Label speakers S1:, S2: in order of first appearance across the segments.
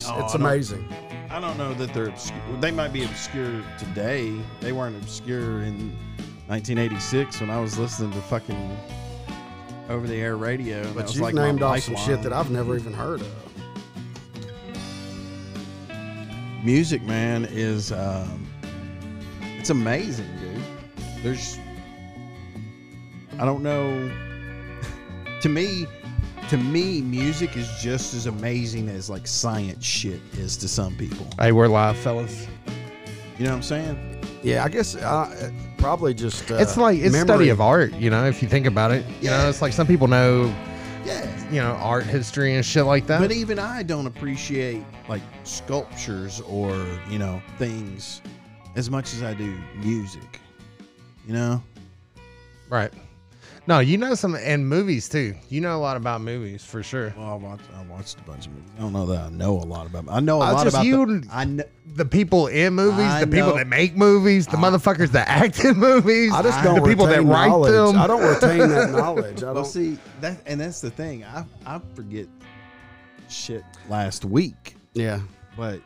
S1: it's
S2: I don't-
S1: amazing.
S2: I don't know that they're obscure. They might be obscure today. They weren't obscure in 1986 when I was listening to fucking over the air radio. and that
S1: But
S2: was
S1: you've
S2: like my
S1: named off some shit
S2: lifeline.
S1: that I've never even heard of.
S2: music, man, is um, it's amazing, dude. There's I don't know. to me, to me, music is just as amazing as like science shit is to some people.
S3: Hey, we're live, fellas.
S2: You know what I'm saying?
S1: Yeah, I guess uh, probably just. Uh,
S3: it's like it's study
S1: memory.
S3: of art, you know. If you think about it, you know, it's like some people know,
S2: Yeah.
S3: you know, art history and shit like that.
S2: But even I don't appreciate like sculptures or you know things as much as I do music. You know?
S3: right? No, you know some and movies too. You know a lot about movies for sure.
S2: Well, I watched, I watched a bunch of movies. I don't know that I know a lot about. I know a
S3: I was
S2: lot
S3: just-
S2: about.
S3: you-
S2: the, I know.
S3: The people in movies,
S2: I
S3: the people
S2: know.
S3: that make movies, the motherfuckers that act in movies,
S1: I just don't
S3: the people that
S1: retain
S3: write
S1: knowledge.
S3: them.
S1: I don't retain that knowledge. I
S2: Well,
S1: don't.
S2: see that, and that's the thing. I I forget shit last week,
S1: Yeah.
S2: but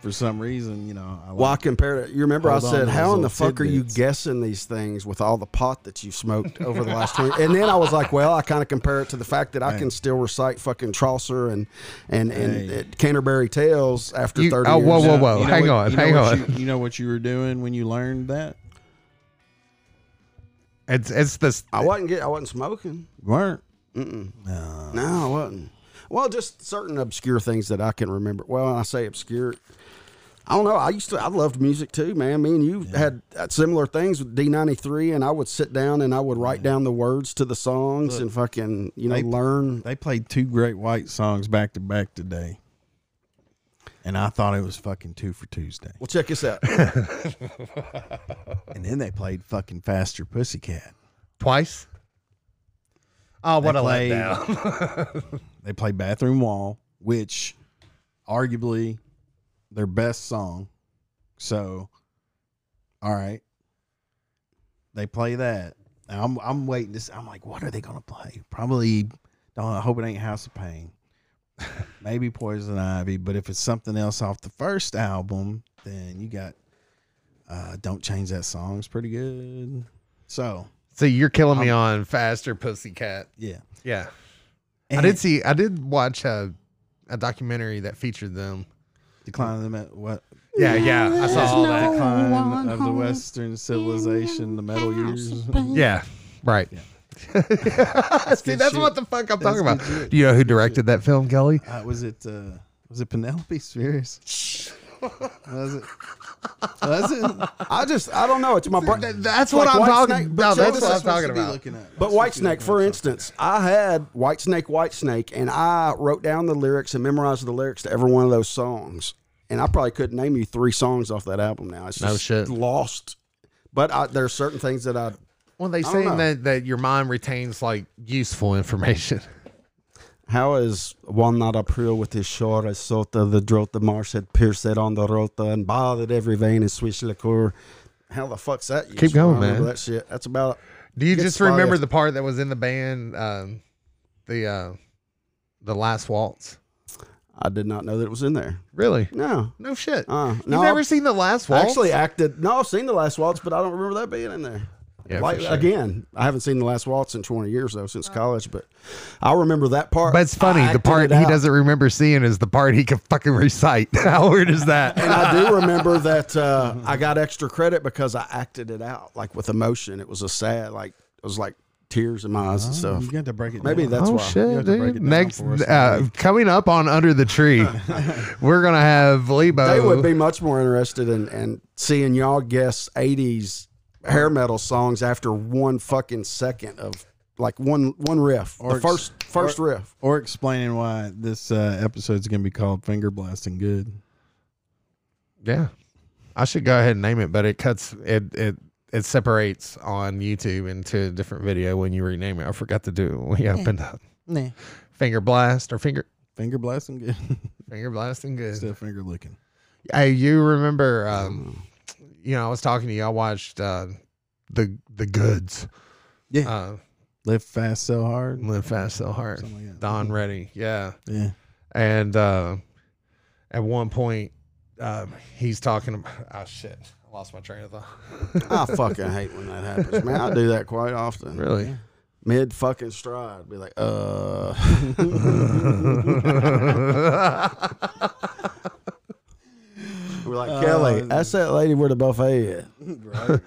S2: for some reason, you know, I
S1: Well, I
S2: like,
S1: compared it. You remember I
S2: Hold on
S1: said,
S2: to
S1: "How
S2: those
S1: in the
S2: little
S1: fuck are you
S2: tidbits."
S1: guessing these things with all the pot that you smoked over the last 20? And then I was like, "Well, I kind of compare it to the fact that I can still recite fucking Chaucer and and and
S2: Hey.
S1: uh, Canterbury Tales after
S3: You-
S1: 30
S3: oh,
S1: years."
S3: whoa, whoa, whoa.
S2: You know
S3: hang
S2: what-
S3: on,
S2: you know
S3: hang
S2: what
S3: on.
S2: You, you know what you were doing when you learned that?
S3: It's it's uh, this.
S1: I wasn't get. I wasn't smoking.
S2: You weren't.
S1: No, I wasn't. Well, just certain obscure things that I can remember. Well, when I say obscure, I don't know. I used to, I loved music too, man. Me and you had had similar things with D93, and I would sit down and I would write down the words to the songs and fucking, you know,
S2: they-
S1: learn.
S2: They played two great white songs back to back today, and I thought it was fucking two for Tuesday.
S1: Well, check this out.
S2: And then they played fucking faster pussycat.
S3: twice. Oh, what
S2: They
S3: a
S2: played-
S3: letdown!
S2: They played Bathroom Wall, which arguably their best song. So, all right. They play that. And I'm I'm waiting to see, I'm like, what are they gonna play? Probably don't I hope it ain't House of Pain. Maybe Poison Ivy, but if it's something else off the first album, then you got uh Don't Change That Song's pretty good. So
S3: so you're killing me on faster, pussycat.
S2: yeah.
S3: Yeah, I
S2: And
S3: did see. I did watch a, a documentary that featured them.
S2: Decline of the Met- what
S3: Yeah, yeah, I saw all that.
S2: decline of the Western civilization, the metal years.
S3: Yeah, right. see,
S2: good
S3: that's
S2: shit.
S3: what the fuck I'm
S2: That's
S3: talking about.
S2: good shit.
S3: Do you know who directed that film, Gully?
S2: Uh, was it uh, was it Penelope Spheres? was it? Was it?
S1: I just, I don't know. It's my brain.
S3: That's
S1: Like
S3: what I'm
S1: White
S3: talking
S1: Snake, but
S3: about.
S1: check
S3: That's
S1: this
S3: what I'm
S1: out.
S3: talking about.
S2: Looking at.
S1: But Whitesnake, for instance, I had Whitesnake, Whitesnake, and I wrote down the lyrics and memorized the lyrics to every one of those songs. And I probably couldn't name you three songs off that album now. It's
S3: No
S1: just
S3: shit.
S1: lost. But I, there are certain things that I.
S3: Well, they
S1: don't
S3: say
S1: know.
S3: that, that your mind retains like useful information.
S1: How is one not a prill with his shore as sota, the drota, the marsh had pierced it on the rota and bothered every vein in swish liqueur? How the fuck's that? useful?
S3: going,
S1: I remember
S3: man.
S1: That shit. That's about.
S3: Do you
S1: Good
S3: just
S1: spot,
S3: remember
S1: yes.
S3: the part that was in the band, um, the uh, the last waltz?
S1: I did not know that it was in there.
S3: Really?
S1: No.
S3: No shit.
S1: Uh,
S3: You've
S1: no,
S3: never
S1: I've-
S3: seen the last waltz?
S1: Actually, acted. No, I've seen the Last Waltz, but I don't remember that being in there.
S3: Yeah,
S1: like
S3: for sure.
S1: again, I haven't seen the Last Waltz in twenty years though, since college. But I remember that part.
S3: But it's funny.
S1: I
S3: the
S1: acted
S3: part
S1: it
S3: he
S1: out.
S3: doesn't remember seeing is the part he can fucking recite. How weird is that?
S1: And I do remember that uh, I got extra credit because I acted it out, like with emotion. It was a sad, like it was like tears in my eyes and stuff.
S2: You got to break it.
S1: Maybe
S2: down.
S1: that's
S3: oh
S1: why.
S3: shit,
S2: have to break it
S3: dude!
S2: down
S3: Next,
S2: for us.
S3: uh, coming up on Under the Tree, we're gonna have Lebo.
S1: They would be much more interested in, in seeing y'all guess '80s hair metal songs after one fucking second of like one one riff,
S2: Or
S1: the
S2: ex-
S1: first first riff.
S2: Or explaining why this uh, episode's going to be called "Finger Blasting Good."
S3: Yeah, I should go ahead and name it, but it cuts it it it separates on YouTube into a different video when you rename it. I forgot to do it when we opened up.
S2: Nah.
S3: Finger blast or finger
S2: Finger blasting good.
S3: finger blasting good.
S2: Still finger licking.
S3: Hey, you remember? Um, you know, I was talking to you. I watched uh, the the goods.
S2: Yeah.
S3: Uh,
S2: Live fast, sell hard.
S3: Live fast, so hard.
S2: Something like that.
S3: Don Reddy. Yeah,
S2: Yeah.
S3: and uh, at one point, um, he's talking. About, oh shit! I lost my train of thought.
S1: I fucking hate when that happens, man. I do that quite often.
S3: Really?
S1: Mid fucking stride, be like, uh, we're like
S2: Uh,
S1: Kelly. That's that lady where the buffet
S2: Right.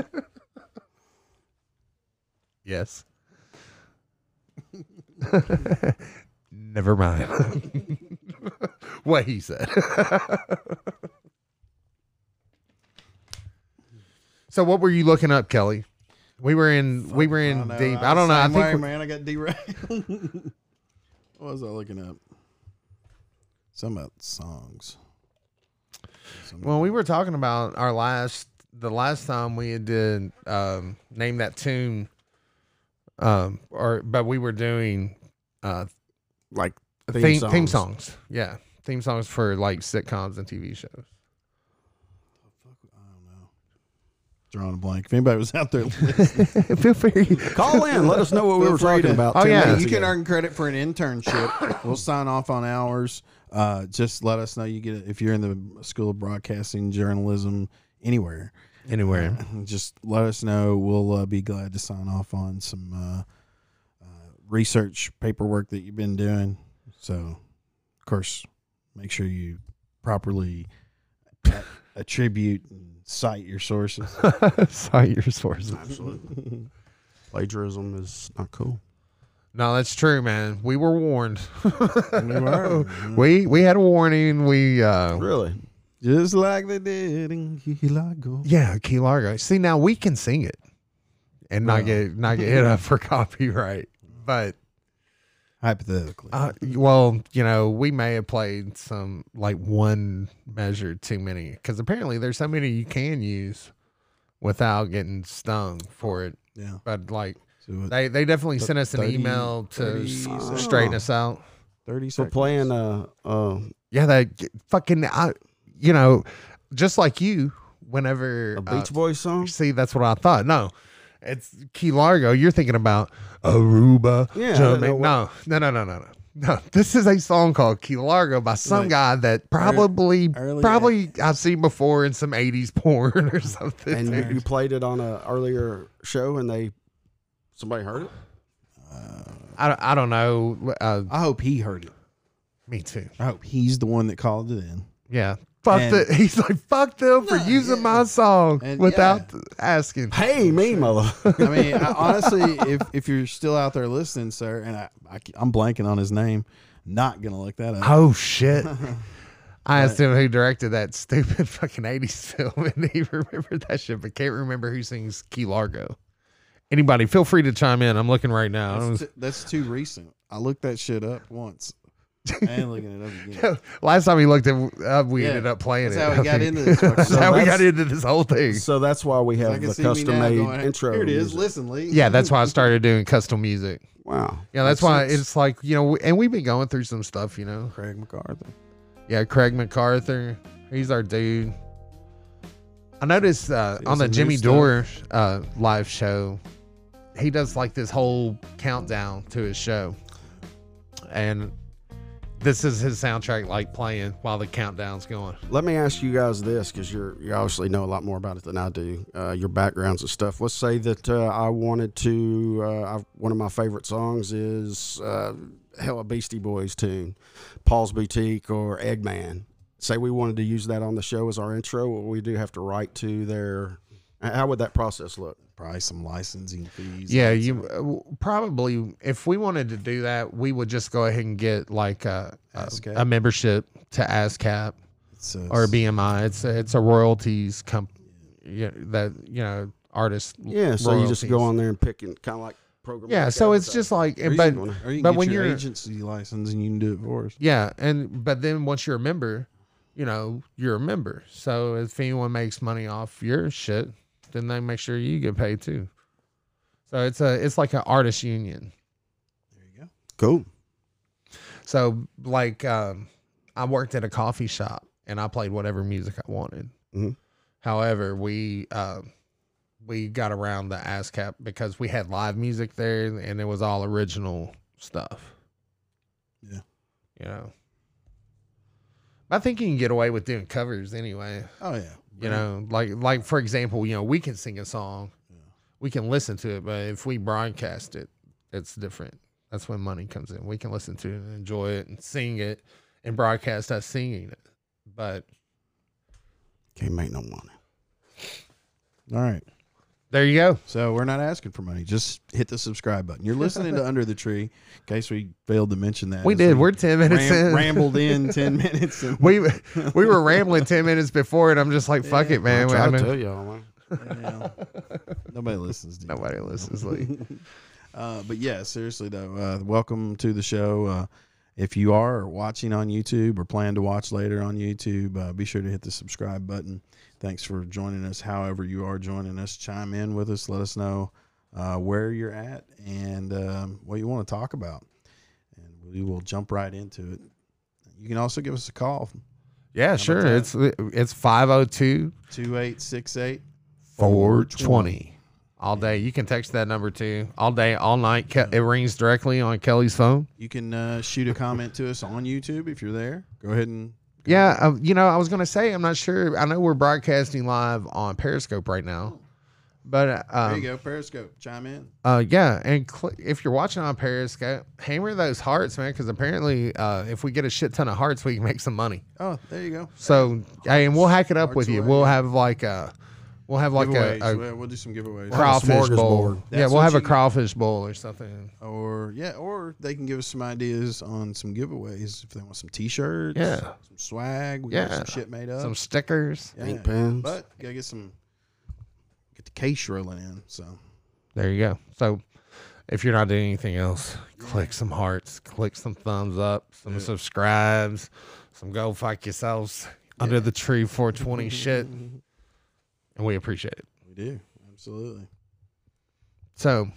S1: at. Hey,
S3: yes. Never mind. what he said. so what were you looking up, Kelly? We were in we were in
S2: know.
S3: deep.
S2: I'm
S3: I don't
S2: the
S3: know. I
S2: same
S3: think
S2: way,
S3: we-
S2: man, I got derailed. what was I looking up? Something about songs. Something
S3: Well, we were talking about our last the last time we had did um, name that tune, um, or but we were doing uh,
S1: like
S3: theme theme songs. yeah, theme songs for like sitcoms and TV shows.
S2: I don't know. Drawing a blank. If anybody was out there, listening,
S3: Feel free.
S1: Call in. Let us know what we
S2: Feel
S1: were
S2: free
S1: talking
S2: to-
S1: about.
S3: Oh,
S1: 10
S3: yeah.
S1: minutes
S2: you can
S1: ago.
S2: earn credit for an internship. we'll sign off on hours. Uh, just let us know you get it if you're in the school of broadcasting, journalism, anywhere. Uh,
S3: Anywhere.
S2: Just let us know. We'll uh, be glad to sign off on some uh, uh, research paperwork that you've been doing. So, of course, make sure you properly a- attribute and cite your sources.
S3: Cite your sources.
S1: Absolutely. Plagiarism is not cool.
S3: No, that's true, man. We were warned.
S2: were.
S3: we we had a warning. We uh,
S1: Really?
S2: Just like they did in Key Largo.
S3: yeah, Key Largo. See, now we can sing it and not
S2: Well.
S3: get not get hit up for copyright, but.
S2: Hypothetically.
S3: Uh, well, you know, we may have played some like one measure too many because apparently there's so many you can use without getting stung for it.
S2: yeah.
S3: But like
S2: So what,
S3: they, they definitely
S2: Th-
S3: sent us an
S2: 30
S3: email to
S2: 30
S3: s-
S1: seconds.
S3: straighten us out.
S2: 30
S1: So
S2: seconds.
S1: playing uh uh
S3: Yeah, that fucking I, you know, just like you. Whenever
S1: a
S3: uh,
S1: Beach Boys song?
S3: See, that's what I thought. No, it's Key Largo. You're thinking about Aruba.
S1: Yeah, I
S3: Jamaica.
S1: don't
S3: No, no, no, no, no, no. No, this is a song called Key Largo by some
S2: Like,
S3: guy that probably,
S2: early-
S3: probably I've seen before in some 80s porn or something.
S1: And
S3: dude.
S1: you, you played it on a earlier show, and they somebody heard it.
S3: I, don't- I don't know. Uh,
S2: I hope he heard it.
S3: me too.
S2: I hope he's the one that called it in.
S3: Yeah. Fuck
S2: And-
S3: the, he's like, fuck them for
S2: No,
S3: using
S2: yeah.
S3: my song
S2: And-
S3: without asking.
S1: Hey, me mother.
S2: I mean, I, honestly, if if you're still out there listening, sir, and I, I am blanking on his name, not gonna look that up.
S3: Oh, shit. I asked him who directed that stupid fucking 80s film, and he remembered that shit, but can't remember who sings Key Largo. Anybody, feel free to chime in. I'm looking right now.
S2: That's, too, that's too recent. I looked that shit up once. And looking it up again.
S3: Last time we looked it up, we
S2: Yeah.
S3: ended up playing
S2: That's
S3: it.
S2: how we
S3: I
S2: got
S3: think.
S2: into this.
S3: That's
S2: fucking-
S1: So
S3: how we got
S1: that's-
S3: into this whole thing.
S1: so that's why we
S2: I
S1: have
S2: can
S1: the
S2: see me
S1: custom
S2: now
S1: made
S2: going,
S1: intro.
S2: Here it is.
S1: music.
S2: Listen, Lee.
S3: Yeah, that's why I started doing custom music.
S1: Wow.
S3: Yeah, that's
S2: Makes
S3: why
S2: sense.
S3: it's like, you know, and we've been going through some stuff, you know.
S2: Craig MacArthur.
S3: Yeah, Craig MacArthur. He's our dude. I noticed uh,
S2: See,
S3: on
S2: that's
S3: the
S2: some new
S3: Jimmy
S2: stuff.
S3: Dore uh, live show, he does like this whole countdown to his show. And this is his soundtrack like playing while the countdown's going.
S1: Let me ask you guys this, because you're you obviously know a lot more about it than I do. Uh, your backgrounds and stuff. Let's say that uh, I wanted to. Uh, I've, one of my favorite songs is uh, "Hella Beastie Boys" tune, Paul's Boutique or Eggman. Say we wanted to use that on the show as our intro. Well, we do have to write to their. How would that process look?
S2: Probably some licensing fees.
S3: Yeah, you uh, w- probably if we wanted to do that, we would just go ahead and get like a a,
S2: ASCAP.
S3: a membership to ASCAP.
S2: It's uh, a-
S3: or BMI. It's a, it's a royalties comp yeah, that you know artist.
S1: Yeah, so you just go
S3: royalties.
S1: on there and pick and kind of like program.
S3: Yeah, so it's just like,
S2: or you
S3: but
S2: can- or you can
S3: but
S2: get
S3: when
S2: your
S3: you're-
S2: agency license and you can do it for us.
S3: yeah, and but then once you're a member, you know you're a member. So if anyone makes money off your shit, then they make sure you get paid too. So it's a it's like an artist union.
S2: There you go.
S1: cool.
S3: So like um, I worked at a coffee shop and I played whatever music I wanted.
S1: Mhm.
S3: However, we uh, we got around the ASCAP because we had live music there and it was all original stuff.
S2: Yeah.
S3: You know, I think you can get away with doing covers anyway.
S2: Oh yeah.
S3: You know, like like for example, you know, we can sing a song, we can listen to it, but if we broadcast it, it's different. That's when money comes in. We can listen to it and enjoy it and sing it and broadcast us singing it. But
S1: Can't make no money.
S2: All right.
S3: there you go.
S2: So we're not asking for money. Just hit the subscribe button. You're listening to Under the Tree. In case we failed to mention that,
S3: We
S2: as
S3: did. We're ten minutes
S2: ram-
S3: in.
S2: rambled in ten minutes. and-
S3: we we were rambling ten minutes before, and I'm just like, fuck it, man. I
S1: I'll
S3: mean,
S1: tell y'all. man.
S2: Yeah. nobody listens. To you.
S3: nobody listens. Like,
S2: Uh, but yeah, seriously though, uh, welcome to the show. Uh, if you are watching on YouTube or plan to watch later on YouTube, uh, be sure to hit the subscribe button. Thanks for joining us. However, you are joining us, chime in with us. Let us know uh, where you're at and um, what you want to talk about, and we will jump right into it. You can also give us a call
S3: yeah, sure.
S2: that?
S3: It's it's five oh two
S2: 2868
S3: 420 all day. You can text that number too. All day, all night. Ke- It rings directly on Kelly's phone.
S2: You can uh, shoot a comment to us on YouTube if you're there. Go ahead and
S3: Yeah, uh, you know, I was going to say, I'm not sure. I know we're broadcasting live on Periscope right now. But uh,
S2: there
S3: um,
S2: you go. Periscope, chime in.
S3: uh, yeah, and cl- if you're watching on Periscope, hammer those hearts, man, because apparently, uh, if we get a shit ton of hearts, we can make some money.
S2: Oh, there you go.
S3: So, hey, and we'll hack it up
S2: Hearts
S3: with you.
S2: away.
S3: We'll have like a, we'll have like
S2: giveaways.
S3: a, a
S2: we'll, we'll do some giveaways.
S3: crawfish bowl.
S1: smorgasbord.
S3: yeah,
S2: That's
S3: we'll
S2: what
S3: have a
S2: you-
S3: crawfish bowl or something.
S2: Or yeah, or they can give us some ideas on some giveaways if they want some T-shirts.
S3: Yeah.
S2: Some swag. We got
S3: Yeah.
S2: Some shit made up.
S3: Some stickers.
S2: yeah.
S1: Ink pens.
S2: But gotta get some. Get the case rolling in. So
S3: There you go. So if you're not doing anything else, click some hearts, click some thumbs up, some subscribes, some go fuck yourselves under the tree 420 shit. And we appreciate it.
S2: we do absolutely.
S3: So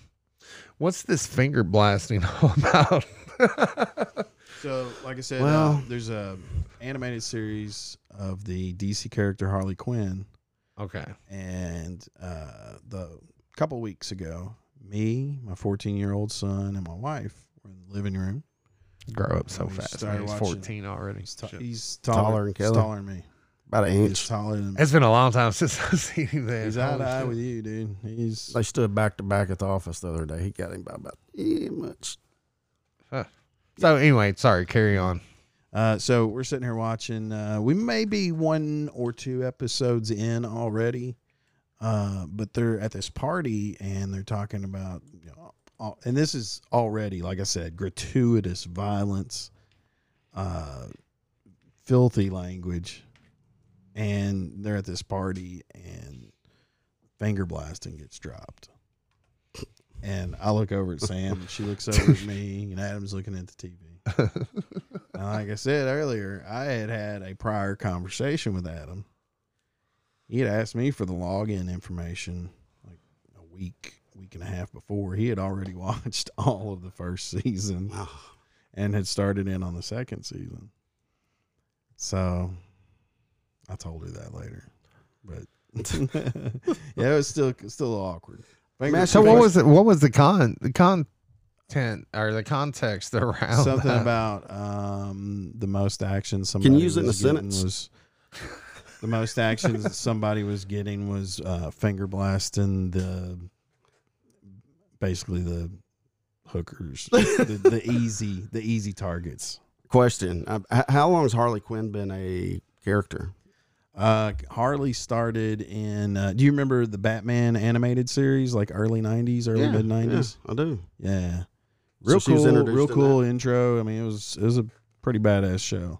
S3: what's this finger blasting all about?
S2: So, like I said,
S1: Well-
S2: uh, there's a animated series of the DC character Harley Quinn,
S3: okay.
S2: and uh, the couple weeks ago, me, my 14 year old son, and my wife were in the living room.
S3: Grow up so
S2: We
S3: fast.
S2: started
S3: man. He's
S2: watching-
S3: 14 already.
S2: He's, ta-
S3: Shit.
S2: he's
S1: Taller
S2: taller,
S1: than
S2: he's
S1: Kelly.
S2: taller than me.
S1: About an
S2: He's
S1: inch.
S2: taller than me.
S3: It's been a long time since I've seen him there.
S2: He's eye to
S3: Holy
S2: eye
S3: shit.
S2: with you, dude. He's
S1: They stood back to back at the office the other day. He got him by about eh, much.
S3: So anyway, sorry, carry on.
S2: uh, so we're sitting here watching. Uh, we may be one or two episodes in already, uh, but they're at this party and they're talking about, you know, all, and this is already, like I said, gratuitous violence, uh, filthy language, and they're at this party and finger blasting gets dropped. And I look over at Sam, and she looks over at me, and Adam's looking at the TV. And Uh, like I said earlier, I had had a prior conversation with Adam. He had asked me for the login information like a week, week and a half before. He had already watched all of the first season and had started in on the second season. So I told her that later. But yeah, it was still still awkward.
S1: Man,
S3: So
S1: Finger-
S3: what was it? What was the con? The content or the context around
S2: something
S3: that?
S2: about um, the most action somebody
S1: Can you use it in
S2: was
S1: a
S2: getting
S1: sentence?
S2: was the most actions that somebody was getting was uh, finger blasting the basically the hookers the, the easy the easy targets
S1: Question: uh, h- How long has Harley Quinn been a character?
S2: uh, Harley started in uh, do you remember the Batman animated series like early 90s early mid 90s
S1: yeah, I do.
S2: yeah
S1: So
S2: real
S1: she was
S2: cool
S1: introduced
S2: real
S1: in
S2: cool intro I mean it was it was a pretty badass show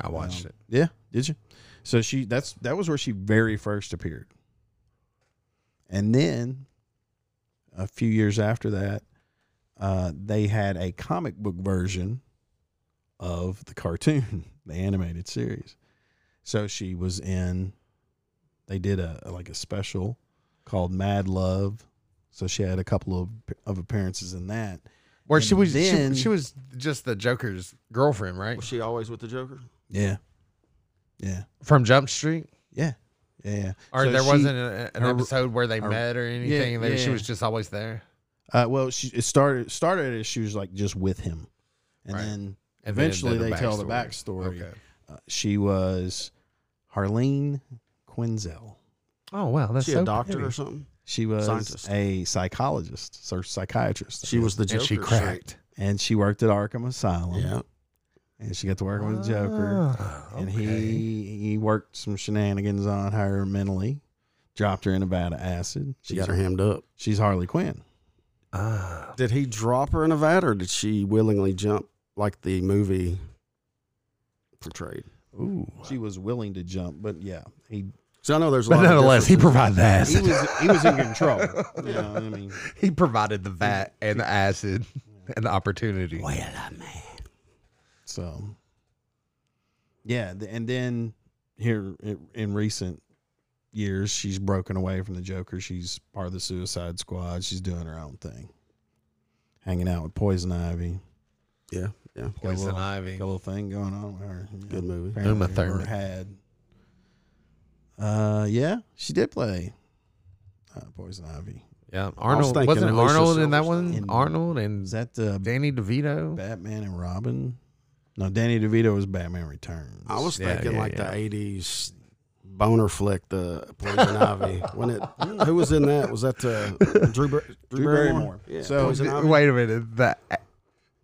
S3: I watched
S2: Um,
S3: it.
S2: Yeah, did you? So she that's that was where she very first appeared. And then a few years after that, uh, they had a comic book version of the cartoon, the animated series. So she was in they did a like a special called Mad Love. So she had a couple of of appearances in that.
S3: Where she
S2: and
S3: was,
S2: then-
S3: she, she was just the Joker's girlfriend, right?
S1: Was she always with the Joker?
S2: Yeah. Yeah.
S3: From Jump Street,
S2: Yeah. Yeah. yeah.
S3: or
S2: So
S3: there
S2: she-
S3: wasn't a, an
S2: her-
S3: episode where they
S2: her-
S3: met or anything. and then She
S2: yeah.
S3: was just always there,
S2: Uh, well, she it started started as she was like just with him, and
S3: Right.
S2: then
S3: And then
S2: eventually
S3: did a
S2: they tell the
S3: backstory.
S2: backstory
S3: Okay.
S2: Uh, she was Harlene Quinzel.
S3: Oh wow, that's
S1: she
S3: so
S1: a doctor
S3: pretty.
S1: or something?
S2: She was
S1: Scientist.
S2: a psychologist, so psychiatrist.
S1: She was the Joker.
S3: And she
S1: so-
S3: cracked.
S2: and she worked at Arkham Asylum.
S1: Yeah.
S2: and she got to work with the Joker.
S3: Ah,
S2: And
S3: okay.
S2: he he worked some shenanigans on her mentally, dropped her in a vat of acid.
S1: She got her hemmed up.
S2: She's Harley Quinn.
S3: Ah.
S1: Did he drop her in a vat or did she willingly jump like the movie portrayed?
S3: Ooh.
S2: She was willing to jump, but yeah, he
S1: So I know there's a
S3: But
S1: lot
S3: nonetheless,
S1: of
S3: he provided the
S2: he
S3: acid.
S2: was he was in control. You know what I mean?
S3: He provided the vat and the acid and the opportunity.
S2: So yeah, th- and then here i- in recent years, she's broken away from the Joker. She's part of the Suicide Squad. She's doing her own thing, hanging out with Poison Ivy.
S1: yeah, yeah.
S2: Got a
S3: Poison
S2: little-
S3: Ivy.
S2: Got a little thing going on with her.
S1: Good movie.
S2: Apparently
S3: Uma Thurman.
S2: or had. Uh, yeah, she did play uh, Poison Ivy.
S3: Yeah,
S1: was
S3: Arnold
S1: thinking
S3: wasn't
S1: Alicia
S3: Arnold in that
S1: Silverstone.
S3: one.
S2: In-
S3: Arnold and
S2: Is that the
S3: Danny DeVito.
S2: Batman and Robin? No, Danny DeVito was Batman Returns.
S1: I was
S3: Yeah,
S1: thinking
S3: yeah,
S1: like
S3: yeah.
S1: the '80s boner flick, the Poison Ivy. When it, who was in that? Was that uh, Drew, Bar- Drew,
S2: Drew Barrymore.
S1: Barrymore? Yeah,
S2: So-
S1: Poison Ivy.
S3: Wait a minute, the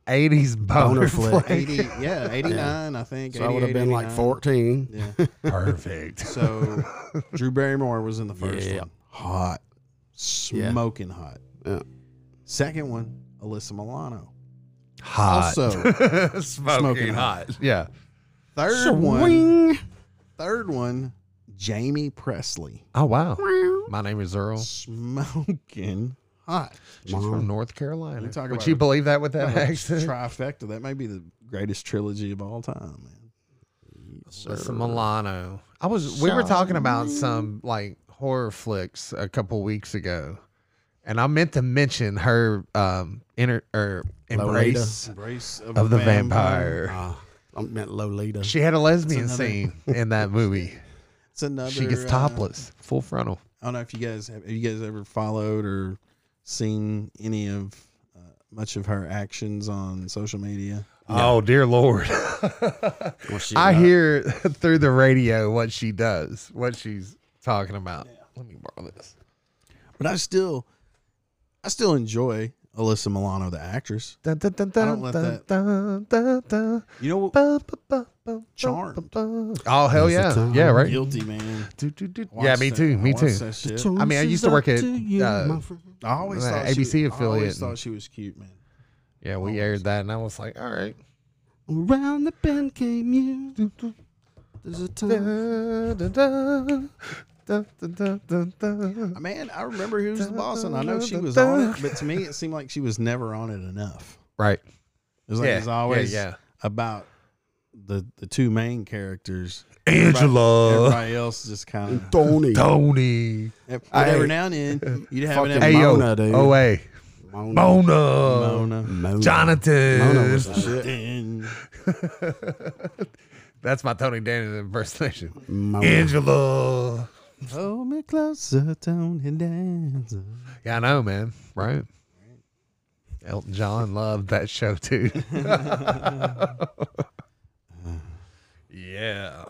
S3: '80s boner
S1: Boner flick.
S3: flick.
S2: 80, yeah, 89, I think.
S1: so I would have
S2: 88,
S1: been like
S2: 89.
S1: 14.
S2: Yeah.
S3: Perfect.
S2: So Drew Barrymore was in the first
S1: Yeah.
S2: one. Hot. Smoking hot.
S1: Yeah.
S2: Second one, Alyssa Milano.
S3: Hot.
S2: Also,
S3: smoking,
S2: Smoking
S3: hot. Yeah.
S2: third one,
S1: Swing.
S2: third one, Jamie Presley.
S3: Oh wow. My name is Earl.
S2: Smoking hot.
S3: She's from North Carolina.
S2: You talk
S3: Would
S2: about
S3: you
S2: it.
S3: believe that with that accent?
S2: Trifecta. That may be the greatest trilogy of all time, man.
S3: Alyssa Milano. I was. We were talking about some like horror flicks a couple weeks ago, and I meant to mention her um inner or embrace
S2: Embrace
S3: of the vampire.
S1: Ah, I meant Lolita.
S3: She had a lesbian
S2: another-
S3: scene in that movie.
S2: It's another.
S3: she gets
S2: uh,
S3: topless, full frontal.
S2: I don't know if you guys have, have you guys ever followed or seen any of uh, much of her actions on social media.
S3: Oh dear lord!
S1: Well, she
S3: I
S1: not.
S3: hear through the radio what she does, what she's talking about. Let me borrow this.
S2: But I still, I still enjoy Alyssa Milano, the actress.
S3: Dun, dun, dun,
S2: don't let
S3: dun,
S2: that-
S3: dun, dun, dun.
S2: You know what?
S3: Ba, ba, ba, ba,
S2: Charmed.
S3: ba, ba. Oh hell
S1: Is it
S3: yeah,
S1: time?
S3: yeah right.
S2: Guilty man.
S3: Do, do, do.
S2: Watched
S3: Yeah, me
S2: that-
S3: too,
S2: I
S3: me
S2: watched
S3: too.
S2: that shit.
S1: Choice
S3: I mean, I used to
S1: is
S3: work
S1: up
S3: at,
S1: to you,
S3: uh,
S1: my friend.
S2: I always
S3: That
S2: thought
S3: ABC
S2: she, was- I
S3: affiliate.
S2: always thought she was cute, man.
S3: Yeah, we aired that, and I was like, all right.
S1: Around the bend came you. There's a time.
S3: Da, da, da, da, da, da, da, da.
S2: Man, I remember who was the boss, and I know she was on it, but to me, it seemed like she was never on it enough.
S3: Right.
S2: It was like
S3: Yeah,
S2: it was always
S3: yeah, yeah.
S2: about the the two main characters.
S3: Angela,
S2: Everybody else just kind of.
S1: Tony.
S3: Tony,
S2: Every now and then, you'd have an
S1: Fucking
S2: episode-
S3: Ayo,
S1: Mona, dude.
S3: OA,
S1: Mona.
S3: Mona,
S2: Mona.
S1: Mona.
S3: Jonathan.
S1: Mona was the shit.
S2: Then
S3: That's my Tony Daniels impersonation.
S1: Mona.
S3: Angela.
S2: Hold me closer, Tony Danza.
S3: Yeah, I know, man. Right. Elton John loved that show too. yeah.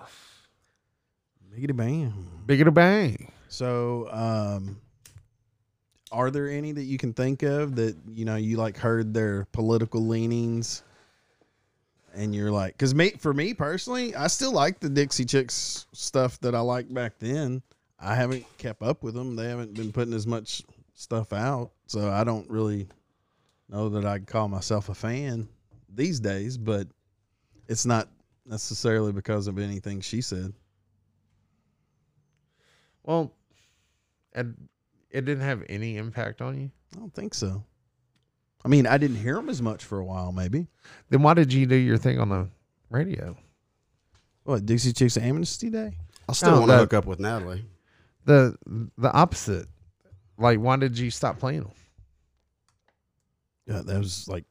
S2: Biggity bam.
S3: Bigger bang.
S2: So, um, are there any that you can think of that you know you like heard their political leanings, and you're like, because me for me personally, I still like the Dixie Chicks stuff that I liked back then. I haven't kept up with them. They haven't been putting as much stuff out, so I don't really know that I'd call myself a fan these days. But it's not necessarily because of anything she said.
S3: Well, and it didn't have any impact on you.
S2: I don't think so. I mean, I didn't hear them as much for a while, maybe.
S3: Then why did you do your thing on the radio?
S2: What, Dixie Chicks Amnesty Day?
S1: I still
S3: No,
S1: want to
S3: Oh, that-
S1: hook up with Natalie.
S3: The the opposite. Like, why did you stop playing them?
S2: Yeah, that was like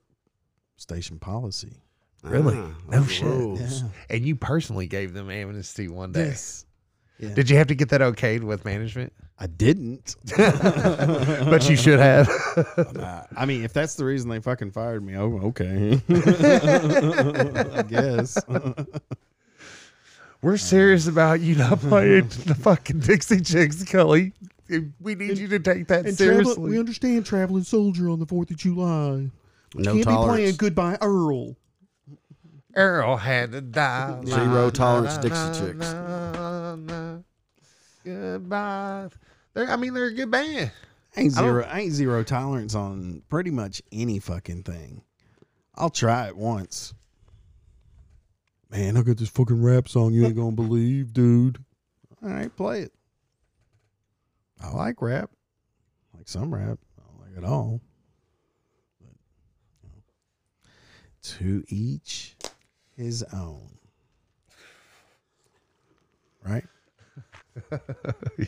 S2: station policy.
S3: Really?
S1: Ah,
S3: No
S1: those
S3: shit.
S1: rules.
S3: And you personally gave them amnesty one day.
S2: Yes. Yeah.
S3: Did you have to get that okayed with management?
S2: I didn't.
S3: but you should have.
S2: Uh, I mean, if that's the reason they fucking fired me, oh, okay. I guess.
S3: We're serious about you not playing the fucking Dixie Chicks, Cully. We need you to take that seriously.
S4: we understand traveling soldier on the Fourth of July.
S1: No
S4: Can't be playing
S1: tolerance.
S4: Goodbye Earl.
S3: Earl had to die.
S1: Zero tolerance Dixie Chicks.
S3: Chicks. Goodbye. They're, I mean, they're a good band.
S2: Ain't
S3: I don't-
S2: zero. I ain't zero tolerance on pretty much any fucking thing. I'll try it once. Man, I got this fucking rap song you ain't gonna believe, dude. All right, play it. I like rap. I like some rap. I don't like it all. But you know, to each his own. Right?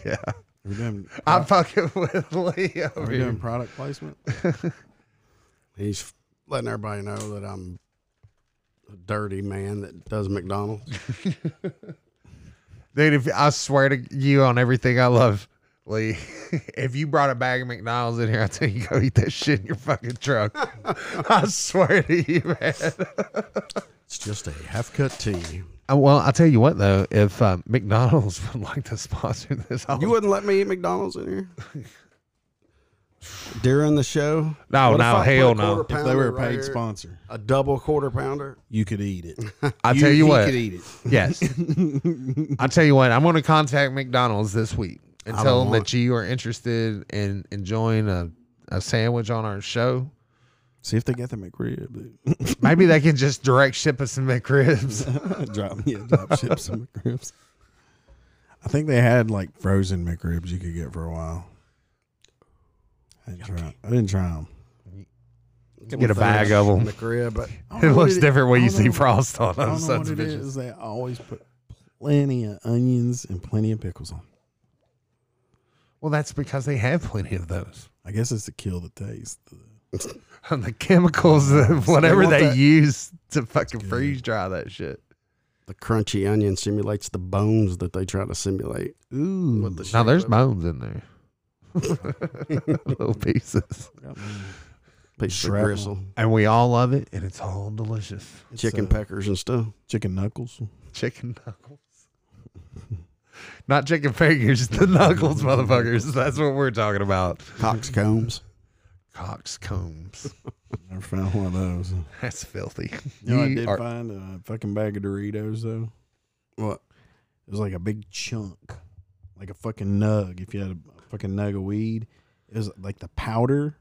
S3: Yeah.
S2: We're doing,
S3: I'm fucking with Leo.
S2: are we
S3: here.
S2: doing product placement?
S1: He's letting everybody know that I'm a dirty man that does McDonald's.
S3: Dude, if I swear to you on everything I love, Lee, if you brought a bag of McDonald's in here, I tell you go eat that shit in your fucking truck. I swear to you, man.
S1: It's just a half cut tea.
S3: Uh, Well, I'll tell you what though, if um, McDonald's would like to sponsor this, I
S1: You
S3: would.
S1: wouldn't let me eat McDonald's in here during the show.
S3: No,
S1: What if
S3: no,
S1: I put a
S3: hell no.
S1: quarter
S2: If they were
S1: pounder
S2: a
S1: right
S2: paid
S1: here?
S2: sponsor,
S1: a double quarter pounder.
S2: you could eat it.
S3: I'll tell you
S2: he
S3: what.
S2: could eat it.
S3: Yes, I'll tell you what. I'm going to contact McDonald's this week and
S1: I
S3: tell
S1: don't
S3: them
S1: want-
S3: that you are interested in enjoying a, a sandwich on our show.
S2: See if they got the McRib. dude.
S3: Maybe they can just direct ship us some McRibs.
S2: drop, yeah, drop ship some McRibs. I think they had like frozen McRibs you could get for a while. I didn't try. I didn't try them.
S3: Get a bag of 'em.
S1: McRib, but
S3: it looks different when you see frost on
S2: I
S3: them.
S2: don't know
S3: Sons
S2: what
S3: of
S2: it
S3: bitches.
S2: is. They always put plenty of onions and plenty of pickles on.
S3: Well, that's because they have plenty of those.
S2: I guess it's to kill the taste.
S3: And the chemicals, of whatever
S2: want
S3: they
S2: that-
S3: use to fucking freeze dry that shit.
S1: the crunchy onion simulates the bones that they try to simulate.
S2: Ooh,
S1: With the
S3: Mm. Now
S1: shape
S3: there's
S1: of-
S3: bones in there. Little pieces.
S1: piece of
S2: shrapnel.
S1: gristle,
S3: And we all love it and it's all delicious.
S2: It's,
S1: chicken
S2: uh,
S1: peckers and stuff.
S2: chicken knuckles.
S3: Chicken knuckles. Not chicken fingers, the knuckles, motherfuckers. That's what we're talking about.
S1: Coxcombs.
S3: Coxcombs.
S2: Never found one of those.
S3: That's filthy.
S2: You know, I did
S3: are-
S2: find a fucking bag of Doritos though.
S1: What?
S2: It was like a big chunk, like a fucking nug. If you had a fucking nug of weed, it was like the powder,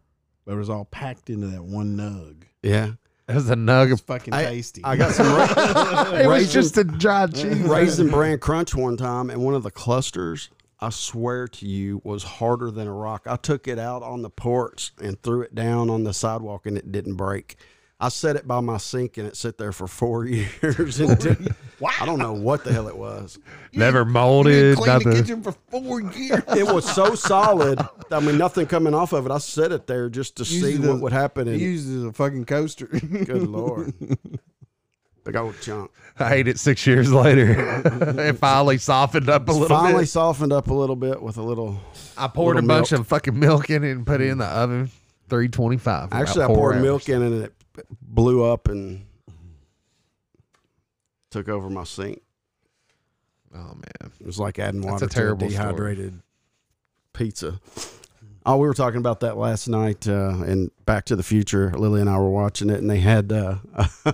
S2: but it was all packed into that one nug.
S1: Yeah.
S3: There's a nug
S2: It's
S3: of.
S2: fucking
S1: I-
S2: tasty.
S1: I got some ra-
S3: It was
S1: raisin,
S3: just a dried cheese.
S1: raisin bran crunch one time, and one of the clusters, I swear to you, was harder than a rock. I took it out on the porch and threw it down on the sidewalk, and it didn't break. I set it by my sink, and it sat there for four years. And didn't- I don't know what the hell it was.
S3: Never
S2: Been
S3: molded,
S2: clean the
S3: nothing.
S2: kitchen for four years.
S1: It was so solid. I mean, nothing coming off of it. I set it there just to see
S2: Used it
S1: what
S2: as-
S1: would happen. And
S2: used it as a fucking coaster.
S1: good lord, big old chunk.
S3: I ate it six years later. it finally softened up a little
S1: Finally
S3: bit.
S1: softened up a little bit with a little.
S3: I poured a
S1: little
S3: bunch
S1: milk.
S3: of fucking milk in it and put it in the oven. 325. for
S1: Actually, I
S3: about four
S1: poured
S3: hours.
S1: milk in it and it blew up and took over my sink.
S3: Oh, man.
S1: It was like adding
S3: That's
S1: water
S3: a
S1: to
S3: terrible
S1: a
S3: story.
S1: dehydrated pizza. Oh, we were talking about that last night uh, in Back to the Future. Lily and I were watching it, and they had uh,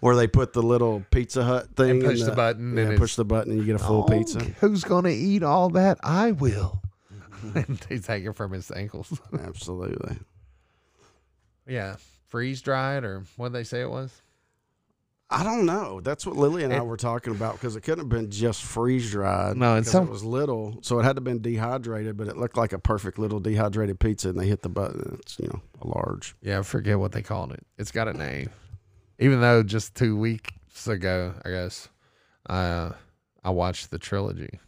S1: where they put the little Pizza Hut thing. in
S3: push the button
S1: yeah,
S3: and
S1: push the button, and you get a full
S3: Oh,
S1: pizza.
S3: Who's going to eat all that? I will. and they take it from his ankles.
S1: Absolutely.
S3: yeah. Freeze dried or what they say it was?
S1: I don't know. That's what Lily and I
S3: It-
S1: were talking about because it couldn't have been just freeze dried.
S3: No, and
S1: because
S3: some-
S1: it was little, so it had to been dehydrated. But it looked like a perfect little dehydrated pizza, and they hit the button. It's you know a large.
S3: Yeah, I forget what they called it. It's got a name. Even though just two weeks ago, I guess, uh, I watched the trilogy,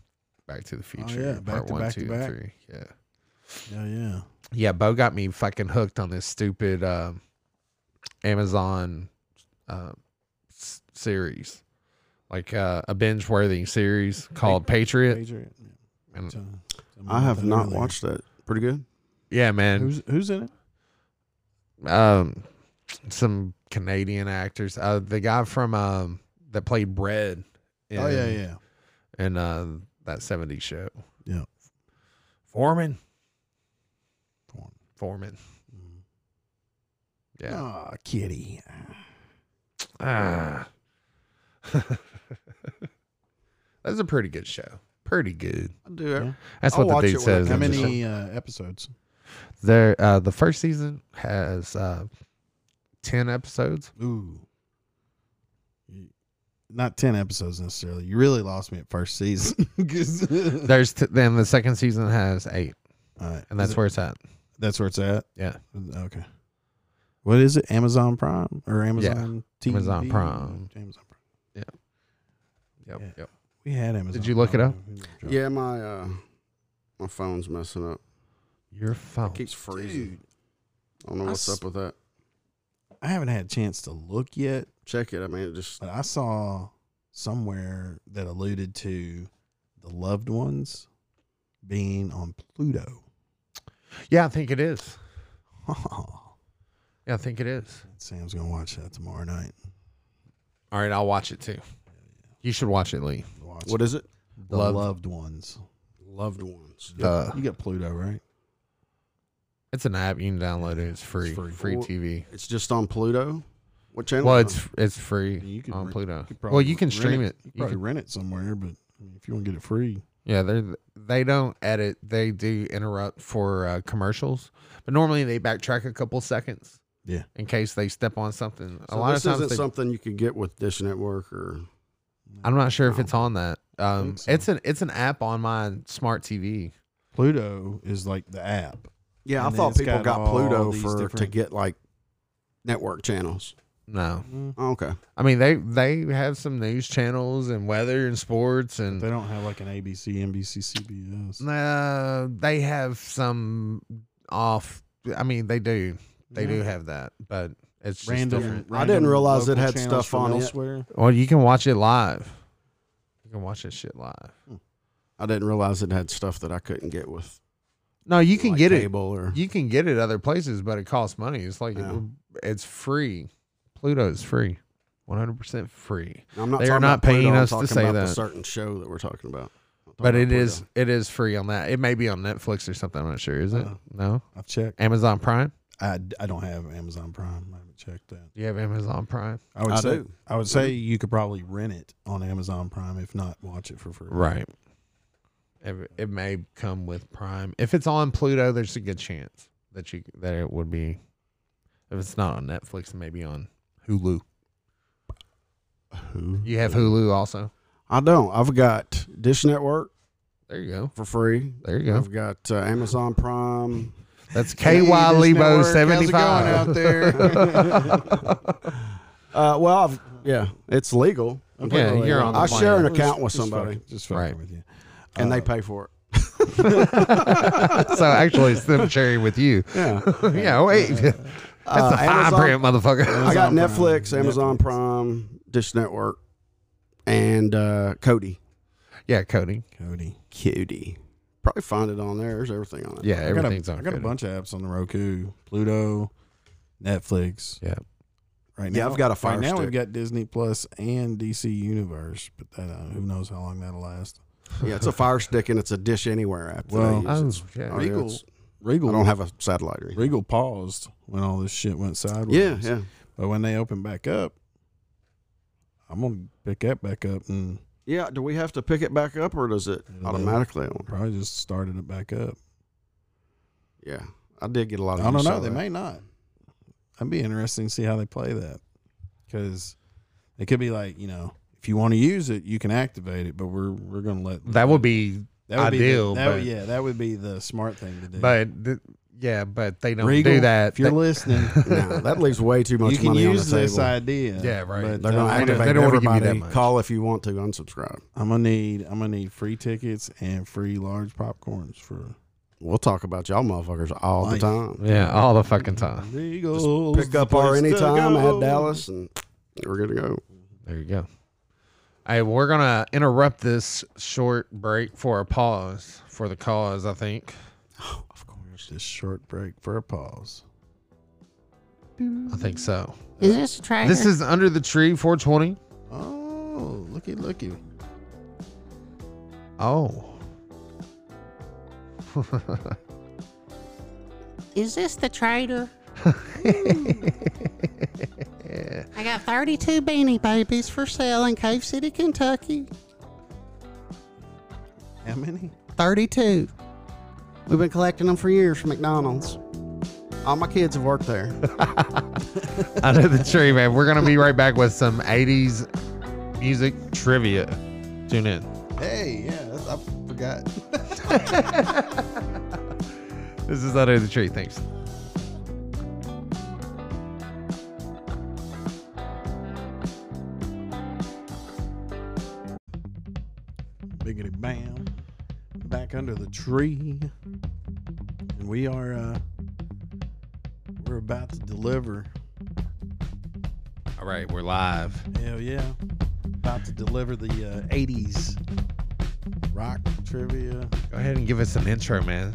S3: Back to the Future,
S2: Oh, yeah, back
S3: part
S2: to
S3: one,
S2: back to
S3: two, and
S2: back.
S3: three. Yeah,
S2: yeah, yeah.
S3: yeah. Bo got me fucking hooked on this stupid um Amazon uh, s- series, like uh, a binge-worthy series called Patriot.
S2: Patriot. Yeah.
S3: And-
S2: Tell- tell me
S1: I have
S2: about that
S1: not
S2: earlier.
S1: watched that. Pretty good.
S3: Yeah, man.
S2: Who's who's in it?
S3: um some Canadian actors. Uh the guy from um that played Bread
S2: Oh yeah,
S3: and-
S2: yeah.
S3: And uh, that 70s show.
S2: Yeah.
S3: Foreman.
S2: Foreman.
S3: Foreman.
S2: Mm.
S3: Yeah.
S2: Ah, kitty.
S3: Ah. That's a pretty good show. Pretty good.
S1: I do. it.
S2: Yeah.
S3: That's
S1: I'll
S3: what
S1: watch
S3: the
S1: it when
S3: dude says.
S1: it
S2: How
S3: in the
S1: comes
S3: show.
S2: many uh, episodes?
S3: There, uh, the first season has uh, ten episodes.
S2: Ooh. You- Not 10 episodes necessarily. You really lost me at first season. 'Cause-
S3: There's t- then the second season has eight,
S2: All right.
S3: and that's
S2: Is it-
S3: where it's at.
S2: that's where it's at.
S3: Yeah,
S2: Okay. What is it? Amazon Prime or Amazon TV?
S3: Amazon Prime.
S2: Amazon Prime.
S3: yep,
S2: Yeah.
S3: yep.
S2: We had Amazon.
S3: you look it
S2: Prime.
S3: up?
S1: Yeah, my uh, my phone's messing up.
S3: Your phone.
S1: Keeps freezing.
S2: Dude,
S1: I don't know
S2: I
S1: what's
S2: s-
S1: up with that.
S2: I haven't had a chance to look yet,
S1: Check it. I mean, it just
S2: but I saw somewhere that alluded to the loved ones being on Pluto.
S3: Yeah, I think it is. Yeah, I think it is.
S2: Sam's gonna watch that tomorrow night.
S3: All right, I'll watch it too. You should watch it, Lee.
S2: Watch
S1: what is it?
S2: the
S3: loved-
S2: loved ones.
S1: Loved ones.
S3: Uh,
S2: You got Pluto, right?
S3: it's an app you can download it. It's free,
S2: free.
S3: free, uh,
S1: Well,
S3: TV.
S1: It's just on Pluto. What channel?
S3: Well,
S1: is it
S3: it's it's free
S2: You could
S3: on
S2: re-
S3: Pluto.
S2: could
S3: Um, well,
S2: probably
S3: you can stream
S2: rent
S3: it.
S2: You could
S3: You
S2: probably
S3: can-
S2: rent it somewhere, but I mean, if you want to get it free,
S3: yeah, they they don't edit. They do interrupt for uh, commercials, but normally they backtrack a couple seconds.
S2: Yeah.
S3: in case they step on something.
S1: on?
S3: a
S1: So
S3: lot of
S1: this
S3: times,
S1: isn't
S3: they,
S1: something you could get with Dish Network or.
S3: I'm not sure if it's on that. Um,
S2: think so.
S3: it's an it's an app on my smart TV.
S2: Pluto is like the app.
S1: Yeah,
S2: And
S1: I
S2: then
S1: thought
S2: it's
S1: people
S2: got
S1: got,
S2: all
S1: Pluto
S2: these
S1: for to
S2: different-
S1: get like network channels.
S3: No,
S1: Oh, okay.
S3: I mean they they have some news channels and weather and sports and
S2: They don't have like an ABC, NBC, CBS.
S3: Uh, they have some off. I mean, they do. They do have that, but it's just
S2: Random,
S3: different.
S1: I didn't
S2: random
S1: realize it
S2: local
S1: had
S2: channels
S1: stuff
S2: from
S1: on it.
S2: elsewhere.
S3: Well, you can watch it live. You can watch that shit live.
S1: I didn't realize it had stuff that I couldn't get with.
S3: No, you can
S1: like,
S3: get
S1: cable or
S3: it. You can get it other places, but it costs money. It's like
S1: Yeah.
S3: it's free. Pluto is free, one hundred percent free.
S1: I'm not.
S3: They are
S1: talking
S3: not
S1: about Pluto,
S3: paying
S1: I'm
S3: us to
S1: talking
S3: say
S1: about the
S3: that.
S1: certain show that we're talking about. I'm talking
S3: But
S1: about
S3: it
S1: Pluto.
S3: is it is free on that. It may be on Netflix or something. I'm not sure. Is it?
S2: Uh-uh.
S3: No.
S2: I've checked.
S3: Amazon Prime.
S2: I, d- I don't have Amazon Prime. I haven't checked that.
S3: Do you have Amazon Prime?
S2: I would
S1: I
S2: say
S1: do.
S2: I would say you could probably rent it on Amazon Prime, if not watch it for free.
S3: Right. It, it may come with Prime. If it's on Pluto, there's a good chance that you that it would be. If it's not on Netflix, it may be on Hulu. You have Hulu also.
S1: I don't. I've got Dish Network
S3: There you go.
S1: for free.
S3: There you go.
S1: I've got uh, Amazon Prime.
S3: That's
S2: Hey,
S3: KY
S2: Dish Network,
S3: Lebo
S2: how's it
S3: seventy
S2: going out
S3: five.
S2: there?
S1: Uh, well, I've, yeah, it's legal.
S3: Yeah,
S2: Okay.
S3: you're on the
S1: I
S3: plan.
S1: share an account with
S2: Just fucking-
S1: somebody,
S2: Just fucking
S3: Right.
S2: with you.
S1: and
S3: Uh,
S1: they pay for it.
S3: so actually, it's them sharing with you.
S1: Yeah,
S3: yeah. Wait. That's
S1: Uh,
S3: a fine
S1: Amazon-
S3: print, motherfucker.
S1: I got
S2: Amazon Prime.
S1: Netflix, Amazon
S2: Netflix.
S1: Prime, Dish Network, and uh, Cody.
S3: Yeah, Cody.
S2: Cody.
S1: Cody. Probably find it on there. There's everything on it.
S3: Yeah,
S2: I got,
S3: everything's
S2: a,
S3: on.
S2: I got a
S3: Cody.
S2: bunch of apps on the Roku, Pluto, Netflix.
S3: Yeah.
S2: Right now,
S1: Yeah, I've got a Fire
S2: Right now
S1: Stick.
S2: we've got Disney Plus and DC Universe, but that, uh, who knows how long that'll last.
S1: Yeah, it's a Fire Stick and it's a Dish Anywhere app. that I
S2: Well,
S1: use.
S3: Oh,
S1: It's-
S3: yeah.
S1: oh, yeah,
S2: Regal.
S1: it's-
S2: Regal
S1: I don't have a satellite or anything.
S2: Regal paused when all this shit went sideways.
S1: Yeah, yeah.
S2: But when they open back up, I'm gonna pick that back up and
S1: Yeah, do we have to pick it back up or does it
S2: It'll-
S1: automatically?
S2: probably just started it back up.
S1: Yeah. I did get a lot of
S2: I don't
S1: use
S2: know.
S1: out of
S2: They
S1: that.
S2: may not. I'd be interesting to see how they play that because it could be like you know, if you want to use it, you can activate it, but we're we're gonna let
S3: That would be
S2: that would
S3: ideal,
S2: Be the, that would-
S3: but-
S2: yeah, that would be the smart thing to do.
S3: But th- yeah, but they don't
S2: Regal,
S3: do that.
S2: If you're
S3: They-
S2: listening,
S1: No, that leaves way too much
S2: you can
S1: money
S2: use
S1: on the
S2: this
S1: table.
S2: idea.
S3: Yeah, right.
S2: But
S1: They're going
S2: I don't
S1: to
S2: wanna-
S1: activate
S3: they don't wanna give you
S1: everybody.
S3: that much.
S1: Call if you want to unsubscribe.
S2: I'm gonna need I'm gonna need free tickets and free large popcorns for
S1: We'll talk about y'all motherfuckers all the
S2: Life.
S1: time.
S3: yeah, all the fucking
S2: Mm-hmm.
S3: time.
S2: Regal.
S1: Uh, Pick up our anytime at Dallas and we're good to go.
S3: There you go. Hey, we're gonna interrupt this short break for a pause for the cause. I think.
S2: Of course, this short break for a pause.
S3: I think so.
S5: Is this a tracker?
S3: This is under the tree 420.
S2: Oh, looky, looky.
S3: Oh.
S5: Is this the trader? I got 32 beanie babies for sale in Cave City, Kentucky.
S2: How many?
S5: 32. We've been collecting them for years from McDonald's.
S1: All my kids have worked there.
S3: Under the tree, man. We're going to be right back with some 80s music trivia. Tune in.
S2: Hey, yeah, that's, I forgot.
S3: This is Under the Tree. Thanks.
S2: Biggity bam. Back under the tree. And we are uh we're about to deliver.
S3: All right, we're live.
S2: Hell yeah. About to deliver the uh, 80s rock trivia
S3: Go ahead and give us an intro, man.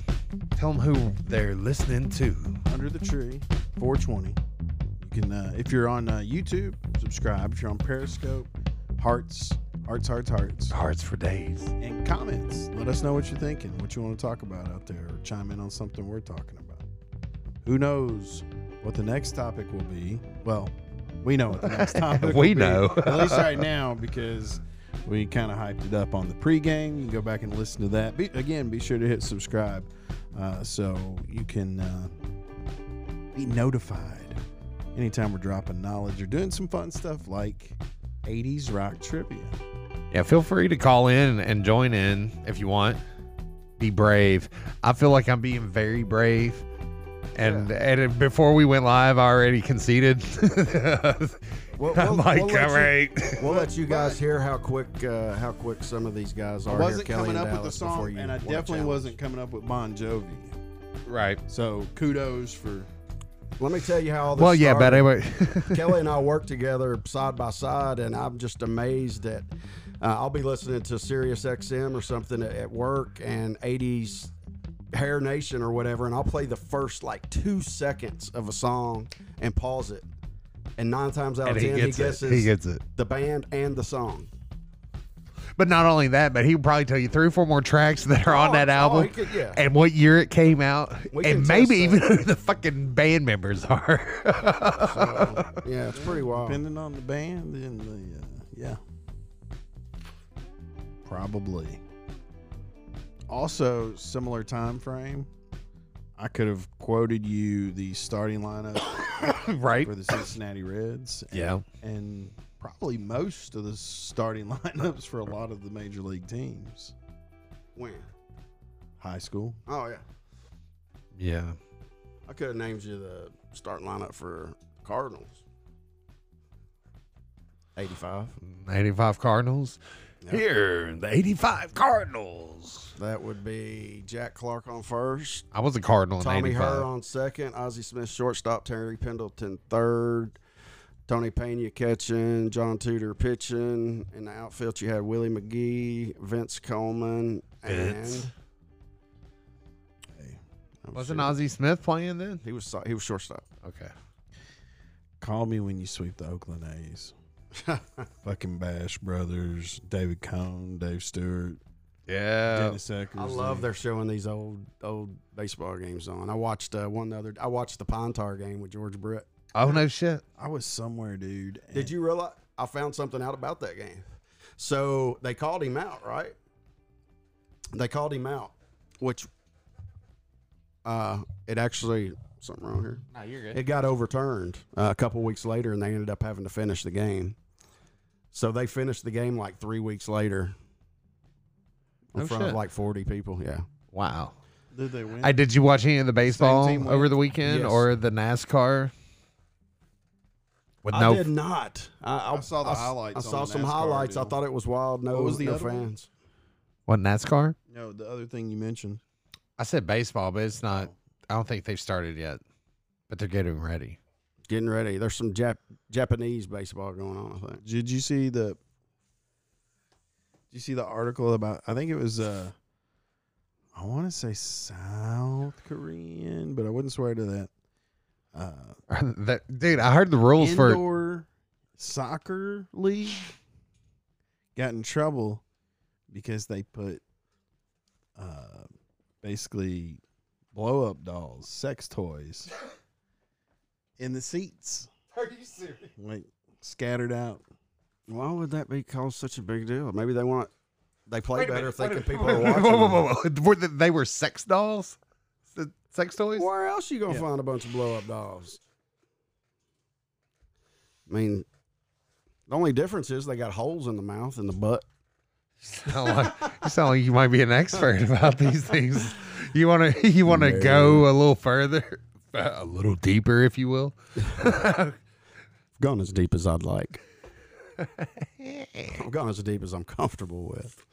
S3: Tell them who they're listening to.
S2: under the tree 420. You can uh, if you're on uh, YouTube, subscribe. If you're on Periscope, hearts, hearts, hearts, hearts.
S3: Hearts for Days.
S2: and comments. Let us know what you're thinking, what you want to talk about out there, or chime in on something we're talking about. Who knows what the next topic will be? Well, we know what the next topic
S3: We
S2: will be,
S3: know.
S2: at least right now, because we kind of hyped it up on the pregame. You can go back and listen to that. Be, again, be sure to hit subscribe uh, so you can uh, be notified anytime we're dropping knowledge or doing some fun stuff like 80s rock trivia.
S3: Yeah, feel free to call in and join in if you want. Be brave. I feel like I'm being very brave. And and before we went live, I already conceded.
S1: We'll- we'll-
S3: I'm like,
S1: we'll let
S3: all
S1: you-
S3: right.
S1: We'll let you guys hear how quick uh, how quick some of these guys
S2: I
S1: are.
S2: wasn't
S1: here, Kelly
S2: coming
S1: and
S2: up with
S1: Dallas,
S2: a
S1: before
S2: song,
S1: you
S2: and I
S1: want a
S2: definitely
S1: challenge.
S2: wasn't coming up with Bon Jovi.
S3: Right.
S2: So kudos for
S1: Let me tell you how all this
S3: Well, yeah, but
S1: started.
S3: anyway.
S1: Kelly and I work together side by side, and I'm just amazed that uh, I'll be listening to Sirius XM or something at, at work and 80s Hair Nation or whatever, and I'll play the first like two seconds of a song and pause it. And nine times out of
S3: and he
S1: ten,
S3: gets
S1: he
S3: it.
S1: guesses
S3: He gets it.
S1: the band and the song.
S3: But not only that, but he would probably tell you three or four more tracks that are on
S1: Oh,
S3: that
S1: oh,
S3: album
S1: he could- yeah.
S3: and what year it came out
S1: We can
S3: and
S1: test
S3: maybe
S1: that.
S3: even who the fucking band members are.
S1: Yeah, it's pretty wild.
S2: depending on the band and the uh, yeah, probably. Also, similar time frame. I could have quoted you the starting lineup
S3: right?
S2: for the Cincinnati Reds. and-
S3: Yeah.
S2: and probably most of the starting lineups for a lot of the major league teams.
S1: When?
S2: High school,
S1: Oh yeah,
S3: Yeah.
S1: I could have named you the starting lineup for Cardinals. Eighty-five.
S3: 85 Cardinals.
S1: Yeah.
S3: Here, the 85 Cardinals.
S1: That would be Jack Clark on first,
S3: I was a Cardinal in
S1: Tommy
S3: 85.
S1: Herr on second, Ozzie Smith shortstop, Terry Pendleton third, Tony Pena catching, John Tudor pitching. In the outfield, you had Willie McGee, Vince Coleman,
S3: Vince.
S1: and Oh,
S3: Wasn't
S1: shoot.
S3: Ozzie Smith playing then?
S1: He was so- he was shortstop.
S3: Okay.
S2: Call me when you sweep the Oakland A's. Fucking Bash Brothers, David Cohn, Dave Stewart,
S3: Yeah.
S2: Dennis Eckers.
S1: I love they're showing these old old baseball games on. I watched uh, one the other. I watched the Pine Tar game with George Brett.
S3: Oh, no shit.
S2: I was somewhere, dude. and-
S1: Did you realize? I found something out about that game. So they called him out, right? They called him out, which uh, it actually something wrong here.
S3: No, you're good.
S1: It got overturned uh, a couple weeks later, and they ended up having to finish the game. So they finished the game like three weeks later, in
S3: Oh,
S1: front
S3: shit.
S1: of like forty people. Yeah.
S3: Wow.
S2: Did they win?
S3: Hey, did you watch any of the baseball
S2: team win?
S3: over the weekend
S1: Yes.
S3: or the NASCAR? With
S1: I
S3: no
S1: did not. I,
S2: I saw the
S1: s-
S2: highlights
S1: I
S2: on
S1: saw
S2: the
S1: some
S2: NASCAR
S1: highlights. I
S2: deal.
S1: thought it was wild. No,
S2: What was the
S1: no
S2: other one?
S1: fans.
S3: what NASCAR?
S2: no, the other thing you mentioned.
S3: I said baseball, but it's not. I don't think they've started yet, but they're getting ready.
S1: Getting ready. There's some Jap- Japanese baseball going on. I think.
S2: Did you see the? Did you see the article about? I think it was. uh I want to say South Korean, but I wouldn't swear to that. Uh,
S3: That- Dude, I heard the rules for
S2: indoor soccer league got in trouble because they put uh, basically blow up dolls, sex toys in the seats,
S3: Are you serious?
S2: like scattered out.
S1: Why would that be called such a big deal? Maybe they want they play
S3: Wait a
S1: better
S3: minute,
S1: thinking
S3: wait a-
S1: people
S3: whoa,
S1: are
S3: whoa,
S1: watching.
S3: Whoa,
S1: them.
S3: whoa, whoa! Were they, they were sex dolls, Se- sex toys.
S1: Where else you gonna
S2: Yeah.
S1: find a bunch of blow up dolls? I mean, the only difference is they got holes in the mouth and the butt.
S3: Sound like, you sound like you might be an expert about these things. You want to you want to go a little further, a little deeper, if you will.
S1: I've gone as deep as I'd like. I've gone as deep as I'm comfortable with.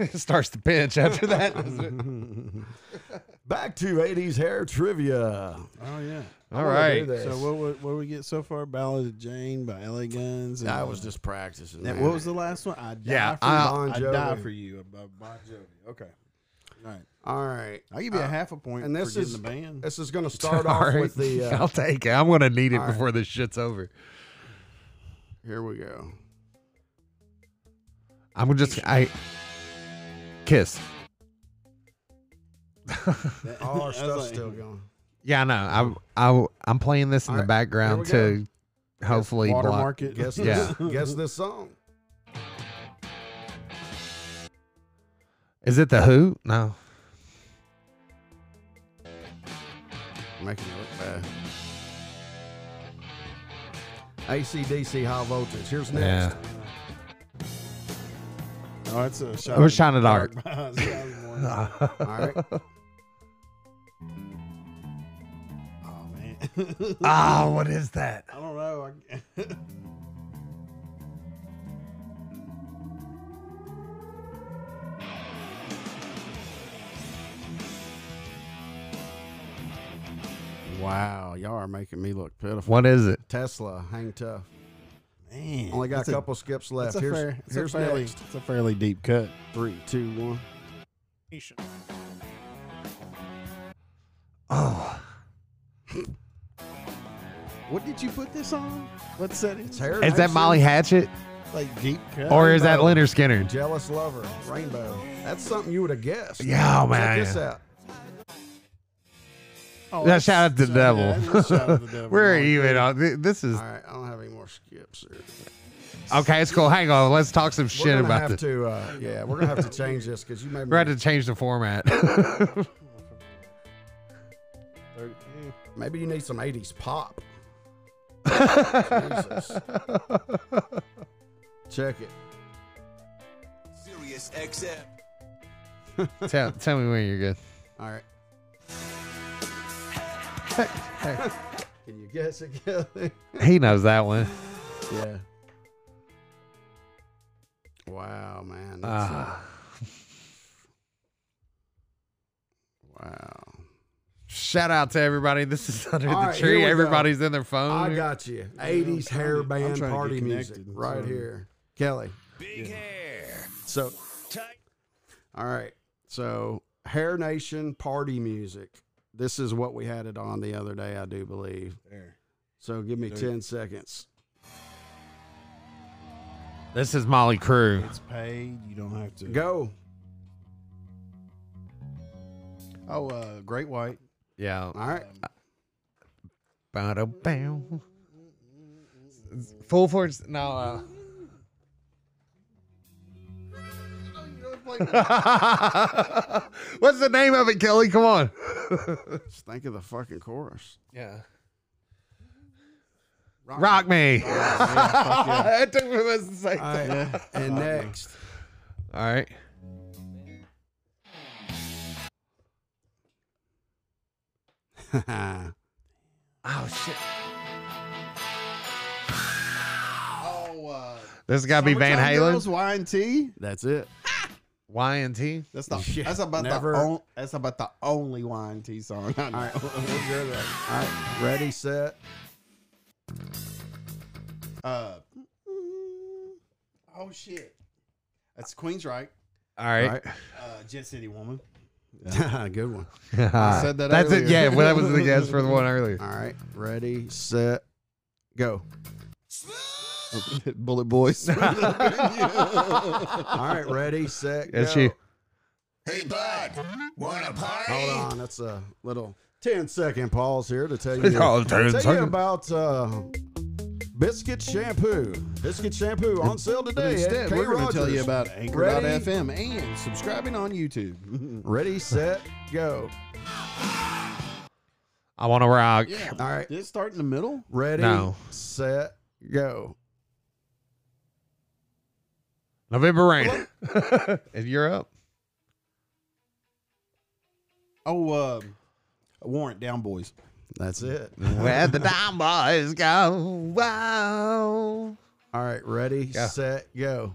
S3: it starts to pinch after that. doesn't it?
S1: Back to 80s hair trivia.
S2: Oh yeah.
S3: All
S1: I wanna do
S3: right.
S1: this.
S2: So what what, what we get so far? Ballad of Jane by LA Guns. and,
S1: I was
S2: uh,
S1: just practicing.
S2: Now,
S1: man.
S2: what was the last one? I die
S3: Yeah,
S2: for
S3: I-
S1: Bon
S2: I die
S1: Jovi.
S2: for you. by Bon Jovi. Okay. All right.
S1: All right. Uh,
S2: I'll give you a half a point
S1: and
S2: and
S1: this
S2: for getting
S1: is-
S2: the band.
S1: This is going to start
S3: All
S1: off
S3: right.
S1: with the. Uh,
S3: I'll take it. I'm gonna need it
S1: all right.
S3: before this shit's over.
S1: here we go.
S3: I'm just I kiss.
S2: That-
S1: All
S2: I
S1: our
S2: was
S1: stuff's
S2: like,
S1: still going.
S3: Yeah, I know. I I I'm playing this in
S1: All
S3: the
S1: right,
S3: background
S1: here we
S3: to hopefully block.
S2: Watermark it.
S1: Guess
S3: Yeah.
S1: this. guess this song.
S3: Is it the Who? No.
S1: Making it look bad. ACDC High Voltage. Here's next.
S3: Yeah.
S2: Oh, it's a shot.
S3: It was Shine of Dark.
S2: oh
S1: All right. Oh,
S2: man.
S3: Ah, what is that?
S2: I don't know. I,
S1: Wow, y'all are making me look pitiful.
S3: What is it?
S1: Tesla, hang tough.
S2: man.
S1: Only got
S2: That's
S1: a couple skips left.
S2: that's a
S1: here's
S2: fair- that's a
S1: here's
S2: fairly,
S1: next.
S2: It's a fairly deep cut.
S1: Three, two, one.
S3: Oh,
S2: What did you put this on? What setting?
S1: It's hair.
S3: is that
S1: Nation,
S3: Molly Hatchet
S2: Like deep cut.
S3: or is that Leonard Skinner?
S1: Jealous lover, rainbow. That's something you would have guessed.
S3: Yeah, oh, man.
S1: Check this out.
S2: oh,
S3: That shout out to the
S2: shout- yeah, it
S3: devil.
S2: is shout out to the devil.
S3: Where are
S2: Mark.
S3: you at? all- thi- This is
S1: All right, I don't have any more skips here.
S3: okay. It's cool. Hang on. Let's talk some
S1: we're
S3: shit
S1: gonna
S3: about
S1: have
S3: this.
S1: to. Uh, yeah, we're gonna have to change this because you made
S3: We're
S1: me,
S3: gonna have to change the format.
S2: Thirty- yeah.
S1: maybe you need some '80s pop. Jesus. Check it.
S6: Sirius XM.
S3: tell, tell me when you're good.
S1: All right. Can you guess it, Kelly?
S3: He knows that one.
S1: yeah. Wow, man. That's, uh,
S3: Ah,
S1: wow.
S3: shout out to everybody. This is under
S1: All
S3: the
S1: right, here we
S3: tree.
S1: go.
S3: Everybody's in their phone.
S1: I got you. 80s
S2: I'm
S1: hair
S2: trying to- I'm
S1: band
S2: trying to get
S1: party music
S2: connected,
S1: right
S2: so-
S1: here. Kelly.
S6: Big hair.
S1: So,
S6: Tight.
S1: all right. So, Hair Nation party music. This is what we had it on the other day, I do believe.
S2: There.
S1: So, give me
S2: Dude.
S1: 10 seconds.
S3: this is Molly Crew.
S2: It's paid. You don't have to
S1: Go.
S2: Oh, uh, Great White.
S3: Yeah.
S1: All right.
S3: Ba-da-bam. Full force. No. Uh... What's the name of it, Kelly? Come on.
S1: Just think of the fucking chorus.
S3: Yeah.
S1: Rock.
S3: Rock me.
S2: Fuck yeah.
S3: it took me a minute to
S1: All
S3: say.
S1: right.
S2: Yeah.
S1: And
S2: Fuck yeah.
S1: next.
S3: All right. Oh shit.
S2: Oh, uh,
S3: This has got to be Van
S2: Summertime
S3: Halen.
S2: Girls, Y and T.
S1: That's it.
S3: Y and T.
S2: That's the
S1: Yeah,
S2: that's about
S1: never-
S2: the on, that's about the only Y and T song. I know.
S1: All right. You're there. All right. Ready, set.
S2: Uh, oh shit, that's Queen's right.
S3: All right.
S1: Right.
S2: Uh, Jet City Woman.
S1: Good one.
S2: I said that
S3: That's it.
S2: earlier.
S3: Yeah, well, that was the guess for the one earlier.
S1: All right. Ready, set, go.
S2: Bullet Boys.
S1: All right. Ready, set, go.
S3: That's you.
S6: Hey, bud, want a party?
S1: Hold on, that's a little 10 second pause here to tell you,
S3: Oh, 10
S1: tell you
S3: second.
S1: about uh, Biscuit Shampoo. Biscuit Shampoo on sale today. at
S2: Instead,
S1: K
S2: we're going to tell
S1: Rogers.
S2: you about
S1: Ready?
S2: Anchor.fm and subscribing on YouTube.
S1: Ready, Set, Go.
S3: I want to rock.
S2: yeah.
S1: All right.
S2: Did it start in the middle?
S1: Ready,
S3: No.
S1: Set, Go.
S3: November rain. and you're up.
S2: Oh, uh, Warrant Down Boys.
S1: That's it.
S3: Where the dime boys go. Wow.
S1: All right. Ready,
S3: Go.
S1: Set, Go.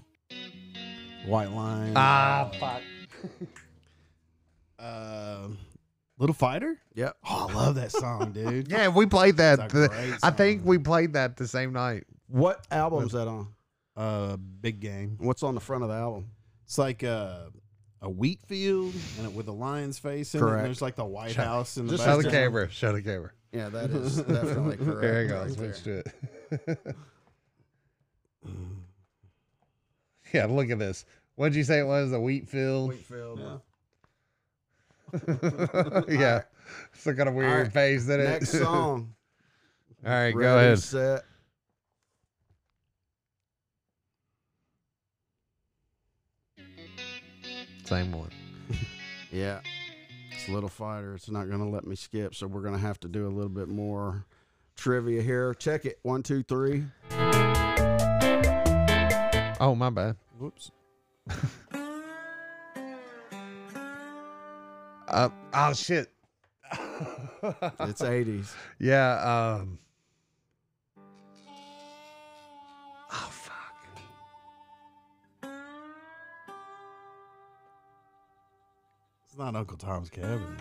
S2: White Line.
S3: Ah, fuck.
S2: uh, Little Fighter.
S1: Yep.
S2: Oh, I love that song, dude.
S3: Yeah, we played that.
S2: It's a
S3: the-
S2: great
S3: I think
S2: song.
S3: we played that the same night.
S1: What album's that on?
S2: Uh, big game.
S1: What's on the front of the album?
S2: It's like a, a wheat field and it, with a lion's face in it.
S1: Correct.
S2: And there's like the White
S3: Shut-
S2: House in the
S1: just
S3: Show
S2: background.
S3: the camera. Show the camera.
S1: Yeah, that is definitely correct.
S3: There you
S1: right
S3: go.
S1: there.
S3: Switch to it. yeah, look at this. What'd you say it was? A wheat field?
S1: Wheatfield.
S2: Yeah.
S3: yeah. It's looking a weird
S1: right.
S3: face, is it?
S1: Next song.
S3: All right,
S1: Ready,
S3: go ahead.
S1: Set.
S3: Same one.
S1: Yeah. It's Little Fighter. It's not going to let me skip, so we're going to have to do a little bit more trivia here. Check it. One, two, three.
S3: Oh, my bad.
S1: Whoops.
S3: Uh, oh, shit.
S1: It's 80s.
S3: yeah. Um, oh, fuck.
S2: It's not Uncle Tom's Cabin.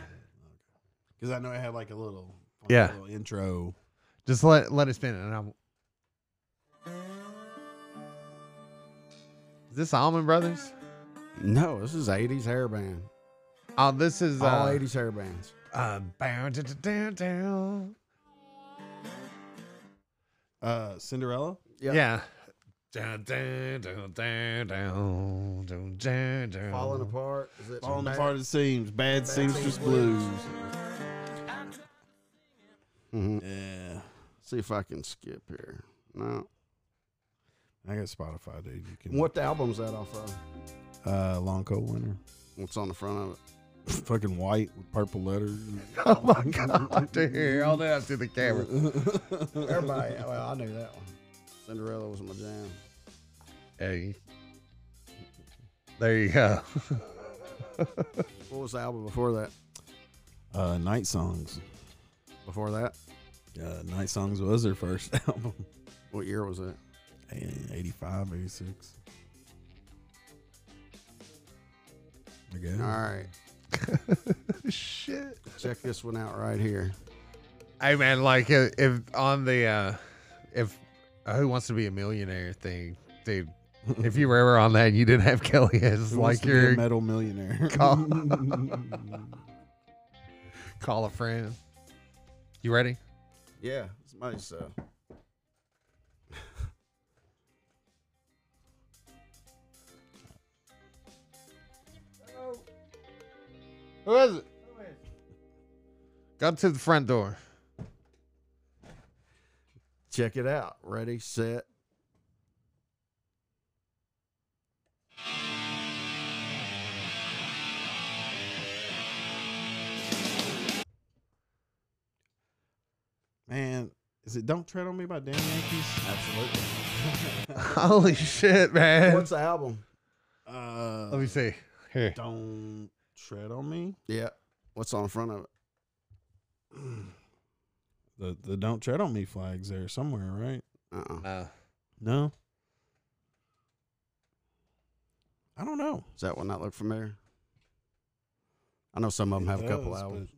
S2: Because I know it had like a little, like
S3: Yeah.
S2: a little intro.
S3: Just let let it spin, and I'm. Is this Almond Brothers?
S1: No, this is 80s hair band.
S3: Oh, this is uh,
S1: All 80s hair bands.
S3: Uh, bow, da, da, da, da.
S2: Uh, Cinderella.
S1: Yep.
S3: Yeah. Da, da, da, da, da, da, da.
S1: Falling apart. Is it
S2: Falling
S1: bad?
S2: apart of the seams. Bad, seamstress blues.
S1: Mhm.
S2: Yeah.
S1: See if I can skip here. No.
S2: I got Spotify, dude. You can.
S1: What album's that off of?
S2: Uh, long coat winter.
S1: What's on the front of it?
S2: Fucking white with purple letters.
S3: Oh my god, dude! All that up to the camera.
S1: Everybody. well, I knew that one. Cinderella was my jam.
S3: Hey, there you go.
S1: What was the album before that?
S2: Uh, night songs.
S1: Before that?
S2: Uh, night songs was their first album.
S1: What year was it?
S2: 85, 86. Again.
S1: All right.
S3: Shit.
S1: Check this one out right here.
S3: Hey man, like if, if on the uh if uh, Who Wants to Be a Millionaire thing, dude, if you were ever on that, and you didn't have Kelly as like your
S2: metal millionaire.
S3: call, call a friend. You ready?
S1: Yeah, it's uh, my so.
S3: Who is it? Go to the front door.
S1: Check it out. Ready, set.
S2: Man, is it Don't Tread on Me by Dan Yankees?
S1: Absolutely.
S3: Holy shit, man.
S1: What's the album?
S2: Uh,
S3: Let me see. Here.
S2: Don't Tread on Me.
S1: Yeah. What's on the front of it?
S2: The the Don't Tread on Me flags there somewhere, right?
S1: Uh-uh.
S3: Uh,
S2: No. I don't know.
S1: Does that one not look familiar? I know some of them have
S2: It
S1: a couple
S2: does,
S1: albums.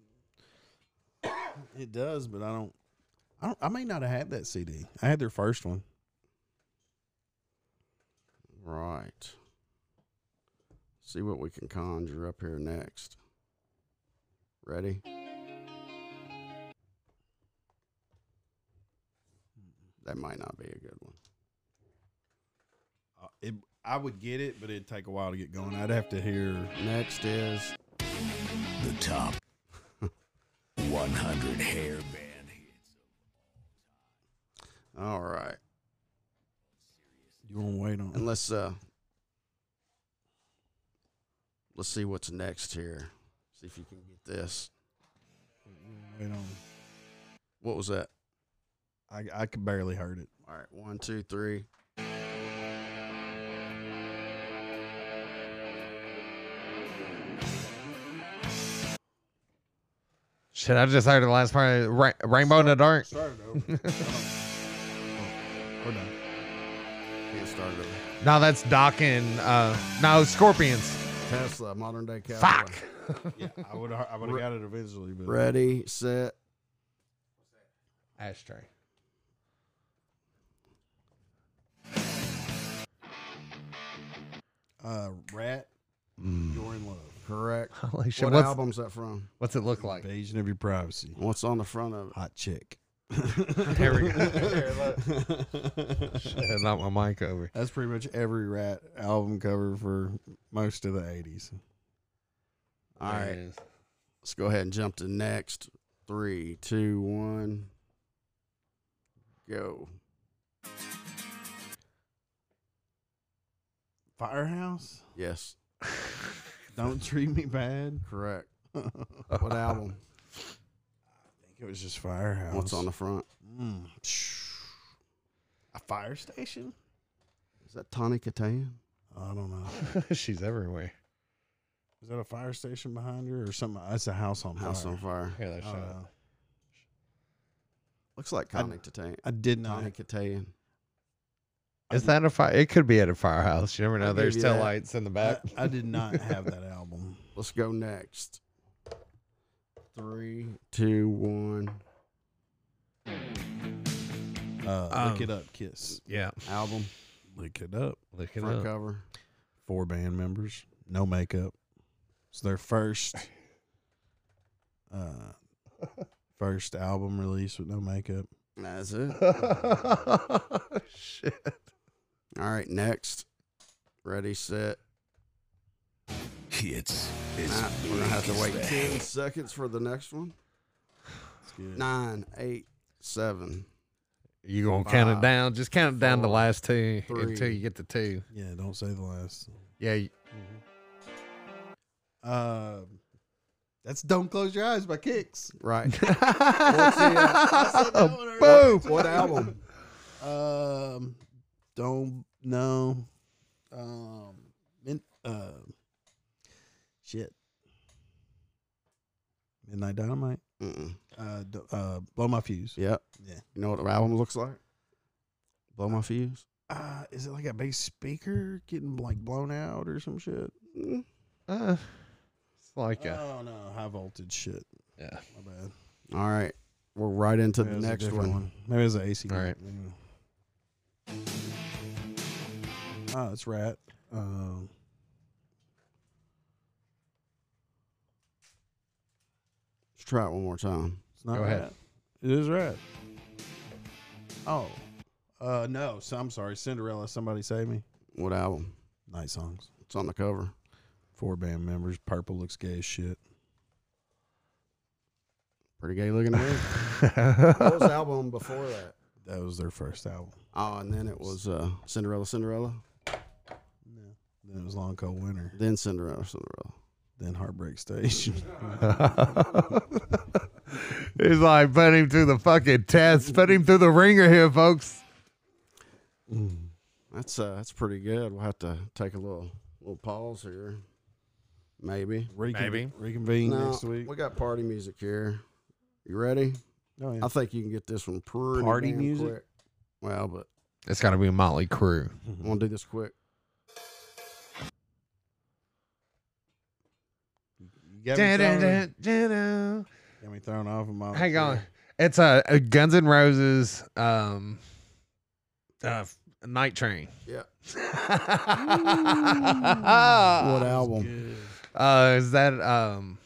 S2: but- It does, but I don't. I don't. I may not have had that CD. I had their first one.
S1: Right. See what we can conjure up here next. Ready? That might not be a good one.
S2: Uh, It, I would get it, but it'd take a while to get going. I'd have to hear.
S1: Next is
S6: The top 100 hair band hits.
S1: all right.
S2: You want to wait on?
S1: And let's uh let's see what's next here. See if you can get this.
S2: Wait on.
S1: What was that?
S2: I I could barely heard it.
S1: All right, one, two, three.
S3: Shit, I just heard the last part. of Ra- Rainbow in the dark.
S2: Started over. Oh, We're done.
S1: Can't start it over.
S3: No, that's Doc and uh, no Scorpions.
S1: Tesla, modern day cowboy.
S3: Fuck.
S2: Yeah, I would I would have got it eventually, but
S1: Ready, set.
S3: Ashtray.
S2: uh, Rat, you're in love.
S1: Correct.
S3: Holy shit.
S1: What
S3: what's,
S1: album's that from?
S3: what's it look like?
S2: Invasion of your privacy.
S1: What's on the front of it?
S2: Hot chick.
S3: Here we go. Shit, knock my mic over.
S2: That's pretty much every Rat album cover for most of the '80s.
S1: All
S3: There
S1: right,
S3: it is.
S1: let's go ahead and jump to next. Three, two, one, go.
S2: Firehouse,
S1: Yes,
S2: don't treat me bad.
S1: correct. What album?
S2: think it was just Firehouse.
S1: What's on the front?
S2: Mm. A fire station?
S1: Is that Tawny Katayan?
S2: I don't know.
S3: She's everywhere.
S2: Is that a fire station behind her or something? That's a house on fire. Oh,
S1: House on Fire.
S3: Here, that
S2: I don't
S3: shot.
S2: know.
S1: Looks like
S2: I-
S1: Tawny Katayan.
S2: I did not.
S1: Tawny Katayan.
S3: Is that a fire? It could be at a firehouse. You never know.
S1: I'll
S3: There's
S1: give you
S3: tail
S1: that.
S3: lights in the
S2: I,
S3: back.
S2: I did not have that album.
S1: Let's go next. Three, two, one.
S2: Uh,
S3: Um,
S2: look it up, Kiss.
S3: yeah.
S1: Album
S2: Look it up.
S3: Look it
S1: front
S3: up.
S1: cover.
S2: Four band members, no makeup. It's their first, uh, first album release with no makeup.
S1: That's it.
S3: Shit.
S1: All right, next. Ready, set.
S6: Hits. It's
S1: Nah, we're gonna have to
S6: bleak
S1: wait
S6: as
S1: ten seconds for the next one.
S2: It's good.
S1: Nine, eight, seven.
S3: You gonna count
S1: Five,
S3: it down? Just count it down the
S1: four,
S3: last two until
S1: three.
S3: you get to two.
S2: Yeah, don't say the last.
S3: Yeah. y-
S2: Uh, that's "Don't Close Your Eyes" by Kicks.
S1: Right.
S3: Boom.
S1: what album?
S2: Um, don't know. Um, min, uh, shit. Midnight Dynamite.
S1: Mm-mm.
S2: Uh, d- uh, blow my fuse.
S1: Yep.
S2: Yeah.
S1: You know what the album looks like? Blow my fuse.
S2: Uh, is it like a bass speaker getting like blown out or some shit?
S1: Mm.
S3: Uh, it's like
S1: Uh,
S3: a
S2: Oh no, high voltage shit.
S3: yeah.
S2: My bad.
S1: All right. We're right into
S2: Maybe it was
S1: the
S2: a
S1: next
S2: different
S1: one.
S2: Maybe it was an AC.
S3: All right.
S2: Anyway. Oh, it's Rat. Um,
S1: Let's try it one more time.
S2: It's not
S3: Go ahead.
S2: rat. It is rat. Oh. Uh no, so I'm sorry. Cinderella, somebody save me.
S1: What album?
S2: Night songs.
S1: It's on the cover.
S2: Four band members. Purple looks gay as shit.
S1: Pretty gay looking dude. what was the album before that?
S2: That was their first album.
S1: Oh, and then it was uh, Cinderella, Cinderella,
S2: Then it was Long Cold Winter.
S1: then Cinderella, Cinderella.
S2: Then Heartbreak Station.
S3: He's like, put him through the fucking test. Put him through the ringer here, folks.
S1: That's uh, that's pretty good. We'll have to take a little little pause here, maybe.
S2: Recon-
S3: Maybe.
S2: Reconvene
S1: No,
S2: next week.
S1: we got party music here. You ready?
S2: Oh, yeah.
S1: I think you can get this one pretty
S2: Party
S1: damn
S2: music?
S1: quick. Well, but
S3: It's got to be Motley Crue.
S1: I want to do this quick.
S2: You got, me thrown,
S3: Dun-dun-dun-dun-dun.
S2: got me thrown off of my
S3: Hang on. It's a, uh Guns N' Roses um uh Night Train.
S1: Yeah.
S3: what
S1: what album?
S3: Uh is that um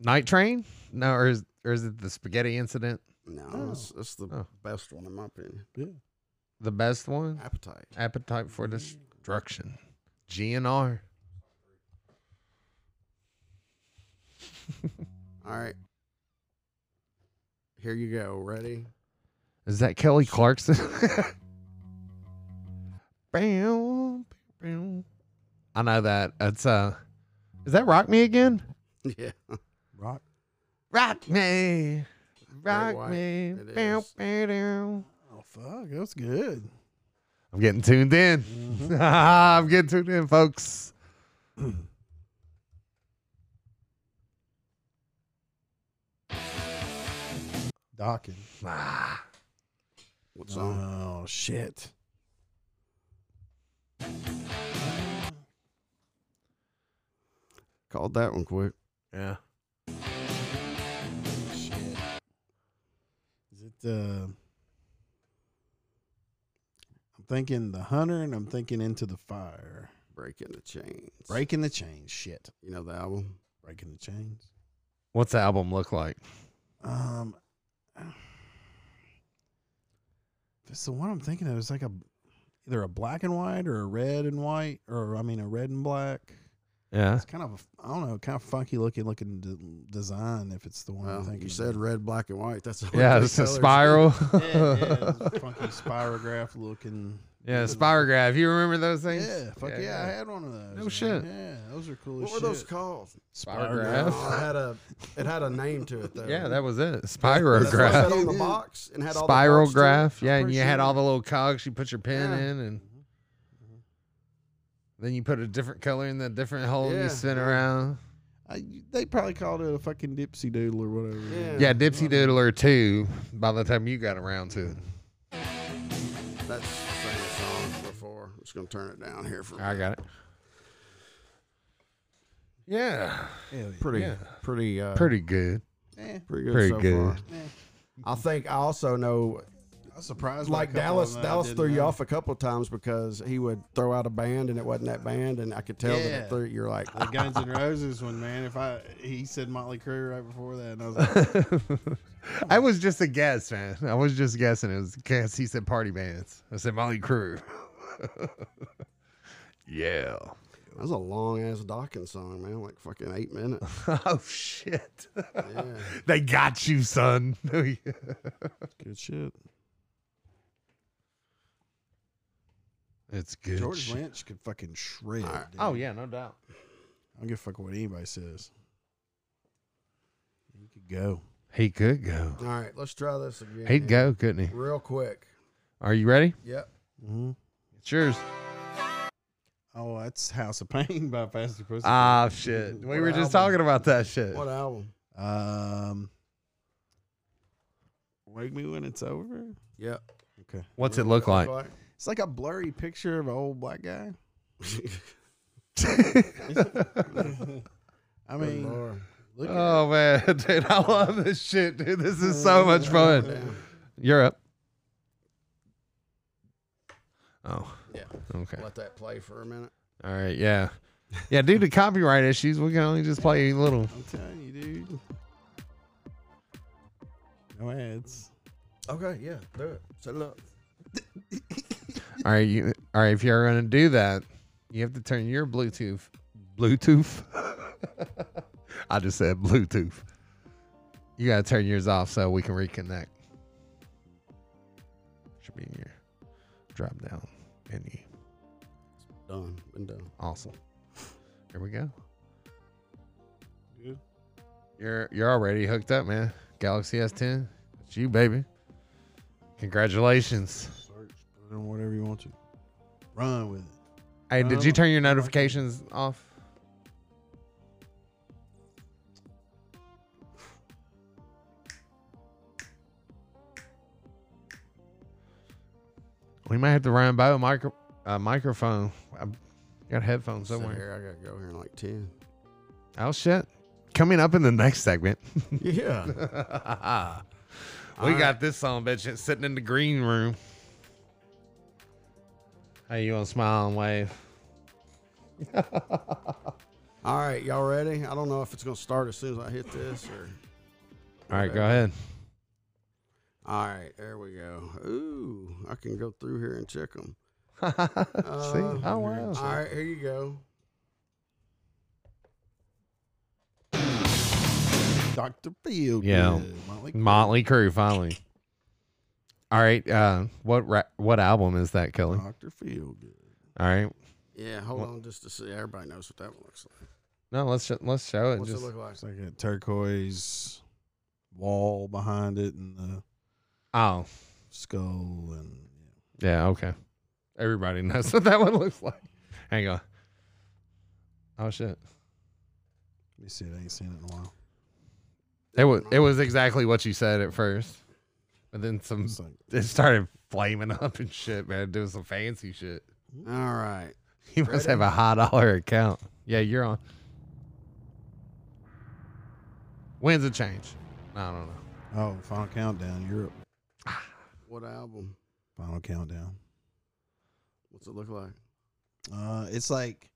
S3: Night Train? No, or is or is it the spaghetti incident?
S1: No,
S2: Oh.
S1: that's, that's the
S3: Oh.
S1: best one in my opinion.
S2: Yeah.
S3: The best one?
S1: Appetite.
S3: Appetite for Destruction. GNR.
S1: All right. Here you go. Ready?
S3: Is that Kelly Clarkson? Bam, bam. I know that. It's uh Is that Rock Me Again?
S1: Yeah.
S2: Rock.
S3: Rock me. Rock
S1: White.
S3: me.
S1: It
S3: Bam,
S1: is.
S3: bam, bam.
S2: Oh fuck, that's good.
S3: I'm getting tuned in. I'm getting tuned in, folks.
S2: Docking.
S3: Ah,
S1: What song?
S2: Oh shit.
S1: Called that one quick.
S3: yeah.
S2: Shit. Is it uh I'm thinking the hunter and I'm thinking into the fire.
S1: Breaking the chains.
S2: Breaking the chains. Shit.
S1: You know the album?
S2: Breaking the chains.
S3: What's the album look like?
S2: Um That's the one I'm thinking of. It's like a either a black and white or a red and white or I mean a red and black.
S3: Yeah.
S2: It's kind of a, I don't know, kind of funky looking looking de- design if it's the one I'm
S1: Well,
S2: thinking.
S1: you
S2: of.
S1: said red, black, and white. That's the only
S3: Yeah,
S1: three
S3: it's a
S1: colors.
S3: spiral.
S2: yeah, yeah, it's a funky spirograph looking.
S3: Yeah, Spirograph. You remember those things?
S2: Yeah, fuck yeah, I had one of those.
S3: No
S2: man.
S3: shit.
S2: Yeah, those are cool
S1: What
S2: as
S1: were
S2: shit.
S1: those called?
S3: Spirograph.
S1: Oh, it had a it had a name to it though.
S3: Yeah, that was it.
S1: That's what it
S3: Spirograph.
S1: said on the box and had all the
S3: Spiral
S1: parts to it.
S3: graph. Yeah,
S1: I'm
S3: and you
S1: pretty
S3: had
S1: sure.
S3: all the little cogs you put your pen
S1: Yeah. Mm-hmm.
S3: in and then you put a different color in the different hole and
S1: Yeah,
S3: you spin
S1: yeah.
S3: around.
S2: I, they probably called it a fucking dipsy doodle or whatever.
S1: Yeah.
S3: Yeah, Dipsy Doodler too, by the time you got around to it.
S1: That's the same song before. I'm just gonna turn it down here for
S3: I got it. Yeah.
S2: Hell yeah.
S1: pretty
S3: yeah.
S1: pretty uh
S3: Pretty good.
S2: Eh,
S1: pretty good
S3: pretty
S1: so
S3: good.
S1: far. I think I also know
S2: I was surprised. by a
S1: like
S2: couple of
S1: Dallas
S2: them that I
S1: Dallas
S2: didn't
S1: threw you
S2: know.
S1: off a couple of times because he would throw out a band and it wasn't that band and I could tell that
S2: Yeah.
S1: it threw you're like
S2: The Guns N' Roses one, man. If I he said Motley Crue right before that, and I was like,
S3: I was just a guess, man. I was just guessing. It was guess he said party bands. I said Molly Crew. yeah.
S1: that was a long ass docking song, man, like fucking eight minutes.
S3: oh shit.
S1: Yeah.
S3: they got you, son.
S2: "Good shit."
S3: it's good.
S2: George
S3: shit.
S2: Lynch could fucking shred. dude.
S3: Oh yeah, no doubt.
S2: I don't give a fuck what anybody says. He could go.
S3: He could go.
S1: All right, let's try this again.
S3: He'd go, couldn't he?
S1: real quick.
S3: Are you ready?
S1: Yep.
S2: Mm-hmm.
S3: It's yours.
S2: Oh, that's House of Pain by Fast Pussy.
S3: Ah shit. We
S1: What
S3: were just
S1: album?
S3: talking about that shit.
S1: What album?
S2: Um, wake me when it's over.
S1: Yep.
S2: Okay,
S3: What's it look like?
S2: it's like a blurry picture of an old black guy. I
S1: Good
S2: mean,
S1: Lord.
S2: look at it.
S3: Oh man, dude, I love this shit, dude. This is
S2: Oh,
S3: so much fun. You're up. Oh.
S1: Yeah.
S3: Okay.
S1: Let that play for a minute.
S3: All right. Yeah. Yeah. Due to copyright issues, we can only just play a little.
S2: I'm telling you, dude. No ads.
S1: Okay, yeah, do it. Set it up.
S3: All right. You. All right. If you're gonna do that, you have to turn your Bluetooth. Bluetooth. I just said Bluetooth. You gotta turn yours off so we can reconnect. Should be in your drop down menu.
S1: Done. Been done.
S3: Awesome. Here we go.
S2: Good.
S3: You're you're already hooked up, man. Galaxy S10. It's you, baby. Congratulations.
S2: Search, put it on whatever you want to. Run with it.
S3: Hey, did
S2: Um,
S3: you turn your notifications off? We might have to run by a micro a microphone. I got headphones
S1: Sit
S3: somewhere.
S1: here. I gotta go here in like ten.
S3: Oh shit! Coming up in the next segment.
S1: yeah.
S3: we got this song, bitch, it's sitting in the green room. Hey, you want to smile and wave?
S1: All right, y'all ready? I don't know if it's gonna start as soon as I hit this or
S3: All right, go ahead.
S1: all right, there we go. Ooh, I can go through here and check them.
S3: See? Oh
S1: Um,
S3: wow.
S1: All right, here you go.
S2: Dr. Field.
S3: Yeah. Motley Crue finally. All right, uh, what ra- what album is that, Kelly?
S2: Dr. Field.
S1: Uh,
S3: All right,
S1: Yeah, hold on just to see. Everybody knows what that one looks like.
S3: no, let's sh- let's show it.
S1: What's
S3: Just,
S1: it look like?
S2: It's like a turquoise wall behind it and the
S3: oh,
S2: skull and
S3: yeah, okay. Everybody knows what that one looks like. Hang on. Oh shit!
S2: let me see it. I ain't seen it in a while.
S3: It was it was exactly what you said at first, but then some
S2: It's like
S3: it started flaming up and shit, man. Doing some fancy shit.
S1: All right.
S3: You must have a high dollar account. Yeah, you're on. When's it change? I don't know.
S2: oh, Final Countdown, Europe.
S1: What album?
S2: Final Countdown.
S1: What's it look like?
S2: Uh, it's like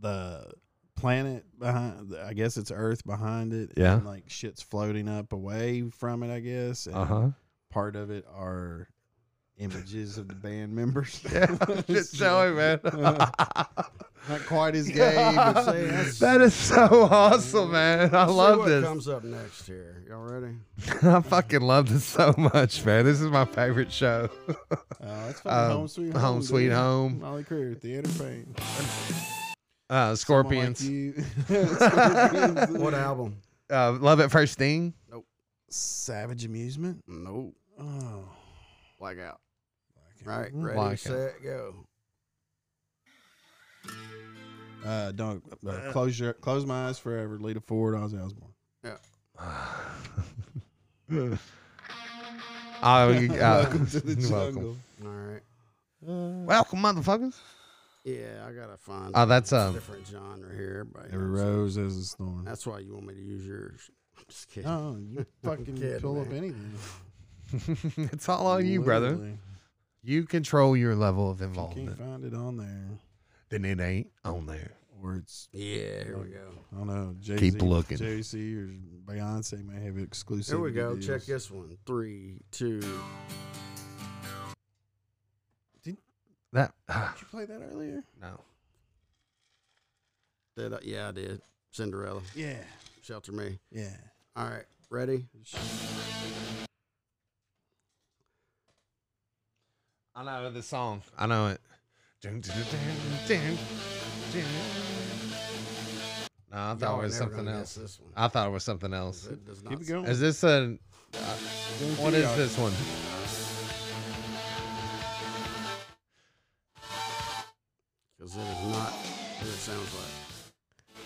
S2: the planet behind. I guess it's Earth behind it.
S3: Yeah.
S2: and like shit's floating up away from it. I guess. And
S3: Uh huh.
S2: Part of it are images of the band members.
S3: Yeah, shit showing, man.
S2: uh, Not quite as gay, but say that's
S3: that is so awesome, man. I
S1: Let's see
S3: love
S1: what
S3: this.
S1: comes up next here. Y'all ready?
S3: I fucking love this so much, man. This is my favorite show.
S2: Uh, it's fucking
S3: Um,
S2: home sweet home.
S3: Home Sweet
S2: dude.
S3: Home.
S2: Molly Crew, Theater Pain.
S3: Uh, Scorpions.
S1: What album?
S3: uh, love at First Sting.
S2: Savage Amusement.
S1: No.
S2: Oh.
S1: Blackout. Right. Ready,
S3: Blackout.
S1: set, go.
S2: Uh, don't uh, close your close my eyes forever. Lita Ford, Ozzy Osbourne.
S3: Oh, you- uh,
S2: Welcome to the
S3: welcome. Uh,
S2: jungle.
S1: All right.
S3: Welcome, motherfuckers.
S1: Yeah, I gotta find.
S3: Oh, that's,
S1: a
S3: um,
S1: different genre here. Everybody
S2: Every
S1: knows that.
S2: rose has a storm.
S1: That's why you want me to use yours. I'm just kidding.
S2: Oh, you fucking
S1: kidding,
S2: pull up
S1: man.
S2: anything.
S3: it's all on you, brother.
S2: Literally.
S3: You control your level of
S2: You can't
S3: involvement.
S2: find it on there,
S3: Then it ain't on there.
S2: or it's
S1: Yeah, here we go.
S2: I don't know. Jay-Z,
S3: Keep looking.
S2: JC or Beyonce may have exclusive.
S1: Here we go. Check this one. Three, two.
S3: That
S2: Did you play that earlier?
S3: no.
S1: Did I, yeah, I did. Cinderella.
S2: Yeah.
S1: Shelter me.
S2: Yeah.
S1: All right. Ready?
S3: I know the song. I know it. Dun, dun, dun, dun, dun. No, I
S1: Y'all
S3: thought it
S1: are
S3: was
S1: never
S3: something
S1: gonna guess
S3: else.
S1: This one.
S3: I thought it was something else.
S1: It does not
S2: Keep it going.
S3: Is this a? What is this one?
S1: Because it is not what it sounds like.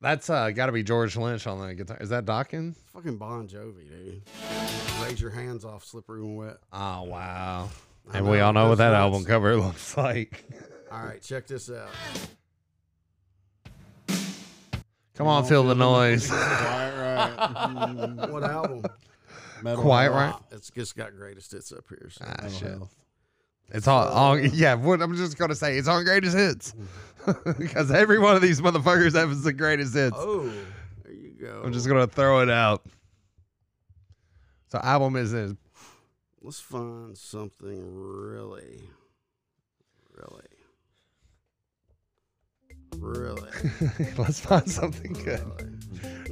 S3: That's uh, got to be George Lynch on the guitar. Is that Dawkins?
S1: It's fucking Bon Jovi, dude. Raise your hands off, slippery when wet.
S3: Oh wow!
S1: I
S3: And we all know
S1: those
S3: what that
S1: nuts.
S3: album cover looks like.
S1: All right, check this out.
S3: Come on, feel the noise. Ah,
S2: Quiet right.
S1: Mm, What album?
S2: Metal
S3: Quiet
S2: Health.
S3: right.
S1: It's just got greatest hits up here. So.
S3: Ah,
S2: Metal
S3: shit.
S2: Health.
S3: It's all on. Yeah, what I'm just gonna say, it's on greatest hits because every one of these motherfuckers has the greatest hits.
S1: Oh, there you go.
S3: I'm just gonna throw it out. So album is is
S1: Let's find something really, really, really.
S3: Let's find something good.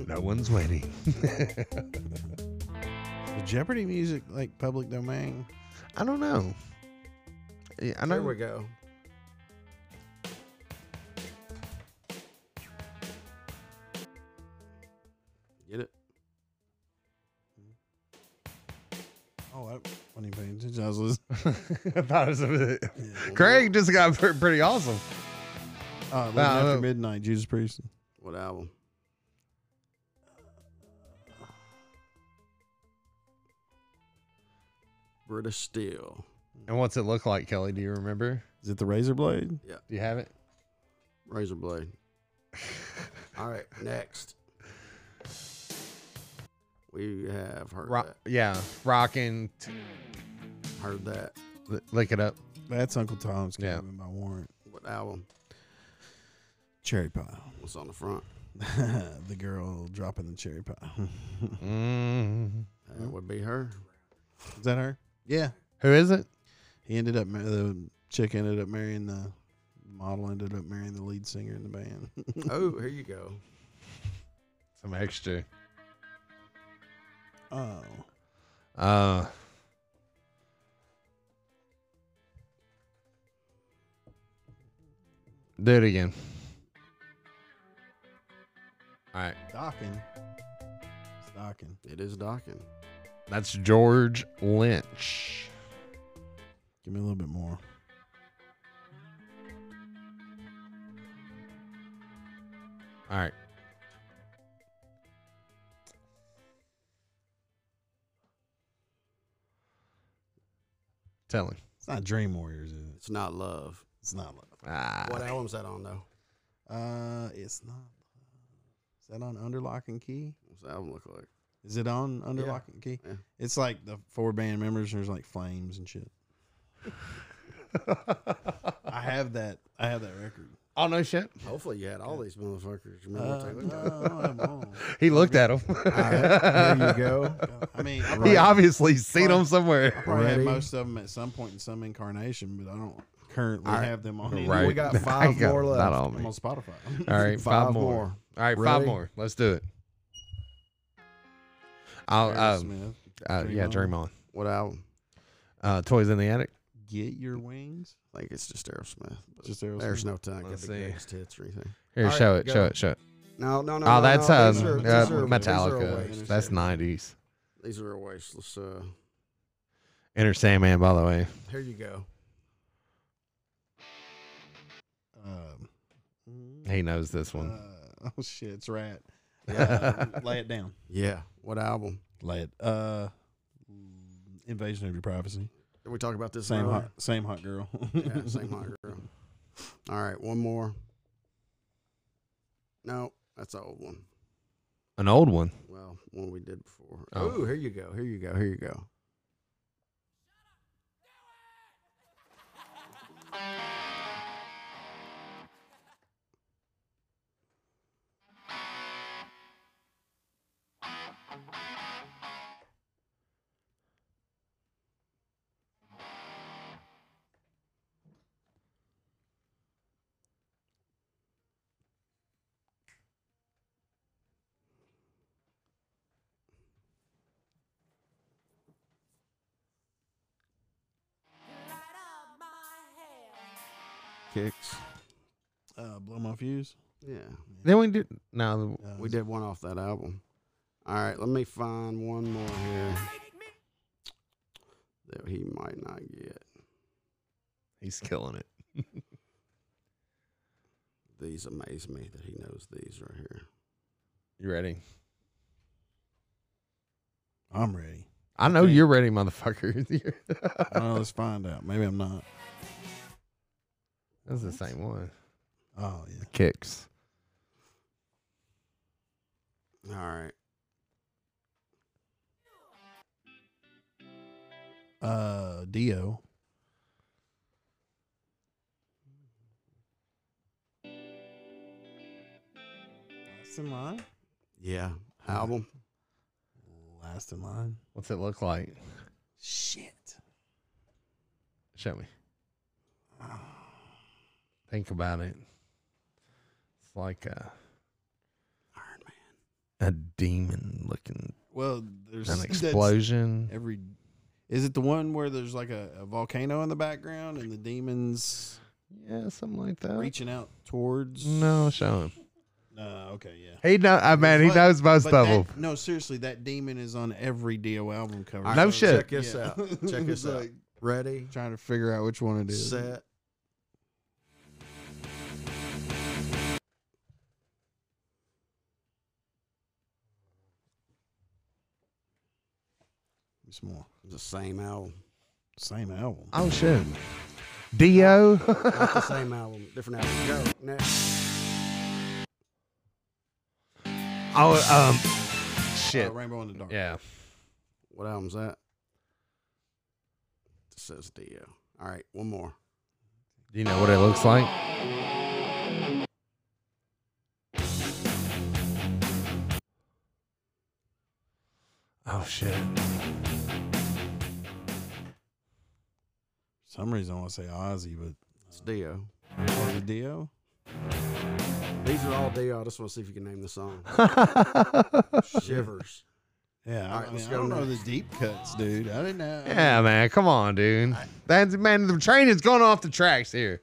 S3: No one's waiting.
S2: Is Jeopardy music like public domain?
S3: I don't know. Yeah, I
S1: There
S3: know.
S1: we go. Get it?
S2: Oh, I wasn't even paying attention. I was listening.
S3: I thought it was a Craig just got pre- pretty awesome.
S2: Uh, Living
S3: Nah,
S2: after
S3: look.
S2: midnight, Jesus Priest.
S1: What album? British Steel.
S3: And what's it look like, Kelly? Do you remember?
S2: Is it the Razor Blade?
S3: Do you have it?
S1: Razor blade. All right, next. We have heard
S3: Ro-
S1: that.
S3: yeah, rocking. T-
S1: Heard that.
S3: li- lick it up.
S2: That's Uncle Tom's
S3: Yeah.
S2: Cabin by Warrant.
S1: What album?
S2: Cherry Pie.
S1: What's on the front?
S2: the girl dropping the cherry pie.
S3: Mm-hmm.
S1: That would be her.
S2: Is that her? Yeah.
S3: Who is it?
S2: He ended up mar- the chick ended up marrying the model ended up marrying the lead singer in the band.
S1: Oh, here you go.
S3: Some extra.
S2: oh,
S3: Uh, do it again. All right.
S2: Docking. Stocking.
S1: It is docking.
S3: That's George Lynch.
S2: Give me a little bit more.
S3: All right. Tell him.
S2: It's not Dream Warriors, is it?
S1: It's not love.
S2: It's not love.
S3: Ah.
S1: What album's that on though?
S2: Uh, it's not. Is that on Under Lock and Key?
S1: What's the album look like?
S2: Is it on Under
S1: Yeah.
S2: Lock and Key?
S1: Yeah.
S2: It's like the four band members. and There's like flames and shit. I have that. I have that record.
S3: Oh no shit.
S1: Hopefully you had all these motherfuckers. You remember what
S2: Uh,
S1: they
S2: no,
S1: looked like.
S2: I don't have them all.
S3: He looked at him.
S2: Uh,
S1: There you go.
S2: I mean, I
S3: he
S2: probably-
S3: obviously seen him somewhere.
S2: Probably
S1: Ready?
S2: had most of them at some point in some incarnation, but I don't currently
S1: All right.
S2: have them on
S1: Right.
S2: right.
S1: We got five more
S3: it.
S1: left.
S3: Not all
S2: I'm
S3: me.
S2: on Spotify.
S3: All right, five,
S1: Five
S3: more.
S1: more.
S3: All right, five
S1: Ready?
S3: more. Let's do it. I'll um,
S2: Aerosmith,
S3: uh,
S2: Dream
S3: yeah,
S2: On.
S3: dream on.
S1: What album?
S3: Uh, Toys in the attic.
S2: Get your wings.
S1: I think it's just Aerosmith. but
S2: Just Aerosmith.
S1: There's no time. Got
S3: Let's
S1: the
S3: see.
S1: greatest hits or anything.
S3: Here,
S1: All right,
S3: show it,
S1: go.
S3: show it, show it.
S1: No, no, no.
S3: oh,
S1: no,
S3: that's
S1: no.
S3: uh,
S1: These are-
S2: these
S3: uh,
S1: are- these are a waste.
S3: Metallica. That's nineties.
S1: These are a waste. Let's uh,
S3: Inner Sandman, by the way.
S1: here you go.
S2: Um,
S3: He knows this one.
S2: uh, oh shit, it's rat. Uh, lay it down.
S1: Yeah. What album?
S2: Lay it. Uh, invasion of your privacy.
S1: Did we talk about this?
S2: Same
S1: earlier?
S2: hot. Same hot girl.
S1: Yeah, same hot girl. All right, one more. No, that's an old one.
S3: An old one.
S1: Well, one we did before.
S3: Oh.
S1: Oh, here you go. Here you go. Here you go. Kicks.
S2: Uh, blow my fuse.
S1: Yeah,
S3: Then we did. No,
S2: Uh,
S1: we did one off that album. All right, let me find one more here that he might not get.
S3: he's killing it.
S1: These amaze me that he knows these right here.
S3: You ready?
S2: I'm ready.
S3: I know
S2: Okay.
S3: you're ready, motherfucker.
S2: Oh, let's find out. Maybe I'm not.
S3: That's the same one.
S2: Oh yeah.
S3: Kicks.
S1: All right,
S2: Uh, Dio. Last in line.
S1: yeah, album.
S2: Last in line.
S3: What's it look like?
S2: Shit.
S3: Show me. Think about it. It's like a
S1: Iron Man.
S3: a demon looking
S2: Well, there's
S3: an
S2: that's
S3: explosion.
S2: Every is it the one where there's like a, a volcano in the background and the demons
S3: Yeah, something like that.
S2: reaching out towards?
S3: No, show him.
S2: No. okay. Yeah.
S3: He know. I mean, he
S2: But-
S3: knows most
S2: but
S3: of them.
S2: that- No, seriously, that demon is on every Dio album cover.
S1: All right, so
S3: No shit.
S1: Check this
S2: Yeah.
S1: out. Check this out.
S2: Like-
S1: Ready,
S2: Trying to figure out which one it is. Uh,
S1: set.
S2: It's more
S1: The same album.
S2: same album.
S3: Oh shit. Dio.
S1: Not the same album. Different album. Go next.
S3: oh um. Shit.
S2: Uh, Rainbow in the Dark.
S3: Yeah.
S1: What album's that? It says Dio. All right, one more.
S3: Do you know what it looks like?
S2: Oh,
S3: shit.
S2: For some reason I want to say Ozzy, but
S1: It's Dio.
S2: was it Dio?
S1: These are all Dio. I just want to see if you can name the song. Shivers.
S2: Yeah,
S1: All
S2: I,
S1: right,
S2: mean,
S1: let's
S2: I
S1: go
S2: don't know the
S1: next.
S2: deep cuts, dude. I didn't know.
S3: Yeah, man. Come on, dude. That's man. The train is going off the tracks here.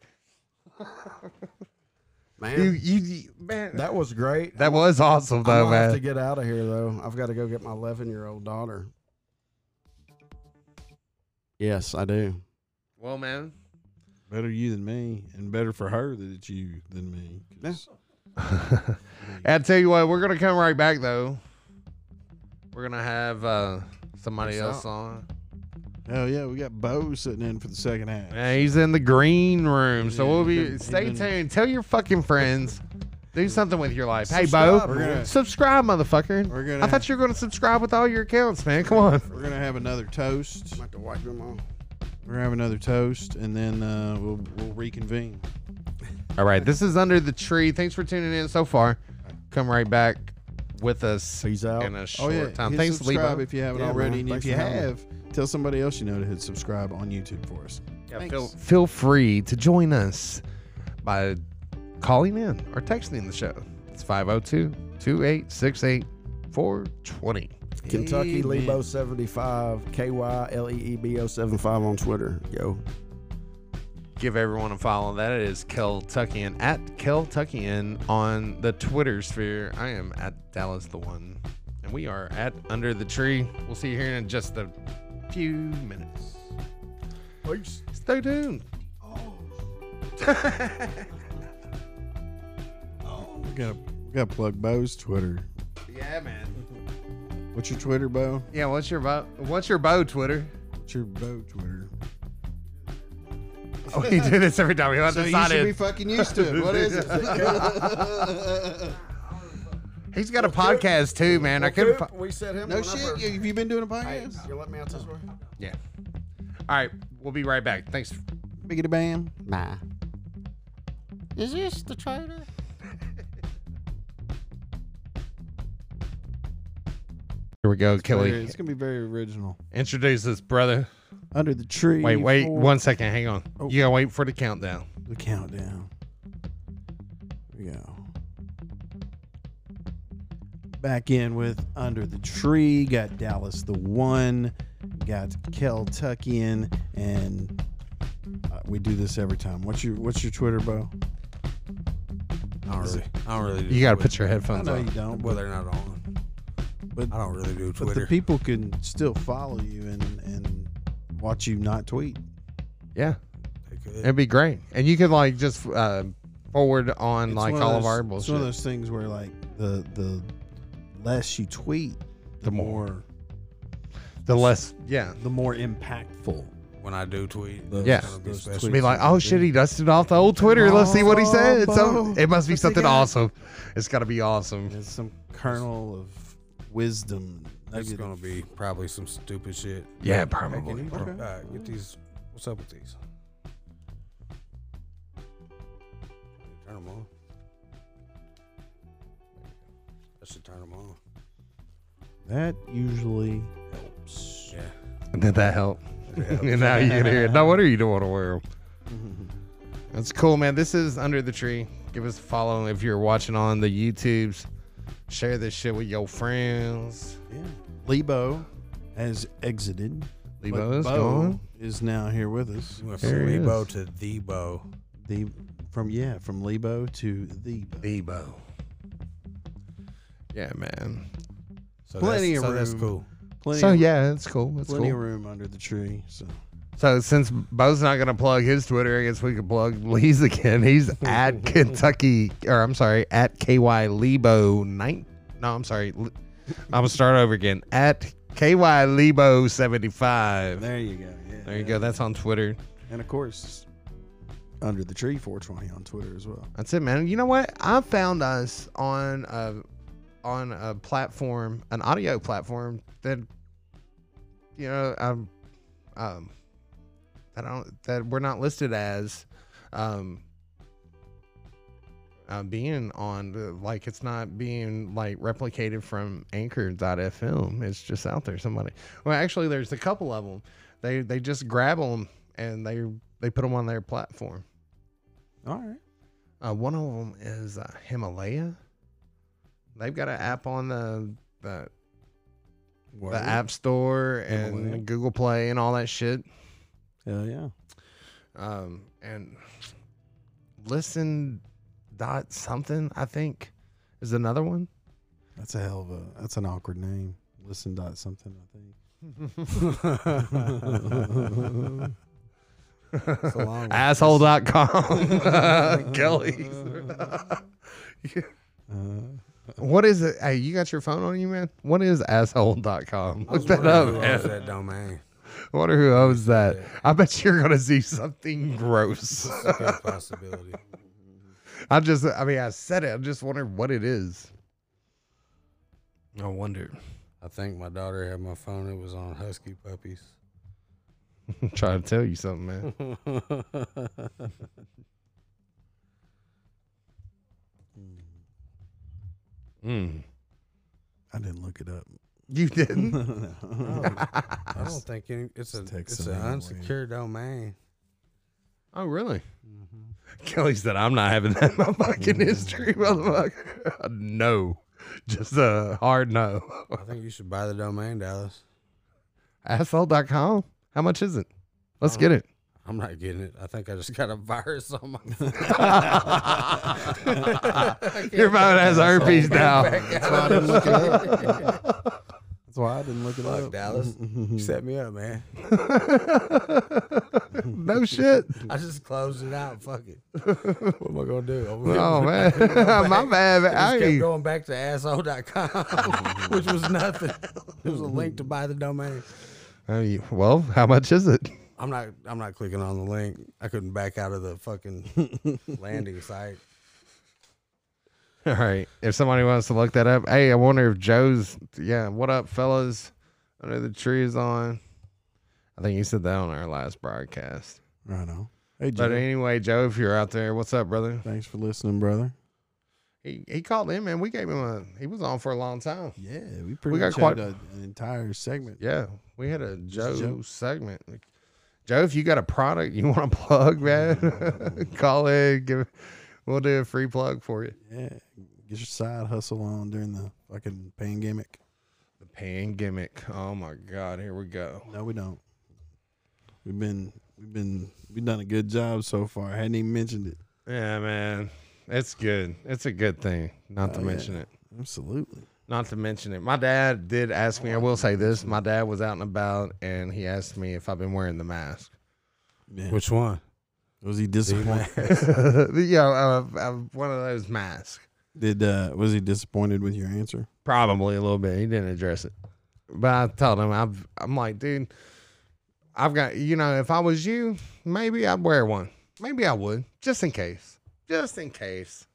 S1: Man,
S3: You, you, you- man. That,
S1: that was great.
S3: was awesome,
S1: I
S3: though,
S1: have to
S3: man.
S1: get out of here though. I've got to go get my 11 year old daughter. Yes, I do.
S3: Well, man.
S2: Better you than me, and better for her that it's you than me. 'cause-
S3: I tell you what, we're gonna come right back though. We're gonna have uh, somebody
S1: Peace
S3: else
S1: out.
S3: on.
S2: Hell Oh, yeah, we got Bo sitting in for the second half.
S3: Yeah, he's in the green room, so
S2: Yeah,
S3: we'll
S2: he's
S3: be
S2: been-
S3: stay
S2: he's been-
S3: tuned. Tell your fucking friends. Do something with your life. Hey, Bo,
S1: Subscribe,
S2: We're gonna-
S3: subscribe, motherfucker.
S2: We're gonna
S3: I thought you were gonna subscribe with all your accounts, man. Come on.
S2: We're gonna have another toast.
S1: I have to wipe them off.
S2: We're gonna have another toast, and then uh, we'll we'll reconvene.
S3: All right, this is under the tree. Thanks for tuning in so far. Come right back with us
S1: Peace out.
S3: in a short time.
S2: Oh, hit
S3: Thanks,
S2: subscribe
S3: Lebo.
S2: if you haven't
S1: Yeah, man.
S2: already, and
S1: Thanks
S2: if you
S1: for having me.
S2: have, tell somebody else you know to hit subscribe on YouTube for us.
S3: Yeah, feel, feel free to join us by calling in or texting the show. It's 502 2868 420.
S1: Kentucky Lebo 75 K Y L E E B O 75 on Twitter. Yo.
S3: Give everyone a follow. That is Keltuckian at Keltuckian on the Twitter sphere. I am at Dallas the One, and we are at Under the Tree. We'll see you here in just a few minutes. Stay tuned. Oh.
S2: We gotta we gotta plug Bo's Twitter.
S3: Yeah, man.
S2: What's your Twitter, Bo?
S3: Yeah, what's your bo- what's your bow Twitter?
S2: What's your Bo Twitter?
S3: Oh, we do this every time we want
S2: So
S3: to
S2: you
S3: sign
S2: should
S3: in.
S2: be fucking used to it. What is it?
S3: He's got a podcast too, man. I couldn't. fi-
S1: we set him
S2: No shit. You, have you been doing a podcast?
S1: You let me out this way?
S3: yeah. All right, we'll be right back. Thanks.
S2: Biggity bam.
S5: Nah. Is this the trailer?
S3: Here we go,
S2: Very-
S3: Kelly.
S2: It's gonna be very original.
S3: Introduce this brother.
S2: Under the tree.
S3: Wait, wait,
S2: for
S3: one second. Hang on.
S2: Oh.
S3: You gotta wait for the countdown.
S2: The countdown. Here we go. Back in with Under the Tree. Got Dallas the One. Got Kel Tuckian. And uh, we do this every time. What's your What's your Twitter, Bo?
S7: I don't really. I don't really. Do
S3: You gotta
S7: Twitter.
S3: put your
S2: I
S3: headphones
S2: know you
S3: on.
S2: don't,
S7: Well,
S2: but,
S7: they're not on.
S2: but,
S7: I don't really do
S2: but the
S7: Twitter.
S2: people can still follow you and, and watch you not tweet.
S3: Yeah,
S7: They could.
S3: it'd be great, and you could like just uh, forward on
S2: It's
S3: like
S2: one
S3: all of,
S2: those-
S3: our
S2: It's one of
S3: bullshit.
S2: those things where like the the less you tweet, the, more,
S3: The less, yeah.
S2: the more impactful.
S7: when I do tweet,
S2: Those-
S3: Yeah.
S7: it'll be
S2: those
S7: special.
S2: tweets
S3: Be like,
S2: are
S3: oh
S2: good.
S3: shit, he dusted off the old Twitter. Let's see what he said. So
S2: Oh,
S3: it must
S2: what's
S3: be
S2: he
S3: something
S2: got?
S3: awesome. It's gotta be awesome.
S2: There's some kernel of wisdom.
S7: That's
S2: nugget.
S7: gonna be probably some stupid shit.
S3: Yeah,
S7: All
S3: probably.
S7: right, get these. What's up with these? Turn them on. I should turn them on.
S2: that usually.
S7: Yeah.
S3: Did that help? and now you can hear it. No wonder you don't want to wear them. That's cool, man. This is Under the Tree. Give us a follow if you're watching on the YouTubes. Share this shit with your friends.
S2: Yeah. Lebo has exited.
S3: Lebo
S2: but
S3: is
S2: Bo
S3: gone.
S2: Is now here with us.
S7: You went
S3: There
S7: from
S3: it
S7: Lebo
S3: is.
S7: to the Bo.
S2: The from yeah from Lebo to the. Bo.
S7: Lebo.
S3: Yeah, man.
S7: So
S2: Plenty
S7: that's,
S2: of
S7: so that's
S2: room.
S7: cool.
S2: Plenty
S3: So
S2: of,
S3: yeah, it's cool. It's
S2: plenty
S3: cool.
S2: of room under the tree. So
S3: So since Bo's not gonna plug his Twitter, I guess we could plug Lee's again. He's at Kentucky, or I'm sorry, at KY Lebo nine. No, I'm sorry. Le- I'm gonna start over again. At KY Lebo seventy five.
S2: there you go. Yeah.
S3: There you go. That's on Twitter.
S2: And of course, under the tree 420 on Twitter as well.
S3: That's it, man. You know what? I found us on a on a platform, an audio platform that you know, um, um, that I don't that we're not listed as, um, uh, being on the, like it's not being like replicated from anchor.fm it's just out there somebody well actually there's a couple of them they they just grab them and they they put them on their platform
S2: All right.
S3: uh, one of them is uh, himalaya they've got an app on the the,
S2: Word.
S3: the app store and
S2: Himalaya.
S3: google play and all that shit
S2: Hell yeah.
S3: um, and listen dot something i think is another one
S2: That's a hell of a. That's an awkward name. Listen dot something. I think. It's a long one.
S3: asshole.com kelly
S2: Uh,
S3: what is it hey you got your phone on you man what is asshole.com look that up
S7: What is
S3: man.
S7: that domain?
S3: I wonder who owns that i bet you're gonna see something gross
S7: Good possibility.
S3: i just i mean i said it i'm just wondering what it is i wonder
S7: I think my daughter had my phone. It was on Husky Puppies.
S3: i'm trying to tell you something man Mm.
S2: I didn't look it up.
S3: you didn't
S7: I don't think any. It's a.
S2: text
S7: It's an
S2: them anyway.
S7: unsecure domain.
S3: Oh, really? Mm-hmm. Kelly said, I'm not having that in my fucking history, motherfucker. no. Just a hard no.
S7: I think you should buy the domain, Dallas.
S3: Asshole.com? How much is it? Let's get it.
S7: I'm not getting it. I think I just got a virus on my phone.
S3: Your phone has herpes now.
S7: That's why I didn't look it up.
S2: That's why I didn't look it
S7: Fuck,
S2: up.
S7: Dallas. You set me up, man.
S3: No shit.
S7: I just closed it out. Fuck it. What am I going to do? I'm gonna-
S3: Oh, man. My bad. Man. I
S7: I just kept
S3: ain't-
S7: going back to asshole.com, which was nothing. It was a link to buy the domain.
S3: I mean, well, how much is it?
S7: I'm not. I'm not clicking on the link. I couldn't back out of the fucking landing site.
S3: All right. If somebody wants to look that up, hey, I wonder if Joe's. Yeah, what up, fellas? Under the tree is on. I think you said that on our last broadcast.
S2: Right on. Hey,
S3: But
S2: Joe.
S3: anyway, Joe, if you're out there, what's up, brother?
S2: Thanks for listening, brother.
S3: He he called in, man. We gave him a. He was on for a long time.
S2: Yeah, we pretty
S3: We got
S2: much
S3: quite-
S2: had a, an entire segment.
S3: Yeah, we had a Joe,
S2: Joe.
S3: segment. Joe, if you got a product you want to plug, man, call in. Give, we'll do a free plug for you.
S2: Yeah, get your side hustle on during the fucking pandemic.
S3: The pan gimmick. Oh my God, here we go.
S2: No, we don't. We've been we've been we've done a good job so far. I hadn't even mentioned it.
S3: Yeah, man, it's good. It's a good thing. Not to
S2: Oh, yeah.
S3: mention it.
S2: Absolutely.
S3: Not to mention it. My dad did ask me. I will say this: my dad was out and about, and he asked me if I've been wearing the mask.
S2: Yeah.
S7: Which one?
S2: was he disappointed?
S3: yeah, uh, uh, one of those masks.
S2: Did uh was he disappointed with your answer?
S3: Probably a little bit. He didn't address it, but I told him I've, I'm like, dude, I've got you know, if I was you, maybe I'd wear one. Maybe I would, just in case, just in case.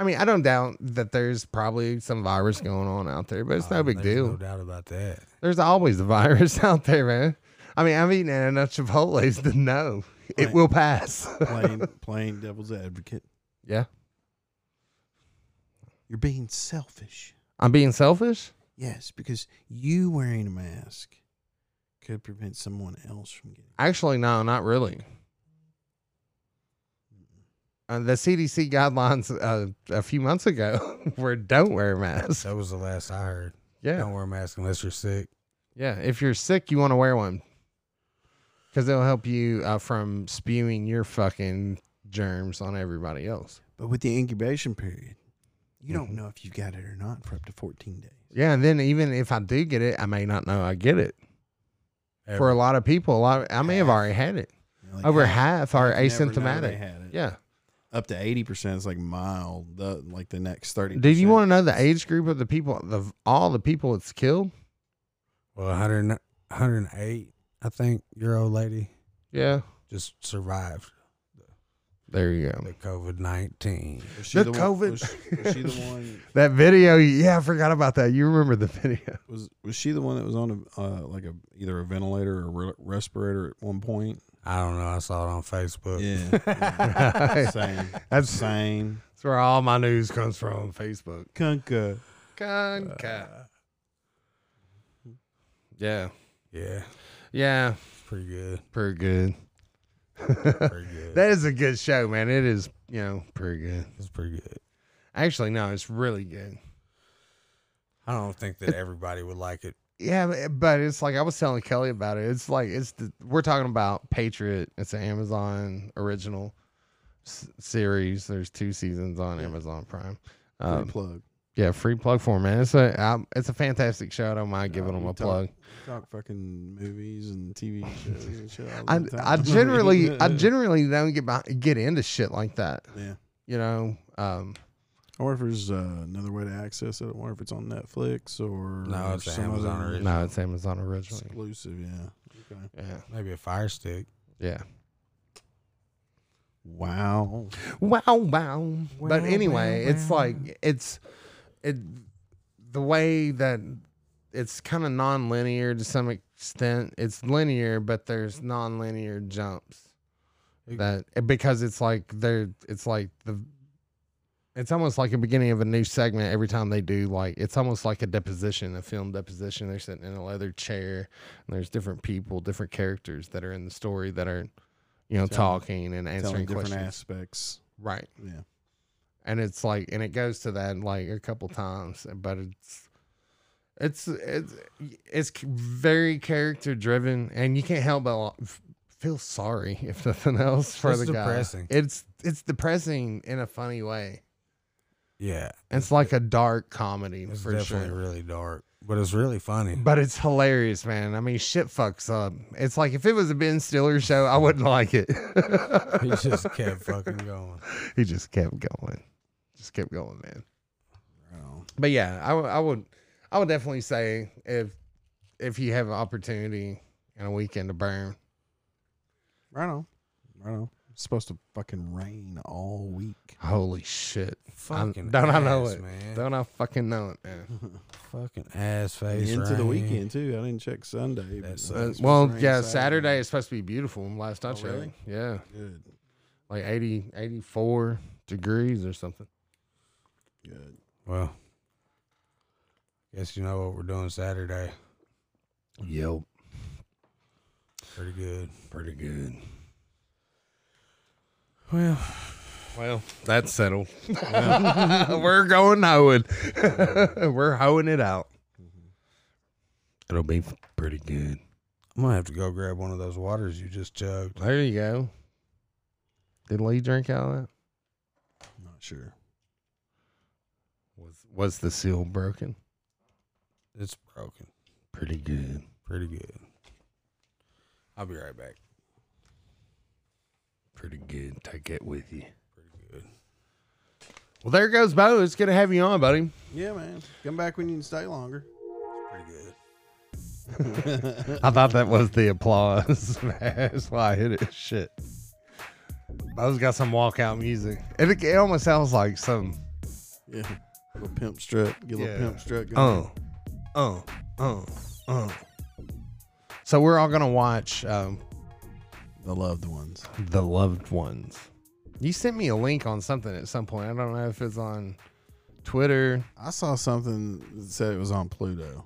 S3: I mean, I don't doubt that there's probably some virus going on out there, but it's no big
S7: Um, There's
S3: deal.
S7: No doubt about that.
S3: There's always a virus out there, man. I mean, I've eaten enough Chipotle's to know it
S2: Right.
S3: will pass.
S2: Playing playing devil's advocate.
S3: yeah.
S2: You're being selfish.
S3: I'm being selfish?
S2: Yes, because you wearing a mask could prevent someone else from getting
S3: Actually, no, not really. Uh, the CDC guidelines uh, a few months ago were don't wear masks.
S7: That was the last I heard.
S3: Yeah.
S7: Don't wear a mask unless you're sick.
S3: Yeah. If you're sick, you want to wear one because it'll help you uh, from spewing your fucking germs on everybody else.
S2: But with the incubation period, you don't
S3: Mm-hmm.
S2: know if you got it or not for up to 14 days.
S3: Yeah. And then even if I do get it, I may not know I get it. for a
S7: Ever.
S3: lot of people. A lot I may have already had it.
S2: Like,
S3: Over
S2: you
S3: half are
S2: never know they
S3: asymptomatic.
S2: had it.
S3: Yeah.
S2: Up to 80% is like mild, the, like the next 30
S3: Did you want to know the age group of the people, the all the people it's killed?
S7: Well, 100, 108, I think your old lady
S3: Yeah.
S7: just survived
S3: There you go.
S7: the COVID nineteen.
S2: was
S3: the
S2: One,
S3: COVID
S2: was, she, was she the one?
S3: That video, yeah, I forgot about that. You remember the video?
S2: Was was she the one that was on a uh, like a either a ventilator or a re- respirator at one point?
S7: I don't know. I saw it on Facebook.
S2: Yeah,
S3: that's
S2: same,
S3: That's-
S2: same.
S3: where all my news comes from Facebook.
S2: Kunkka.
S3: Conca. yeah.
S7: Yeah,
S3: Yeah.
S7: it's pretty good.
S3: Pretty good.
S7: Pretty good.
S3: That is a good show, man. It is, you know, pretty good.
S7: it's pretty good.
S3: Actually, no, it's really good.
S7: I don't think that everybody would like it.
S3: Yeah, but- but it's like I was telling Kelly about it. It's like it's the, we're talking about Patriot. It's an Amazon original s- series. There's two seasons on Amazon Prime. Um,
S2: plug.
S3: yeah, free plug for 'em, man. It's a um, it's a fantastic show. I don't mind giving
S2: No,
S3: them
S2: you
S3: a
S2: talk-
S3: plug.
S2: Talk fucking movies and TV shows and shit. all
S3: I,
S2: the time.
S3: I generally I generally don't get by, get into shit like that.
S2: Yeah.
S3: You know, um,
S2: I wonder if there's uh, another way to access it. I wonder if it's on Netflix or
S7: No, it's
S2: some
S7: Amazon
S2: other
S7: original.
S3: no, it's Amazon originally.
S2: exclusive. Yeah. Okay.
S3: Yeah,
S7: Maybe a fire stick.
S3: yeah.
S2: Wow.
S3: Wow, wow. but anyway, it's like it's it the way that it's kind of non-linear to some extent. It's linear, but there's non-linear jumps. That eh, because it's like they're it's like the it's almost like the beginning of a new segment every time they do like it's almost like a deposition, a film deposition. They're sitting in a leather chair and there's different people, different characters that are in the story that are you know
S2: Telling-
S3: talking and
S2: Telling
S3: answering
S2: different
S3: questions.
S2: aspects.
S3: Right
S2: Yeah.
S3: and it's like and it goes to that like a couple times but it's it's it's it's very character driven and you can't help but f- feel sorry if nothing else for
S7: It's
S3: the
S7: depressing.
S3: guy it's it's depressing in a funny way
S7: Yeah,
S3: it's like a dark comedy
S7: it's
S3: for
S7: definitely
S3: sure
S7: really dark, but it's really funny.
S3: but it's hilarious man i mean shit fucks up it's like if it was a ben stiller show i wouldn't like it
S7: He just kept fucking going.
S3: he just kept going just kept going man
S2: Wow.
S3: but yeah, I, w- I would I would definitely say if if you have an opportunity and a weekend to burn,
S2: Right on. Right on. It's supposed to fucking rain all week.
S3: holy shit! I'm-
S7: Fucking
S3: don't I know
S7: ass,
S3: it?
S7: man.
S3: Don't I fucking know it, man?
S7: Fucking ass face.
S2: Into
S7: right
S2: the
S7: here.
S2: weekend too. I didn't check Sunday.
S7: That
S2: but it's
S7: sucks.
S2: supposed to
S3: well,
S2: rain
S3: yeah, Saturday is supposed to be beautiful. Last I
S7: Oh,
S3: checked,
S7: really?
S3: yeah,
S2: Good.
S3: like 80, 84 degrees or something.
S2: Good.
S7: Well, guess you know what we're doing Saturday.
S3: Yep,
S7: Pretty good.
S3: pretty good.
S7: Well,
S3: Well, that's settled. We're going hoeing. We're hoeing it out. Mm-hmm. It'll be pretty good.
S7: I'm gonna have to go grab one of those waters you just chugged.
S3: There you go. Did Lee drink out of that?
S2: Not sure.
S3: Was was the seal broken?
S7: It's broken.
S3: Pretty good.
S7: Pretty good. I'll be right back.
S3: Pretty good. Take it with you.
S7: Pretty good.
S3: Well, there goes Bo. It's good to have you on, buddy.
S2: Yeah, man. Come back when you can stay longer.
S7: Pretty good.
S3: I thought that was the applause. That's why I hit it. Shit. Bo's got some walkout music. It, it almost sounds like some.
S2: Yeah. Little pimp strut. Get a little
S3: Yeah.
S2: pimp strut going.
S3: Oh, oh, oh, oh. So we're all gonna watch um,
S2: The loved ones.
S3: The Loved Ones. You sent me a link on something at some point. I don't know if it's on Twitter.
S2: I saw something that said it was on Pluto,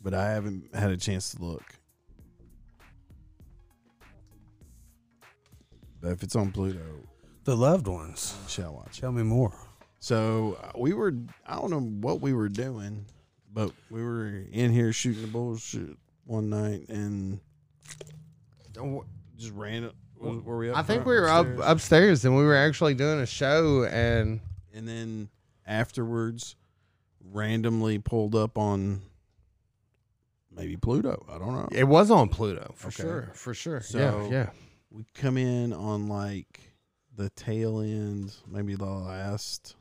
S2: but I haven't had a chance to look. But if it's on Pluto,
S7: The loved ones.
S2: I shall watch it.
S7: Tell me more.
S2: So uh, we were, I don't know what we were doing, but we were in here shooting the bullshit one night and just ran up. Were were we up
S3: I think
S2: front
S3: we were up
S2: uh, upstairs?
S3: upstairs and we were actually doing a show and
S2: and then afterwards randomly pulled up on maybe Pluto. I don't know.
S3: it was on Pluto for
S2: Okay.
S3: sure, for sure.
S2: So-
S3: yeah, yeah.
S2: We come in on like the tail end, maybe the last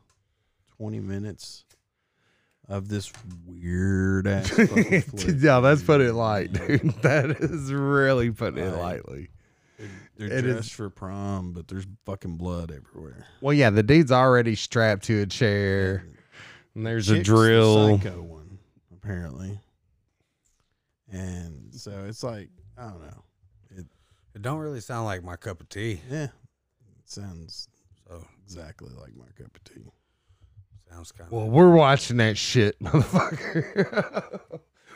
S2: 20 minutes of this weird ass fucking flick.
S3: yeah, that's put it light, dude. That is really putting it
S2: Right.
S3: lightly.
S2: They're
S3: It is-
S2: dressed for prom, but there's fucking blood everywhere.
S3: Well, yeah, the dude's already strapped to a chair. And there's a
S2: Chick's the
S3: drill.
S2: psycho one, apparently. And so it's like, I don't know.
S7: It don't really sound like my cup of tea.
S2: Yeah. It sounds
S7: So So
S2: Exactly like my cup of tea.
S7: sounds kind of
S3: Well, we're watching that shit, motherfucker.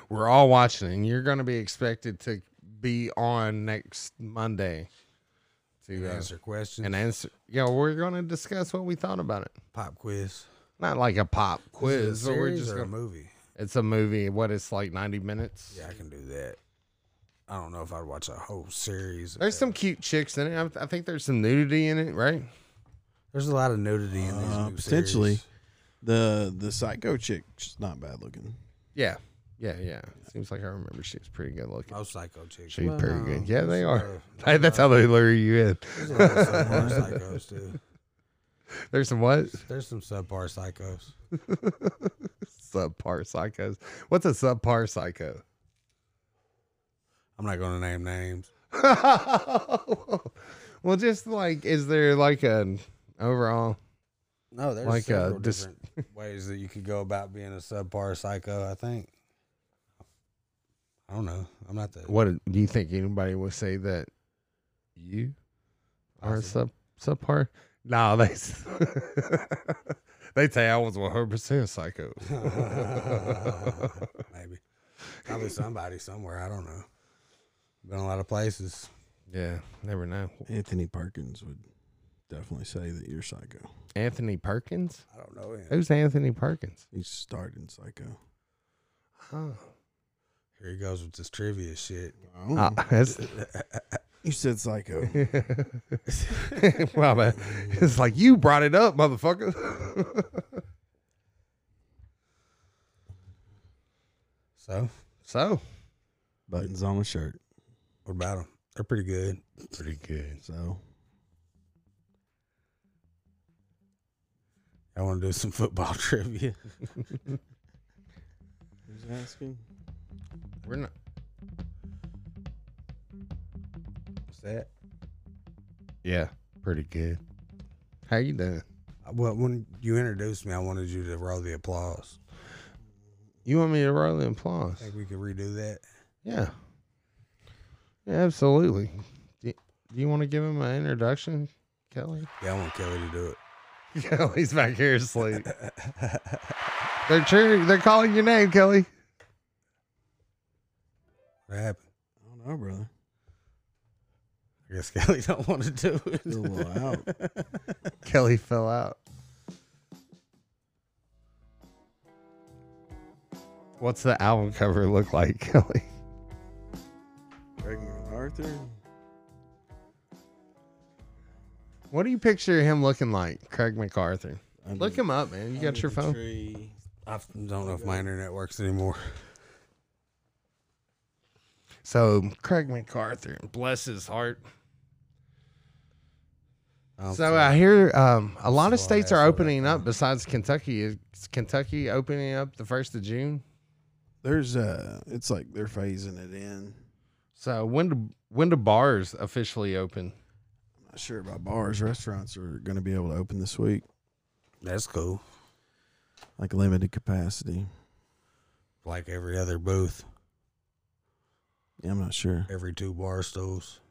S3: we're all watching it, and you're going to be expected to be on next Monday to uh,
S7: answer questions.
S3: and answer. Yeah, we're going to discuss what we thought about it.
S7: pop quiz.
S3: Not like a pop quiz,
S7: Is it a
S3: but we're
S7: series
S3: just
S7: or a
S3: gonna,
S7: movie.
S3: it's a movie. What it's like ninety minutes.
S7: Yeah, I can do that. I don't know if I'd watch a whole series.
S3: There's some cute chicks in it. I, I think there's some nudity in it, right?
S7: There's a lot of nudity in these
S2: Uh,
S7: new
S2: potentially.
S7: series.
S2: The the psycho chick, she's not bad looking.
S3: Yeah, yeah, yeah. Seems like I remember she was pretty good looking.
S7: Most psycho chicks.
S3: She's pretty
S7: no,
S3: good. Yeah, they
S7: there's,
S3: are.
S7: uh,
S3: Hey, that's how they lure you in.
S7: There's a lot of subpar psychos too.
S3: There's some what
S7: There's some subpar psychos.
S3: subpar psychos. What's a subpar psycho?
S7: I'm not going to name names.
S3: well, just like, is there like an overall?
S7: No, there's
S3: Like, uh,
S7: several
S3: dis-
S7: different ways that you could go about being a subpar psycho. I think. I don't know. I'm not the.
S3: What do you think anybody would say that you are sub subpar? No, they s- they say I was one hundred percent psycho.
S7: Maybe. Probably somebody somewhere. I don't know. Been a lot of places.
S3: yeah, never know.
S2: Anthony Perkins would definitely say that you're psycho.
S3: Anthony Perkins?
S7: I don't know. him.
S3: Who's Anthony Perkins?
S2: He starred in psycho.
S3: Oh,
S7: Here he goes with this trivia shit.
S3: Ah, that's-
S2: you said psycho.
S3: well, man, it's like you brought it up, motherfucker.
S7: So,
S3: so
S2: Buttons on my shirt.
S7: what about them? They're pretty good.
S3: pretty good.
S2: So
S7: I want to do some football trivia.
S2: who's asking?
S3: We're not.
S7: What's that?
S3: Yeah, pretty good. How you doing?
S7: Well, when you introduced me, I wanted you to roll the applause.
S3: You want me to roll the applause?
S7: Think we could redo that?
S3: Yeah. Yeah, absolutely. Do do you want to give him an introduction, Kelly?
S7: Yeah, I want Kelly to do it.
S3: Kelly's back here asleep. they're cheering. They're calling your name, Kelly.
S7: What happened?
S2: I don't know, brother.
S7: I guess Kelly don't want to do it.
S2: Feel a little out.
S3: Kelly fell out. What's the album cover look like, Kelly?
S2: Pregnant Arthur.
S3: What do you picture him looking like, Craig MacArthur?
S2: Under-
S3: Look him up, man. You got
S2: under
S3: your
S2: the
S3: phone?
S2: tree.
S7: I don't know if my internet works anymore.
S3: So Craig MacArthur, bless his heart.
S7: I'm
S3: so
S7: sorry.
S3: I hear um, a lot of
S7: So
S3: states
S7: I
S3: are
S7: saw that
S3: opening up. Besides Kentucky, is Kentucky opening up the first of June?
S2: There's uh it's like they're phasing it in.
S3: So when do when do bars officially open?
S2: Not sure about bars. Restaurants are gonna be able to open this week.
S7: That's cool.
S2: Like limited capacity.
S7: Like every other booth,
S2: Yeah, I'm not sure.
S7: every two bar stools.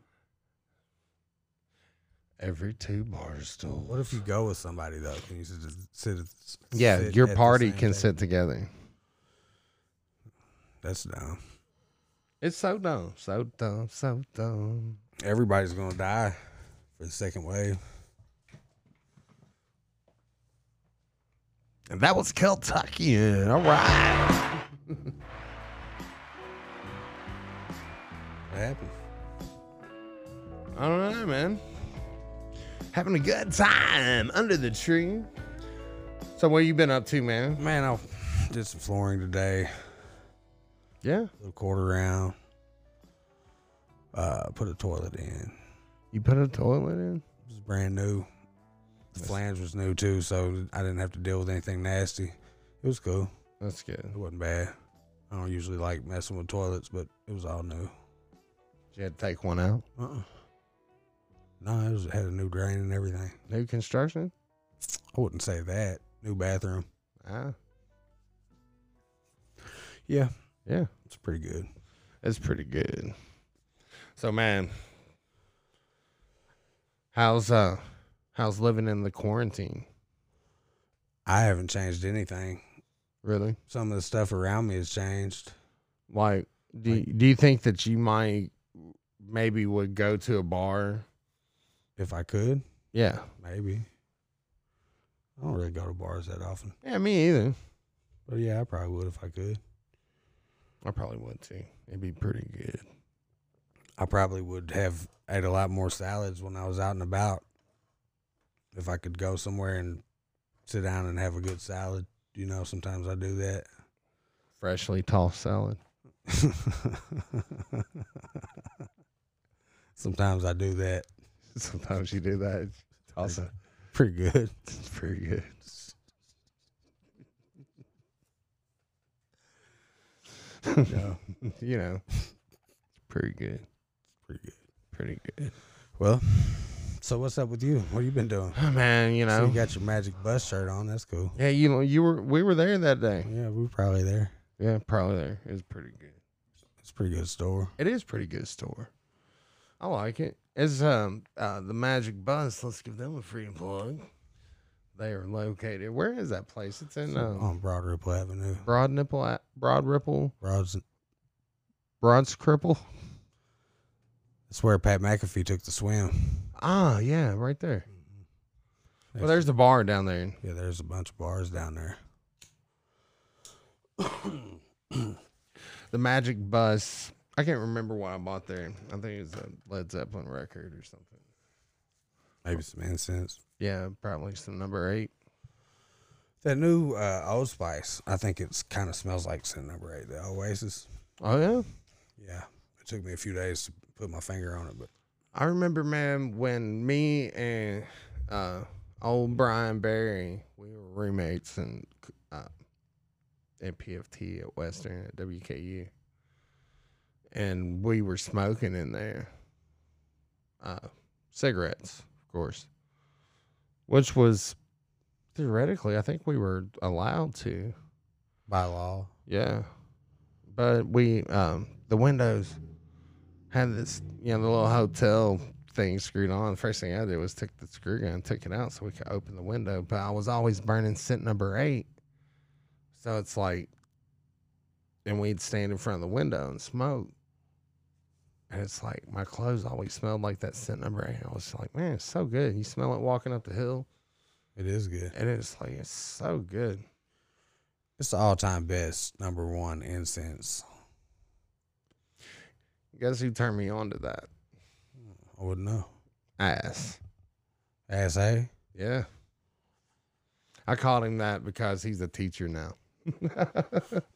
S3: Every two bars still.
S7: What if you go with somebody though? Can you sit? sit
S3: Yeah,
S7: sit
S3: your
S7: at the
S3: party
S7: same
S3: can
S7: table?
S3: sit together.
S7: That's dumb.
S3: It's so dumb, so dumb, so dumb.
S7: Everybody's gonna die for the second wave.
S3: And that was Kentucky. All right.
S7: What happened?
S3: I don't know, man. Having a good time under the tree. So what you been up to, man?
S7: Man, I did some flooring today.
S3: Yeah.
S7: Little quarter round. Uh, put a toilet in.
S3: You put a toilet in?
S7: It was brand new. The flange was new too, so I didn't have to deal with anything nasty. It was cool.
S3: That's good.
S7: It wasn't bad. I don't usually like messing with toilets, but it was all new.
S3: You had to take one out.
S7: Uh-uh. No, it, was, it had a new drain and everything.
S3: New construction?
S7: I wouldn't say that. New bathroom.
S3: Ah,
S7: Yeah,
S3: yeah.
S7: it's pretty good.
S3: It's pretty good. So man, how's uh How's living in the quarantine?
S7: I haven't changed anything.
S3: Really?
S7: Some of the stuff around me has changed.
S3: Like, do do you think that you might maybe would go to a bar?
S7: If I could,
S3: Yeah.
S7: maybe. I don't really go to bars that often,
S3: Yeah, me either.
S7: but yeah, I probably would if I could.
S3: I probably would too. It'd be pretty good.
S7: I probably would have ate a lot more salads when I was out and about. If I could go somewhere and sit down and have a good salad, you know, sometimes I do that.
S3: Freshly tossed salad.
S7: sometimes I do that.
S3: Sometimes you do that. Toss it.
S7: Pretty good.
S3: Pretty good.
S7: Yeah.
S3: You know, pretty good.
S7: Pretty good.
S3: Pretty good.
S7: Well, so what's up with you? What have you been doing?
S3: Man, you
S7: So
S3: know.
S7: you got your magic bus shirt on. That's cool.
S3: yeah, you know, you were we were there that day.
S7: Yeah, we were probably there.
S3: Yeah, probably there. It was pretty good.
S7: It's a pretty good store.
S3: It is pretty good store. I like it. It's um uh, the Magic Bus. Let's give them a free plug. They are located. Where is that place? It's in um,
S7: On Broad Ripple Avenue.
S3: Broad Nipple, at Broad Ripple,
S7: Broad's
S3: Broad Scripple.
S7: that's where Pat McAfee took the swim.
S3: Ah, yeah, right there. Well, there's the bar down there.
S7: Yeah, there's a bunch of bars down there.
S3: The Magic Bus. I can't remember what I bought there. I think it was a Led Zeppelin record or something.
S7: Maybe some incense.
S3: Yeah, probably some number eight.
S7: That new uh, Old Spice, I think it's kind of smells like scent number eight, the Oasis.
S3: Oh yeah.
S7: Yeah, it took me a few days to put my finger on it, but
S3: I remember, man, when me and uh, old Brian Barry, we were roommates and uh, at PFT at Western at WKU, and we were smoking in there, uh, cigarettes, of course, which was theoretically, I think we were allowed to.
S7: by law,
S3: Yeah. But we um the windows had this you know, the little hotel thing screwed on. The first thing I did was took the screw gun, took it out so we could open the window. But I was always burning scent number eight. So it's like and we'd stand in front of the window and smoke. And it's like my clothes always smelled like that scent number eight. I was like, man, it's so good. You smell it walking up the hill.
S7: it is good.
S3: And it's like it's so good.
S7: It's the all time best number one incense.
S3: Guess who turned me on to that?
S7: I wouldn't know.
S3: Ass.
S7: Ass A?
S3: Yeah. I called him that because he's a teacher now.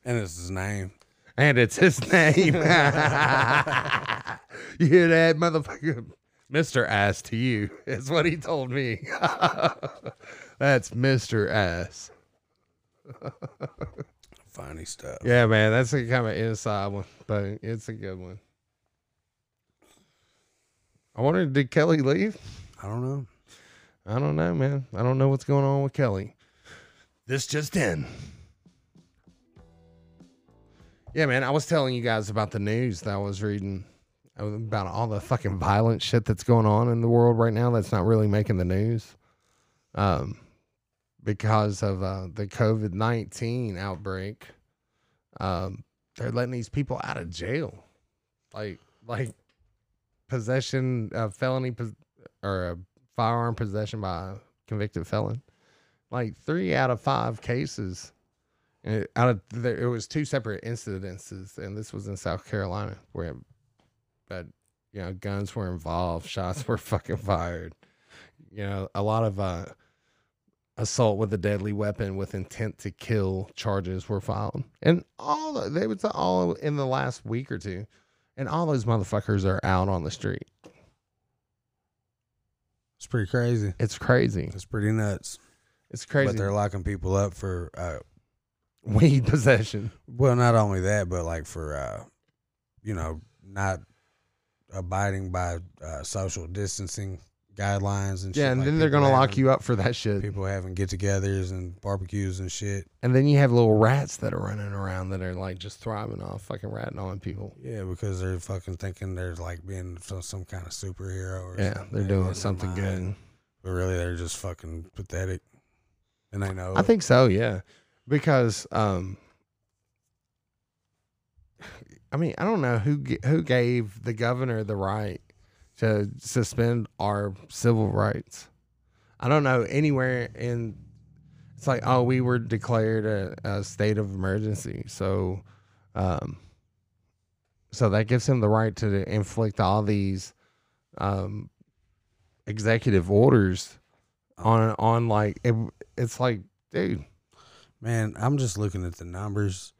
S7: And it's his name.
S3: And it's his name. you hear that, motherfucker? Mr. Ass to you is what he told me. that's Mr. Ass.
S7: Funny stuff.
S3: Yeah, man, that's a kind of inside one, but it's a good one. I wonder, did Kelly leave?
S7: I don't know.
S3: I don't know, man. I don't know what's going on with Kelly. This just in. Yeah, man. I was telling you guys about the news that I was reading about all the fucking violent shit that's going on in the world right now that's not really making the news. Um, because of uh, the COVID 19 outbreak, um, they're letting these people out of jail. Like, like possession, uh, felony, pos- or uh, a firearm possession by a convicted felon. Like three out of five cases, and it- out of there, it was two separate incidences, and this was in South Carolina where, but you know, guns were involved, shots were fucking fired. You know, a lot of uh, assault with a deadly weapon with intent to kill charges were filed, and all the- they was all in the last week or two, and all those motherfuckers are out on the street.
S7: It's pretty crazy.
S3: It's crazy.
S7: It's pretty nuts.
S3: It's crazy.
S7: But they're locking people up for, uh,
S3: weed possession.
S7: well, not only that, but like for, uh, you know, not abiding by uh, social distancing guidelines and shit.
S3: Yeah, and
S7: like
S3: then they're
S7: people
S3: gonna lock
S7: having-
S3: you up for that shit.
S7: People having get togethers and barbecues and shit.
S3: And then you have little rats that are running around that are like just thriving off fucking ratting on people.
S7: Yeah, because they're fucking thinking they're like being some, some kind of superhero or
S3: Yeah,
S7: something.
S3: they're
S7: They
S3: doing
S7: didn't
S3: something
S7: mind.
S3: good.
S7: But really, they're just fucking pathetic. And I know.
S3: I think so, yeah. Because um I mean, I don't know who g- who gave the governor the right to suspend our civil rights. I don't know anywhere in it's like oh we were declared a, a state of emergency. So um so that gives him the right to inflict all these um executive orders on on like it, it's like dude
S7: Man, I'm just looking at the numbers,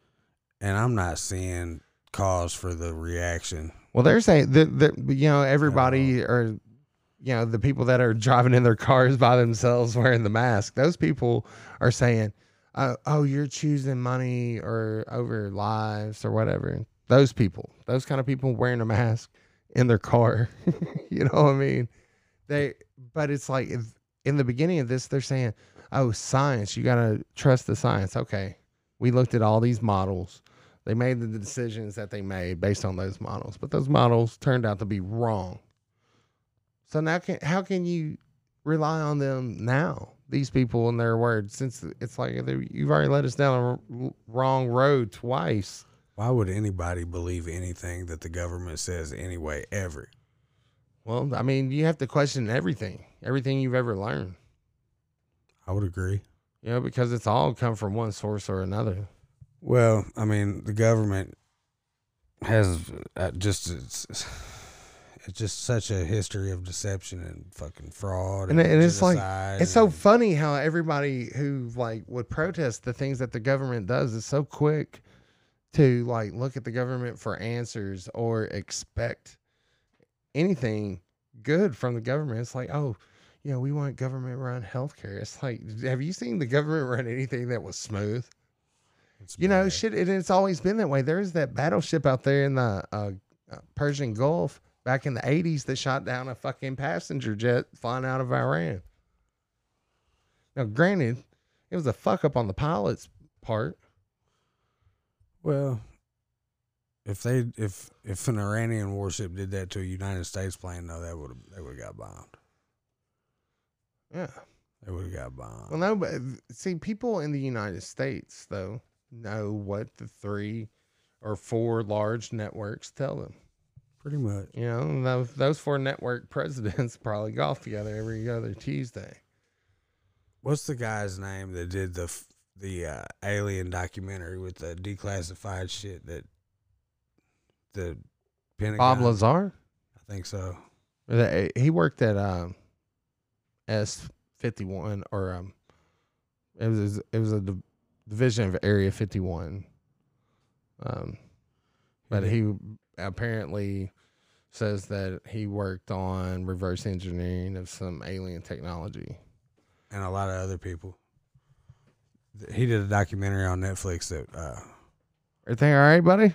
S7: and I'm not seeing cause for the reaction.
S3: well they're saying that, that you know everybody or you know the people that are driving in their cars by themselves wearing the mask those people are saying oh, oh you're choosing money or over lives or whatever those people those kind of people wearing a mask in their car you know what i mean they but it's like if, in the beginning of this they're saying oh science you gotta trust the science okay we looked at all these models they made the decisions that they made based on those models but those models turned out to be wrong so now can, how can you rely on them now these people and their words since it's like they- you've already let us down a r- wrong road twice
S7: Why would anybody believe anything that the government says anyway, ever?
S3: well i mean you have to question everything everything you've ever learned
S7: I would agree.
S3: you know because it's all come from one source or another
S7: Well, I mean, the government has uh, just it's, it's just such a history of deception and fucking fraud.
S3: And- and it's like-
S7: genocide
S3: It's so
S7: and-
S3: funny how everybody who like would protest the things that the government does is so quick to like look at the government for answers or expect anything good from the government. It's like, oh, you know, we want government run healthcare. It's like, have you seen the government run anything that was smooth?
S7: it's
S3: you know,
S7: bad.
S3: shit, and it's always been that way. There's that battleship out there in the uh, uh, Persian Gulf back in the 80s that shot down a fucking passenger jet flying out of Iran. Now, granted, it was a fuck up on the pilot's part.
S7: Well, if they if if an Iranian warship did that to a United States plane, though, that would have they would have got bombed.
S3: Yeah.
S7: They would have got bombed.
S3: Well, no, but see, people in the United States, though, know what the three or four large networks tell them.
S7: pretty much.
S3: You know, and those, those four network presidents probably golf together every other Tuesday.
S7: What's the guy's name that did the f- the uh, alien documentary with the declassified shit that the Pentagon?
S3: Bob Lazar?
S7: I think so.
S3: The- uh, He worked at um, S fifty one or um, it was it was a div- division of Area fifty one. Um, but he apparently says that he worked on reverse engineering of some alien technology.
S7: and a lot of other people. Th- He did a documentary on Netflix that uh,
S3: Everything all right, buddy?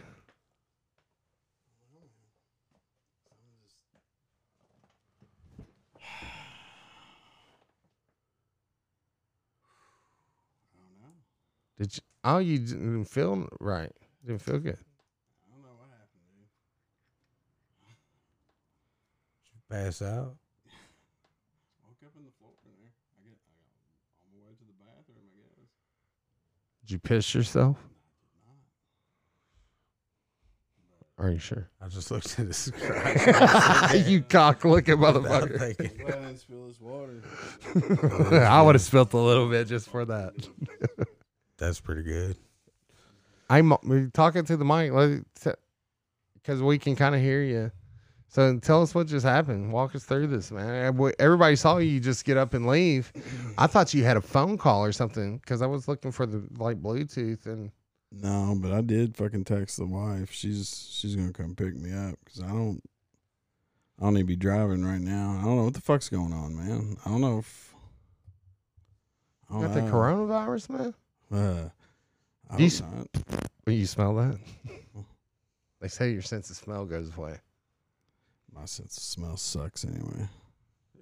S3: Did you, oh you didn't feel right? Didn't feel good.
S7: pass out.
S3: Did you piss yourself? Are you sure?
S7: I just looked at his
S3: you cock looking
S7: without
S3: motherfucker!
S7: thinking.
S2: Glad I didn't spill this water.
S3: I would have spilt a little bit just for that.
S7: That's pretty good.
S3: I'm we're talking to the mic because we can kind of hear you. So tell us what just happened. Walk us through this, man. And we- Everybody saw you just get up and leave. I thought you had a phone call or something because I was looking for the like Bluetooth and
S2: No, but I did fucking text the wife. She's she's gonna come pick me up because I don't I don't need to be driving right now. I don't know what the fuck's going on, man. I don't know if I
S3: got the coronavirus, man.
S2: Uh, I
S3: You
S2: hope
S3: s-
S2: not.
S3: Well, you smell that? they say your sense of smell goes away.
S2: My sense of smell sucks anyway.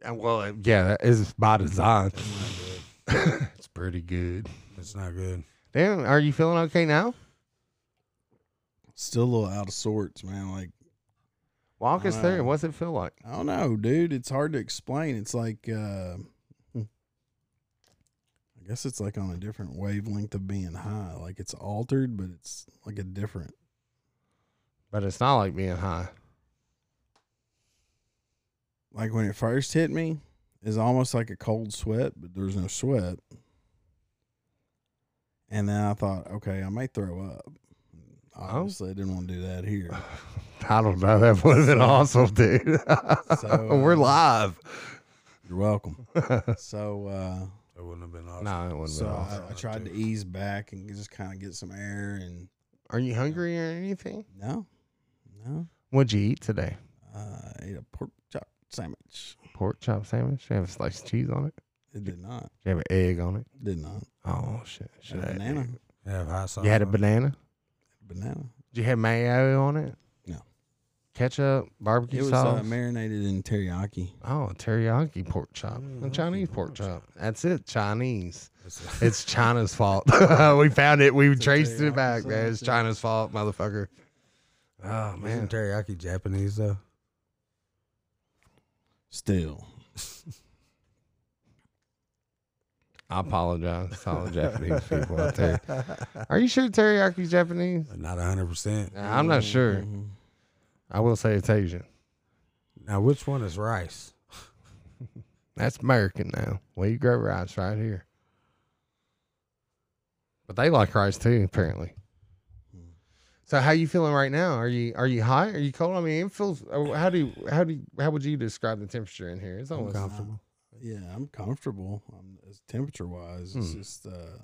S3: And Uh, well, it- yeah, that is by design. it's pretty good.
S7: It's not good.
S3: Damn, are you feeling okay now?
S2: Still a little out of sorts, man. Like
S3: Walk us
S2: Wow.
S3: through. What's it feel like?
S2: I don't know, dude. It's hard to explain. It's like uh, guess it's like on a different wavelength of being high. Like it's altered, but it's like a different.
S3: But it's not like being high.
S2: Like when it first hit me, is almost like a cold sweat, but there's no sweat. And then I thought, okay, I may throw up.
S3: Oh.
S2: Obviously, I didn't want to do that here.
S3: I don't know. That would have been awesome, dude.
S2: So,
S3: We're
S2: uh,
S3: live.
S2: You're welcome. so, uh,
S7: It wouldn't have been awesome.
S3: No, it wouldn't
S2: so
S3: have been
S2: I,
S3: awesome.
S2: I tried to ease back and just kind of get some air. And
S3: Are you hungry or anything?
S2: no, no,
S3: What'd you eat today?
S2: uh, I ate a pork chop sandwich.
S3: Pork chop sandwich? Did you have a slice of cheese on it?
S2: It did not.
S3: Did you have an egg on it?
S2: Did not.
S3: Oh, shit.
S2: Had
S3: Should
S2: a
S3: I-
S2: banana.
S7: Have high sauce.
S3: You had a
S7: on it.
S3: banana?
S2: Banana.
S3: Did you have mayo on it?
S2: No.
S3: Ketchup, barbecue
S2: It was
S3: sauce?
S2: uh, marinated in teriyaki.
S3: Oh, teriyaki pork chop. A Chinese pork chop. That's it, Chinese.
S7: It's a-
S3: It's China's fault. we found it. We
S2: a
S3: traced it
S2: teriyaki
S3: back, man.
S2: sauce,
S3: It's
S2: yeah.
S3: China's fault, motherfucker. Oh, man.
S7: Isn't teriyaki Japanese though?
S2: Still.
S3: I apologize to all the Japanese people out there. Are you sure teriyaki's Japanese?
S7: Not hundred percent.
S3: Nah, I'm not sure.
S2: Mhm.
S3: I will say it's Asian.
S7: Now which one is rice?
S3: That's American now. We grow rice right here. But they like rice too, apparently. Mm. So how you feeling right now? Are you are you hot? Are you cold? I mean, it feels. uh, How do you, how do you, how would you describe the temperature in here? It's almost
S7: Comfortable.
S2: Yeah, I'm comfortable. I'm as temperature wise. It's
S3: Hmm.
S2: just uh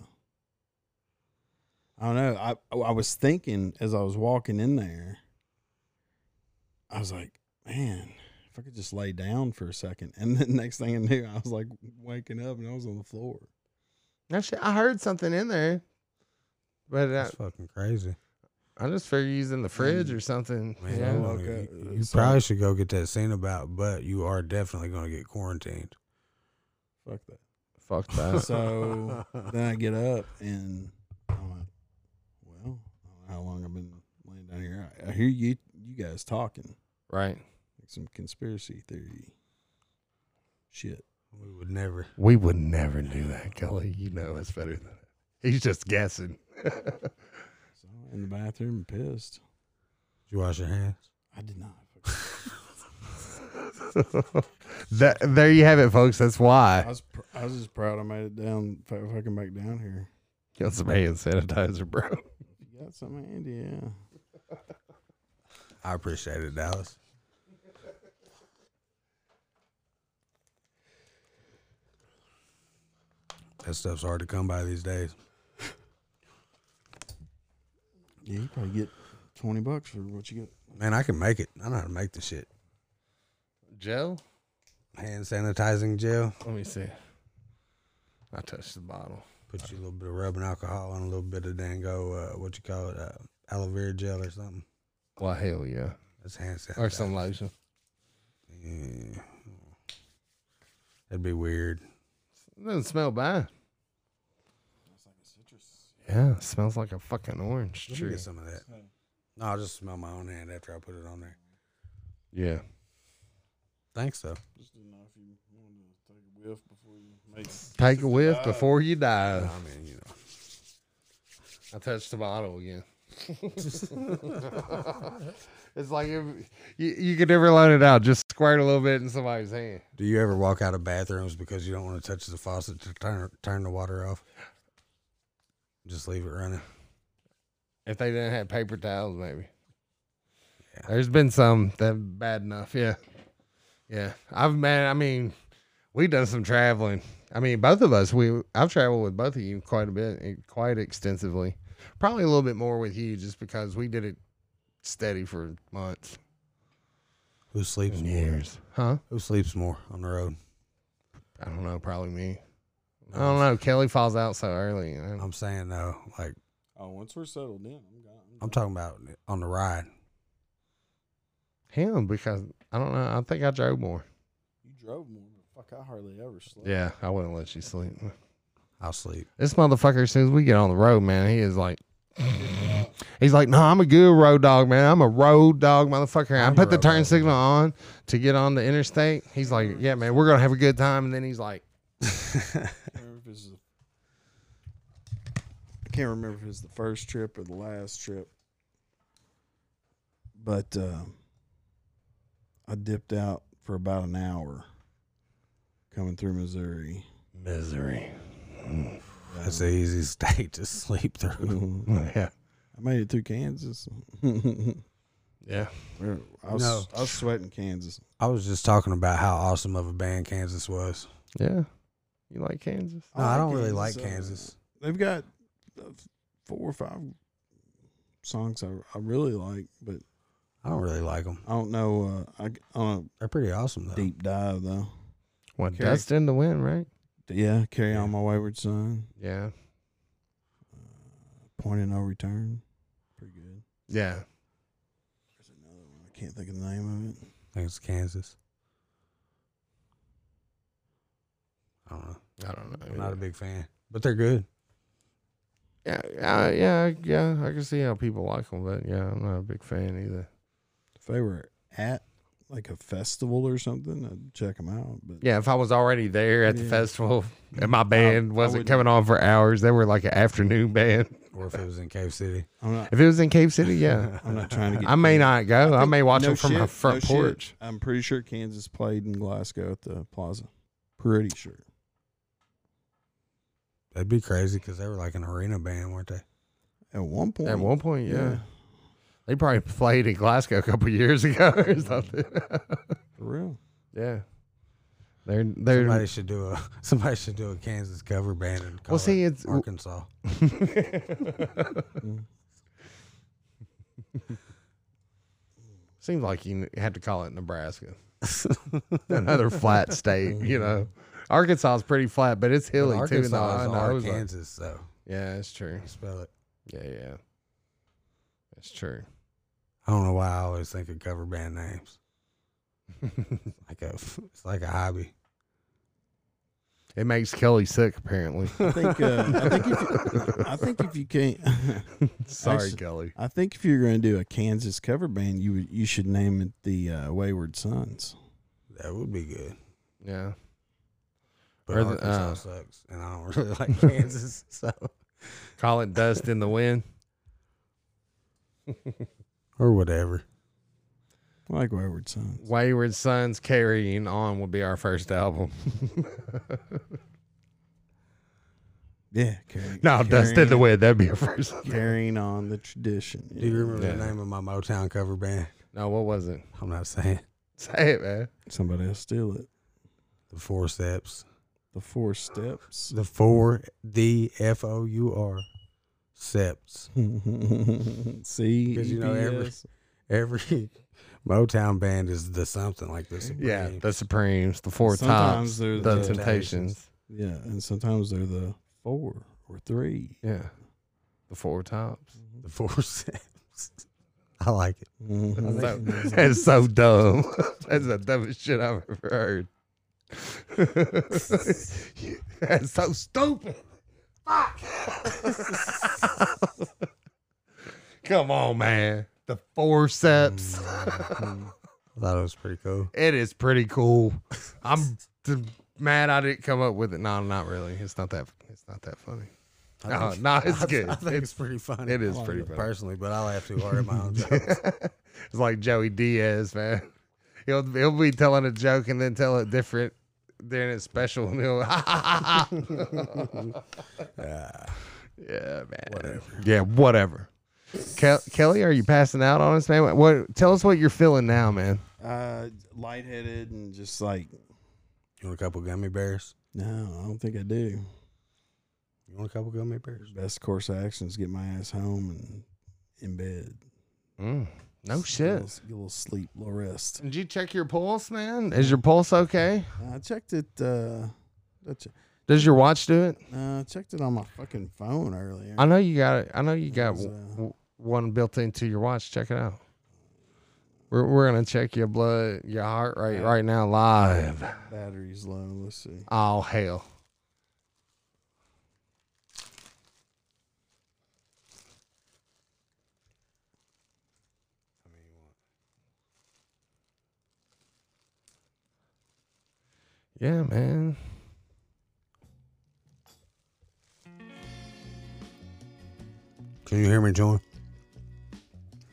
S2: I don't know. I I was thinking as I was walking in there, I was like, man, if I could just lay down for a second. And then next thing I knew, I was like waking up and I was on the floor.
S3: Actually, I heard something in there, but I,
S7: That's fucking crazy.
S3: I just figured you was in the fridge or something.
S7: Man,
S3: yeah.
S7: I
S2: Well,
S7: wanna-
S2: okay.
S7: you, you
S3: uh,
S2: So-
S7: probably should go get that seen about, but you are definitely going to get quarantined.
S2: Fuck that.
S3: Fuck that.
S2: So then I get up and I'm like, well, I don't know how long I've been laying down here. I, I hear you you guys talking.
S3: right.
S2: like some conspiracy theory shit.
S7: We would never.
S3: We would never do that, Kelly. You know it's better than that. He's just guessing.
S2: So I went in the bathroom, and pissed.
S7: Did you wash your hands?
S2: I did not.
S3: that, there you have it, folks. That's
S2: I
S3: why.
S2: was pr- I was just proud I made it down. If I, if I come back down here,
S3: Get some hand sanitizer, bro.
S2: you got something handy? Yeah.
S7: I appreciate it, Dallas. That stuff's hard to come by these days.
S2: Yeah, you probably get twenty bucks for what you get.
S7: Man, I can make it. I know how to make the shit.
S3: Joe,
S7: Hand sanitizing gel.
S3: let me see. I touched the bottle.
S7: Put you a little bit of rubbing alcohol and a little bit of dango, uh, what you call it, uh, aloe vera gel or something.
S3: Well, hell yeah.
S7: That's hand sanitizer.
S3: Or some lotion.
S7: Yeah. That'd be weird.
S3: doesn't smell bad. Yeah, it smells like a fucking orange
S7: Let me
S3: tree.
S7: get some of that. No, I'll just smell my own hand after I put it on there.
S3: Yeah.
S7: Thanks, though.
S2: Just didn't know if you wanted to take a whiff before you make.
S3: Take a whiff
S7: uh,
S3: before you die.
S7: I mean, you know.
S3: I touched the bottle again. it's like if you, you could never loan it out. Just squirt a little bit in somebody's hand.
S7: Do you ever walk out of bathrooms because you don't want to touch the faucet to turn turn the water off? Just leave it running.
S3: If they didn't have paper towels, maybe.
S7: Yeah.
S3: There's been some that bad enough. Yeah. Yeah. I've man, I mean, we done some traveling. I mean, both of us, we I've traveled with both of you quite a bit, eh, quite extensively. Probably a little bit more with you just because we did it steady for months.
S7: Who sleeps more?
S3: Huh?
S7: Who sleeps more on the road?
S3: I don't know, probably me. I don't know. Kelly falls out so early. you know.
S7: I'm saying though, like
S2: Oh, once we're settled in, I'm gone.
S7: I'm talking about on the ride.
S3: Him because I don't know. I think I drove more.
S2: You drove more, but fuck, I hardly ever slept.
S3: Yeah, I wouldn't let you sleep.
S7: I'll sleep.
S3: This motherfucker, as soon as we get on the road, man, he is like, he's like, no, I'm a good road dog, man. I'm a road dog, motherfucker. I
S7: I'm a
S3: put the
S7: road
S3: turn
S7: dog.
S3: signal on to get on the interstate. He's like, yeah, man, we're gonna have a good time. And then he's like,
S2: Or if it's a can't remember if it was the first trip or the last trip, but uh, I dipped out for about an hour coming through Missouri.
S7: Misery. Mm. That's the easiest state to sleep through.
S2: yeah, I made it through Kansas. Where-
S3: Yeah.
S2: I was,
S7: No.
S2: I was sweating Kansas.
S7: I was just talking about how awesome of a band Kansas was.
S3: Yeah. You like Kansas?
S7: No, I,
S2: like
S7: don't really like
S2: uh,
S7: Kansas.
S2: they've got uh, four or five songs I, I really like, but
S7: I don't really like them.
S2: I don't know. Uh, I on
S7: They're pretty awesome
S2: a
S7: though.
S2: deep dive though.
S3: What
S2: Okay.
S3: dust in the wind, right?
S2: Yeah, carry on my wayward son.
S3: Yeah.
S2: Point of no return. Pretty good.
S3: Yeah.
S2: There's another one. I can't think of the name of it.
S7: I think it's Kansas. I don't know.
S3: I don't know.
S7: I'm not a big fan, but they're good.
S3: yeah, yeah, yeah, yeah. I can see how people like them, but yeah, I'm not a big fan either.
S2: If they were at like a festival or something, I'd check them out. But
S3: Yeah, if I was already there at the
S2: Yeah.
S3: festival and my band wasn't
S2: wouldn't-
S3: coming on for hours, they were like an afternoon band.
S7: Or if it was in Cave City,
S2: I'm not.
S3: If it was in Cave City, yeah,
S2: I'm not trying to get.
S3: I may not go. I,
S2: think-
S3: may watch
S2: no
S3: them from my
S2: shit,
S3: front
S2: no shit.
S3: porch.
S2: I'm pretty sure Kansas played in Glasgow at the Plaza. Pretty sure.
S7: that'd be crazy because they were like an arena band, weren't they?
S2: At one point.
S3: At one point, yeah. they probably played in Glasgow a couple years ago or something.
S2: For real.
S3: yeah, they're they're
S7: Somebody should do a somebody should do a Kansas cover band and call
S3: well. See,
S7: it
S3: it's
S7: Arkansas.
S3: seems like you had to call it Nebraska, another flat state. You know, Arkansas is pretty flat, but it's hilly
S7: Arkansas
S3: too. No, I
S7: is
S3: know. I was like-
S7: Arkansas, so
S3: yeah, that's true.
S7: spell it.
S3: Yeah, yeah, that's true.
S7: I don't know why I always think of cover band names. like a, it's like a hobby.
S3: It makes Kelly sick, apparently.
S2: I think. Uh, I think. If you, I think if you can't.
S3: Sorry,
S2: Actually-
S3: Kelly.
S2: I think if you're going to do a Kansas cover band, you would- you should name it the uh, Wayward Sons.
S7: That would be good.
S3: Yeah.
S7: But
S3: Or the-
S7: Arkansas
S3: uh,
S7: sucks, and I don't really like Kansas. So
S3: Call it dust in the wind.
S7: or whatever.
S2: I like Wayward Sons.
S3: Wayward Sons Carrying On will be our first album.
S2: Yeah, carry,
S3: no, Dust in the
S2: carrying-
S3: Wind. That'd be our first.
S2: Carrying on the tradition.
S7: Do you remember
S3: Yeah.
S7: the name of my Motown cover band?
S3: No, what was it?
S7: I'm not saying
S3: Say it, man.
S2: Somebody will steal it.
S7: the Four Steps.
S2: The Four Steps.
S7: The Four D F O U R Steps.
S2: See,
S7: Because you know every-
S2: EPS.
S7: Every Motown band is the something like this.
S3: Yeah, The Supremes, The Four
S2: Sometimes
S3: Times,
S2: they're
S3: The,
S2: the-
S3: Temptations.
S2: yeah, and sometimes they're the four or three.
S3: Yeah. The Four Tops.
S7: the Four Steps. I like it.
S2: Mhm.
S3: So, that's so dumb. That's the dumbest shit I've ever heard. that's so stupid. Fuck. Come on, man. The forceps.
S7: Mm. I thought it was pretty cool.
S3: it is pretty cool. I'm t- mad I didn't come up with it. No, not really. It's not that. It's not that funny. No, Oh, no, it's
S7: I,
S3: good.
S7: I think it's pretty funny.
S3: It is
S7: I like
S3: pretty
S7: it
S3: funny.
S7: Personally, but I laugh too hard at my own jokes.
S3: it's like Joey Diaz, man. He'll he'll be telling a joke and then tell it different during his special, and he'll yeah, man, whatever, yeah, whatever. Kel- Kelly, are you passing out on us, man? What? Tell us what you're feeling now, man.
S2: Uh, lightheaded and just like
S7: You want a couple gummy bears?
S2: no, I don't think I do.
S7: You want a couple gummy bears?
S2: Best course of action is get my ass home and in bed.
S3: Mm, no
S2: Get a
S3: shit.
S2: little- Get a little sleep, a little rest.
S3: Did you check your pulse, man? Is your pulse okay?
S2: I checked it. Uh, I che-
S3: Does your watch do it?
S2: uh, I checked it on my fucking phone earlier.
S3: I know you got it. I know you got
S2: was,
S3: w-
S2: uh,
S3: w- one built into your watch. Check it out. We're we're gonna check your blood, your heart rate right now live.
S2: Battery's low. Let's see.
S3: Oh hell. Yeah, man.
S7: Can you hear me, John?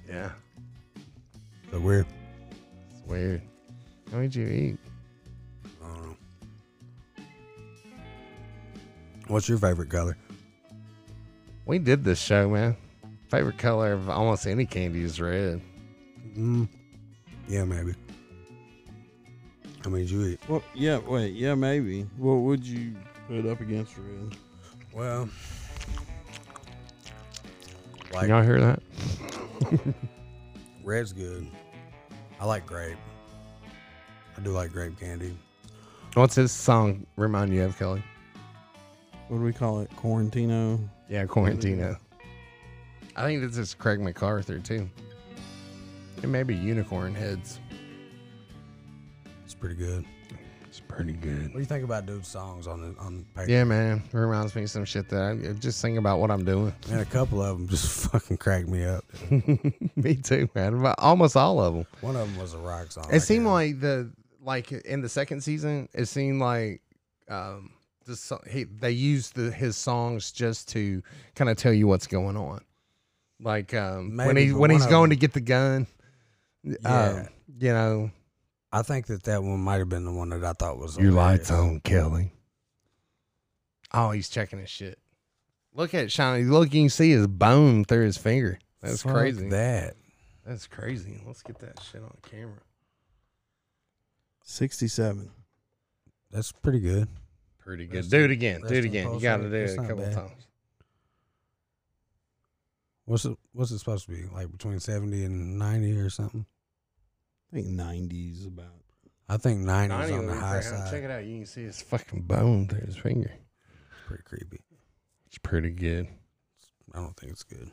S3: Yeah.
S7: Is that weird?
S3: It's weird. How did you eat?
S7: I don't know. What's your favorite color?
S3: We did this show, man. Favorite color of almost any candy is red.
S7: Mm. Yeah, maybe. How many did you eat?
S2: Well, yeah, wait, yeah, maybe. What would you put up against red?
S7: Well,
S3: Can
S7: like
S3: y'all hear that?
S7: red's good. I like grape. I do like grape candy.
S3: What's his song remind you of, Kelly?
S2: What do we call it? Quarantino.
S3: Yeah, Quarantino. I think this is Craig MacArthur, too. It may be Unicorn Heads.
S7: It's pretty good.
S3: It's pretty good.
S7: What do you think about dude's songs on the on paper?
S3: Yeah, man. It reminds me of some shit that I just think about what I'm doing.
S7: Man, a couple of them just fucking cracked me up.
S3: me too, man. About almost all of them.
S7: One of them was a rock song. Oh, I
S3: It seemed
S7: can't-
S3: like the like in the second season, it seemed like um the so- he they used the, his songs just to kind of tell you what's going on. Like um when
S7: Maybe,
S3: he when
S7: but one
S3: he's
S7: of
S3: going to
S7: them-
S3: get the gun,
S7: Yeah.
S3: um, you know,
S7: I think that that one might have been the one that I thought was hilarious.
S3: Kelly. Oh, he's checking his shit. Look at Shiny. Look, you can see his bone through his finger. That's
S7: Fuck
S3: crazy.
S7: That
S3: That's crazy. Let's get that shit on camera.
S2: 67.
S7: that's pretty good.
S3: Pretty
S7: Rest
S3: good. Do it
S7: in-
S3: again.
S7: rest
S3: Do it
S7: in
S3: again. You
S7: post,
S3: got to
S7: like,
S3: do it
S7: it's
S3: a
S7: not
S3: couple
S7: bad.
S3: times.
S7: What's it? What's it supposed to be like between seventy and ninety or something?
S2: I think 90s about.
S7: I think ninety
S3: Not
S7: is on
S3: even
S7: the high
S3: around. Check
S7: side.
S3: it out. You can see his fucking bone through his finger.
S7: Pretty creepy.
S3: It's pretty good.
S7: I don't think it's good.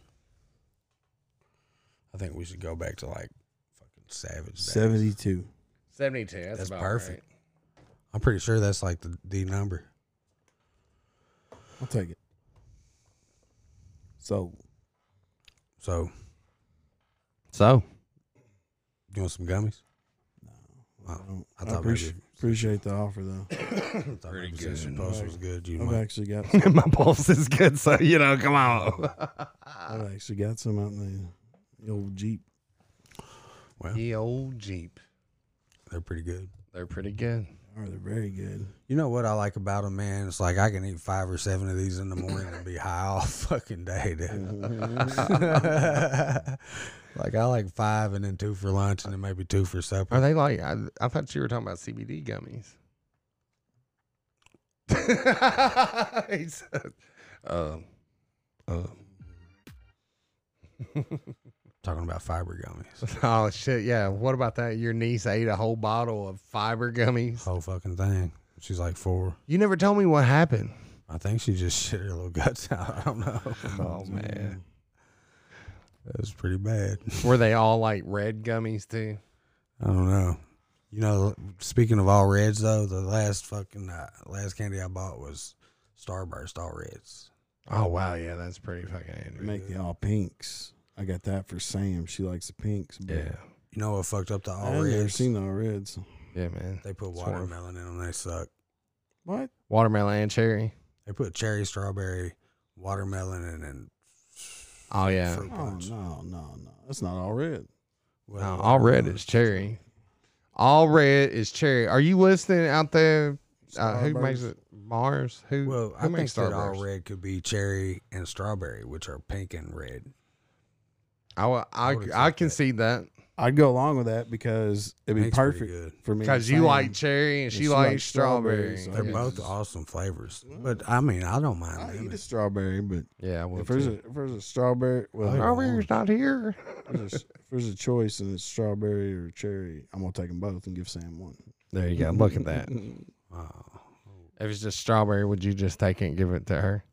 S7: I think we should go back to like fucking savage. Days.
S2: 72.
S3: 72. That's,
S7: That's
S3: about
S7: perfect.
S3: perfect.
S7: I'm pretty sure that's like the the number.
S2: I'll take it. So,
S7: So
S3: So,
S7: you want some gummies?
S2: I,
S7: Wow.
S2: don't,
S7: I
S2: I,
S7: thought
S2: appreciate,
S7: maybe-
S2: appreciate the offer, though.
S7: I thought
S3: Pretty
S7: maybe since
S3: good.
S7: your post was good. You
S2: I've
S7: might.
S2: actually got
S3: my pulse is good. So, you know, come on.
S2: I've actually got some out in the, the old Jeep.
S7: Well,
S3: the old Jeep.
S7: they're pretty good.
S3: They're pretty good.
S2: Oh, they're very good.
S7: You know what I like about them, man? It's like I can eat five or seven of these in the morning and be high all fucking day, dude. like I like five and then two for lunch and then maybe two for
S3: Are
S7: supper.
S3: they like, I, I thought you were talking about CBD gummies. He said, um, um,
S7: Talking about fiber gummies,
S3: Oh shit! Yeah. What about that? Your niece ate a whole bottle of fiber gummies.
S7: whole fucking thing. She's like four.
S3: You never told me what happened.
S7: I think she just shit her little guts out. I don't know.
S3: Oh man.
S7: That was pretty bad.
S3: Were they all like red gummies too?
S7: I don't know. You know, speaking of all reds though, the last fucking uh, last candy I bought was Starburst all reds.
S3: Oh wow, yeah, that's pretty fucking angry.
S2: Make the all pinks. I got that for Sam. She likes the pinks. But
S3: Yeah.
S7: You know what fucked up the all
S2: I've never
S7: reds?
S2: seen the all reds.
S3: Yeah, man.
S7: They put
S3: It's horrible.
S7: watermelon in them. They suck.
S2: What?
S3: Watermelon and cherry.
S7: They put cherry, strawberry, watermelon, and then
S3: Oh yeah.
S7: fruit
S2: Oh
S7: punch.
S2: no, no, no! That's not all red.
S7: Well,
S3: No, Oh, all red is cherry. All red is cherry. Are you listening out there? Uh, who
S7: Starburst.
S3: makes it? Mars. Who?
S7: Well,
S3: who
S7: I think
S3: makes
S7: that all
S3: Starburst?
S7: red could be cherry and strawberry, which are pink and red.
S3: I wa- I,
S7: I would've
S3: I
S7: said
S3: can
S7: that.
S3: see that
S2: I'd go along with that because it'd be
S7: Tastes pretty
S2: perfect
S7: good.
S2: for me. and
S3: because you
S2: Sam.
S3: like cherry and she,
S2: she
S3: likes
S2: likes
S3: strawberry.
S2: strawberries, so
S7: They're
S2: Yeah.
S7: both awesome flavors,
S2: Mm.
S7: but I mean, I don't mind.
S2: I
S7: them.
S2: eat a strawberry, but
S3: Yeah, I will
S2: if there's
S3: too.
S2: a if there's a strawberry, well,
S3: Strawberry's not here.
S2: if there's a, if there's a choice and it's strawberry or cherry, I'm gonna take them both and give Sam one.
S3: There you go. Look at that. if
S7: Oh,
S3: it's just strawberry, would you just take it and give it to her?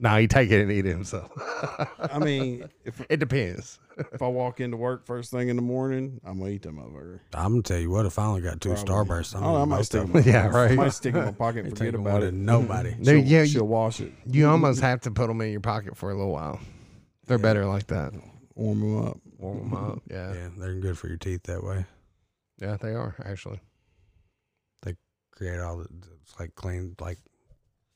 S3: No, he take it and eat it himself.
S2: I mean, if
S3: it depends.
S2: if I walk into work first thing in the morning, I'm gonna eat them over.
S7: I'm gonna tell you what. If I only got two
S2: Probably.
S7: Starbursts,
S2: Oh, I, don't
S7: I'm
S2: know, I
S7: gonna
S2: might
S7: both
S2: stick
S7: of
S2: 'em-
S7: them.
S3: Yeah,
S2: I
S3: right.
S2: might stick 'em in my pocket and
S7: Ain't
S2: forget
S7: taking
S2: about
S7: one
S2: it.
S7: to Nobody.
S3: No,
S2: She'll-
S3: yeah, you-
S2: she'll wash it,
S3: You almost have to put them in your pocket for a little while. They're
S7: Yeah.
S3: better like that.
S2: warm them up.
S3: Warm 'em up. Yeah. yeah.
S7: yeah, they're good for your teeth that way.
S3: they are actually.
S7: Create all the it's like clean, like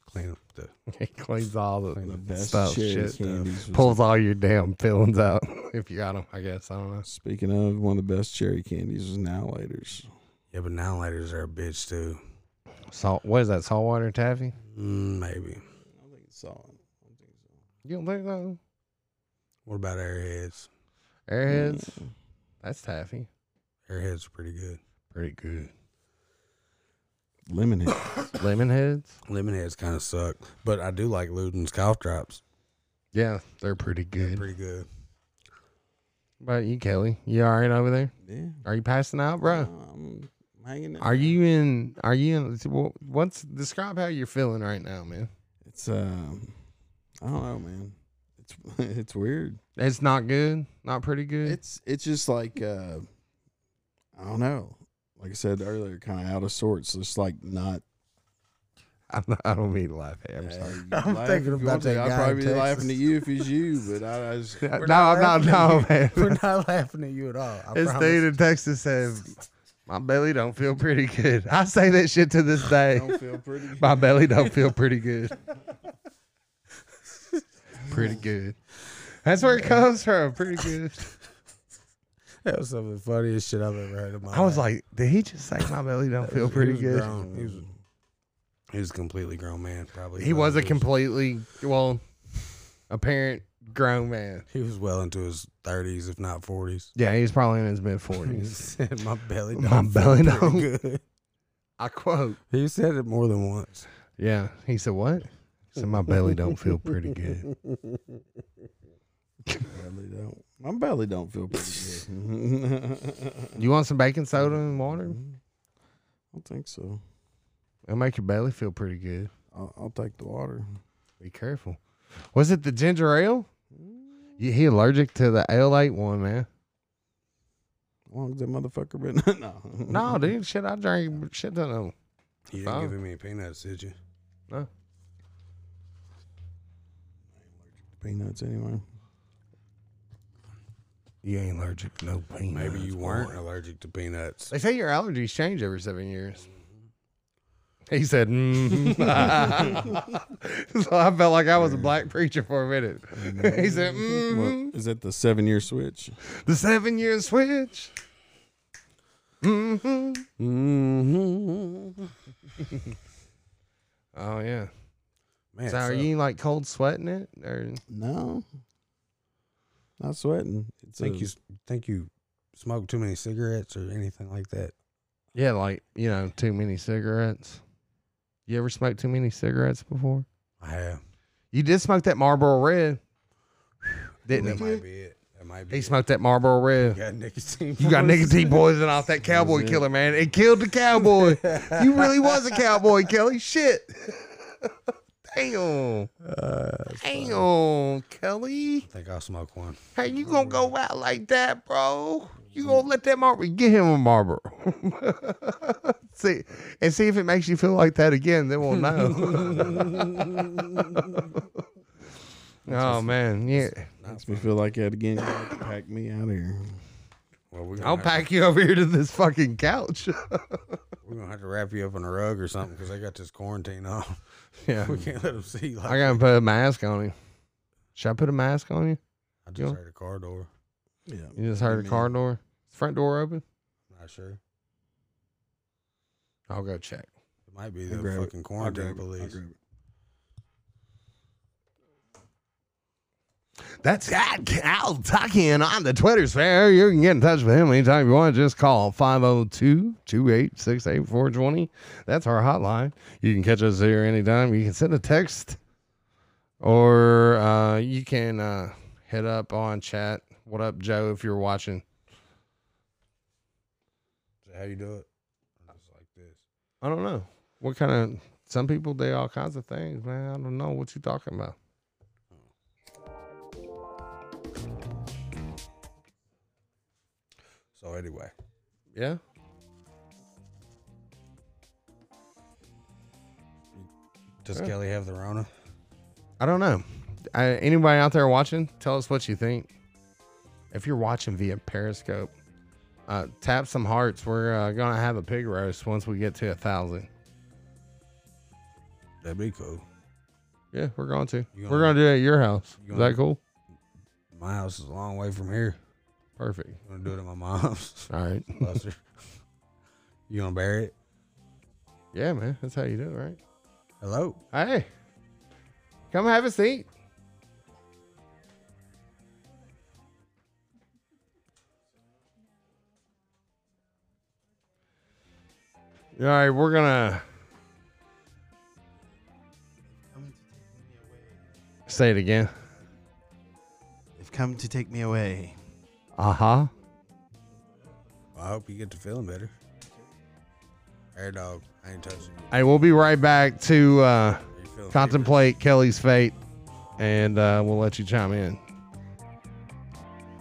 S7: Clean up the
S3: He cleans all the,
S2: The best
S3: stuff,
S2: cherry
S3: shit,
S2: candies. was-
S3: pulls all your damn feelings out if you got them. I guess I don't know.
S2: Speaking of, one of the best cherry candies is Nowlaters.
S7: yeah, but now lighters are a bitch too.
S3: Salt. What is that? Saltwater taffy?
S7: Mm, maybe.
S2: I think it's solid.
S3: You don't think so?
S7: What about airheads?
S3: Airheads. That's taffy.
S7: Airheads are pretty good.
S3: Pretty good.
S2: Lemon head.
S3: Lemon heads.
S7: Lemon heads kind of suck, but I do like Luden's cough drops.
S3: Yeah, they're pretty
S7: They're
S3: good.
S7: pretty good.
S3: But you, Kelly, you all right over there?
S2: yeah.
S3: Are you passing out, bro?
S2: Um, hanging out.
S3: Are you in? Are you in? wh- What's describe how you're feeling right now, man?
S2: It's um, I don't know, man. It's it's weird.
S3: It's not good. Not pretty good.
S2: It's it's just like uh, I don't know. Like I said earlier, kind of out of sorts. Just like not.
S3: I'm not, I don't mean to laugh. Hey, I'm
S2: Uh,
S3: sorry.
S2: you
S8: I'm
S2: laugh
S8: thinking
S2: if
S8: about
S2: you want to.
S8: that
S2: I'd
S8: guy in
S2: probably be laughing at
S8: Texas.
S2: you if it's you, but I, I just
S3: No,
S8: not
S3: no, no, man.
S8: We're not laughing at you at all. I
S3: This
S8: promise.
S3: dude in Texas says, "My belly don't feel pretty good." I say that shit to this day.
S2: don't feel pretty. good.
S3: My belly don't feel pretty good. pretty good. That's where it comes from. Pretty good.
S8: That was some of the funniest shit I've ever heard in my
S3: I was
S8: life.
S3: like, did he just say my belly don't feel pretty
S7: He was
S3: good?
S7: grown. He was, he was a completely grown man. Probably
S3: He was a
S7: He
S3: completely well, apparent grown man.
S7: He was well into his thirties, if not forties.
S3: Yeah, he was probably in his mid
S7: He
S3: forties.
S7: said, "My belly don't
S3: my belly
S7: feel
S3: don't.
S7: good."
S3: I quote.
S7: He said it more than once.
S3: Yeah, he said what? He said my belly don't feel pretty good.
S2: belly don't. My belly don't feel pretty good.
S3: You want some baking soda and water?
S2: Mm-hmm. I don't think so.
S3: It'll make your belly feel pretty good.
S2: I'll, I'll take the water.
S3: Be careful. Was it the ginger ale? Yeah, he allergic to the L eight one, man.
S2: How long has that motherfucker been? no.
S3: No, dude, shit, I drank shit ton of 'em.
S7: You didn't
S3: Fine.
S7: give him any peanuts, did you?
S3: No.
S2: Peanuts anyway.
S3: You ain't allergic to no peanuts.
S7: Maybe you weren't allergic to peanuts.
S3: They say your allergies change every seven years. He said, mm. so I felt like I was a black preacher for a minute. he said, mm.
S2: What, is that the seven year switch?
S3: the seven year switch. hmm
S7: Mm-hmm.
S3: Oh yeah.
S7: Man,
S3: so are
S7: so-
S3: you like cold sweating it or
S2: No. Not sweating. It's
S7: think
S2: a-
S7: you think you smoke too many cigarettes or anything like that?
S3: yeah, like you know, too many cigarettes? You ever smoked too many cigarettes before?
S7: I have.
S3: You did smoke that Marlboro Red, didn't
S7: that
S3: he?
S7: might be it. That might be.
S3: He
S7: it.
S3: smoked that Marlboro Red.
S7: got nicotine.
S3: You got nicotine poison off that cowboy killer, man. It killed the cowboy. you really was a cowboy, Kelly. Shit. Damn. Uh, Damn, Kelly.
S7: I think I'll smoke one.
S3: Hey, you gonna go out like that, bro? You gonna let that Marlboro get him a Marlboro? see and see if it makes you feel like that again. Then we'll know. oh man, yeah.
S2: makes me feel like that again. You have to pack me out of here.
S7: Well, we're gonna,
S3: I'll
S7: have,
S3: pack you over here to this fucking couch.
S7: we're gonna have to wrap you up in a rug or something because I got this quarantine on.
S3: yeah.
S7: we can't let them see. Like,
S3: I gotta put a mask on him. Should I put a mask on you?
S7: I
S3: you know?
S7: just heard a car door.
S2: Yeah.
S3: You just heard a car door. Is the front door open?
S7: Not sure.
S3: I'll go check.
S7: It might be
S2: I'll
S7: the
S2: grab it.
S7: fucking quarantine police.
S3: That's at Cal Tuckin on the Twitter sphere. You can get in touch with him anytime you want. Just call 502 286 8420. oh. That's our hotline. You can catch us here anytime. You can send a text or uh, you can uh, hit up on chat. What up, Joe, if you're watching?
S7: Is that how you do it? Or Just like this.
S3: I don't know. What kind of some people do all kinds of things, man. I don't know what you talking about.
S7: So anyway,
S3: Yeah.
S7: does Kelly have the Rona?
S3: I don't know. I, anybody out there watching, tell us what you think. If you're watching via Periscope, uh, tap some hearts. We're uh, gonna have a pig roast once we get to a thousand.
S7: That'd be cool.
S3: Yeah, we're going to.
S7: You
S3: we're going to do it at your house.
S7: you
S3: Is that
S7: gonna-
S3: cool?
S7: My house is a long way from here.
S3: Perfect.
S7: I'm gonna do it at my mom's.
S3: All right.
S7: Bless her. You gonna bury it?
S3: Yeah, man. That's how you do it, right?
S7: Hello.
S3: Hey, come have a seat. All right, we're gonna say it again.
S2: They've come to take me away.
S3: Uh huh.
S7: I hope you get to feeling better. Air dog, I ain't touching you.
S3: Hey, we'll be right back to uh,
S7: Are you feeling
S3: contemplate Kelly's fate, and uh, we'll let you chime in.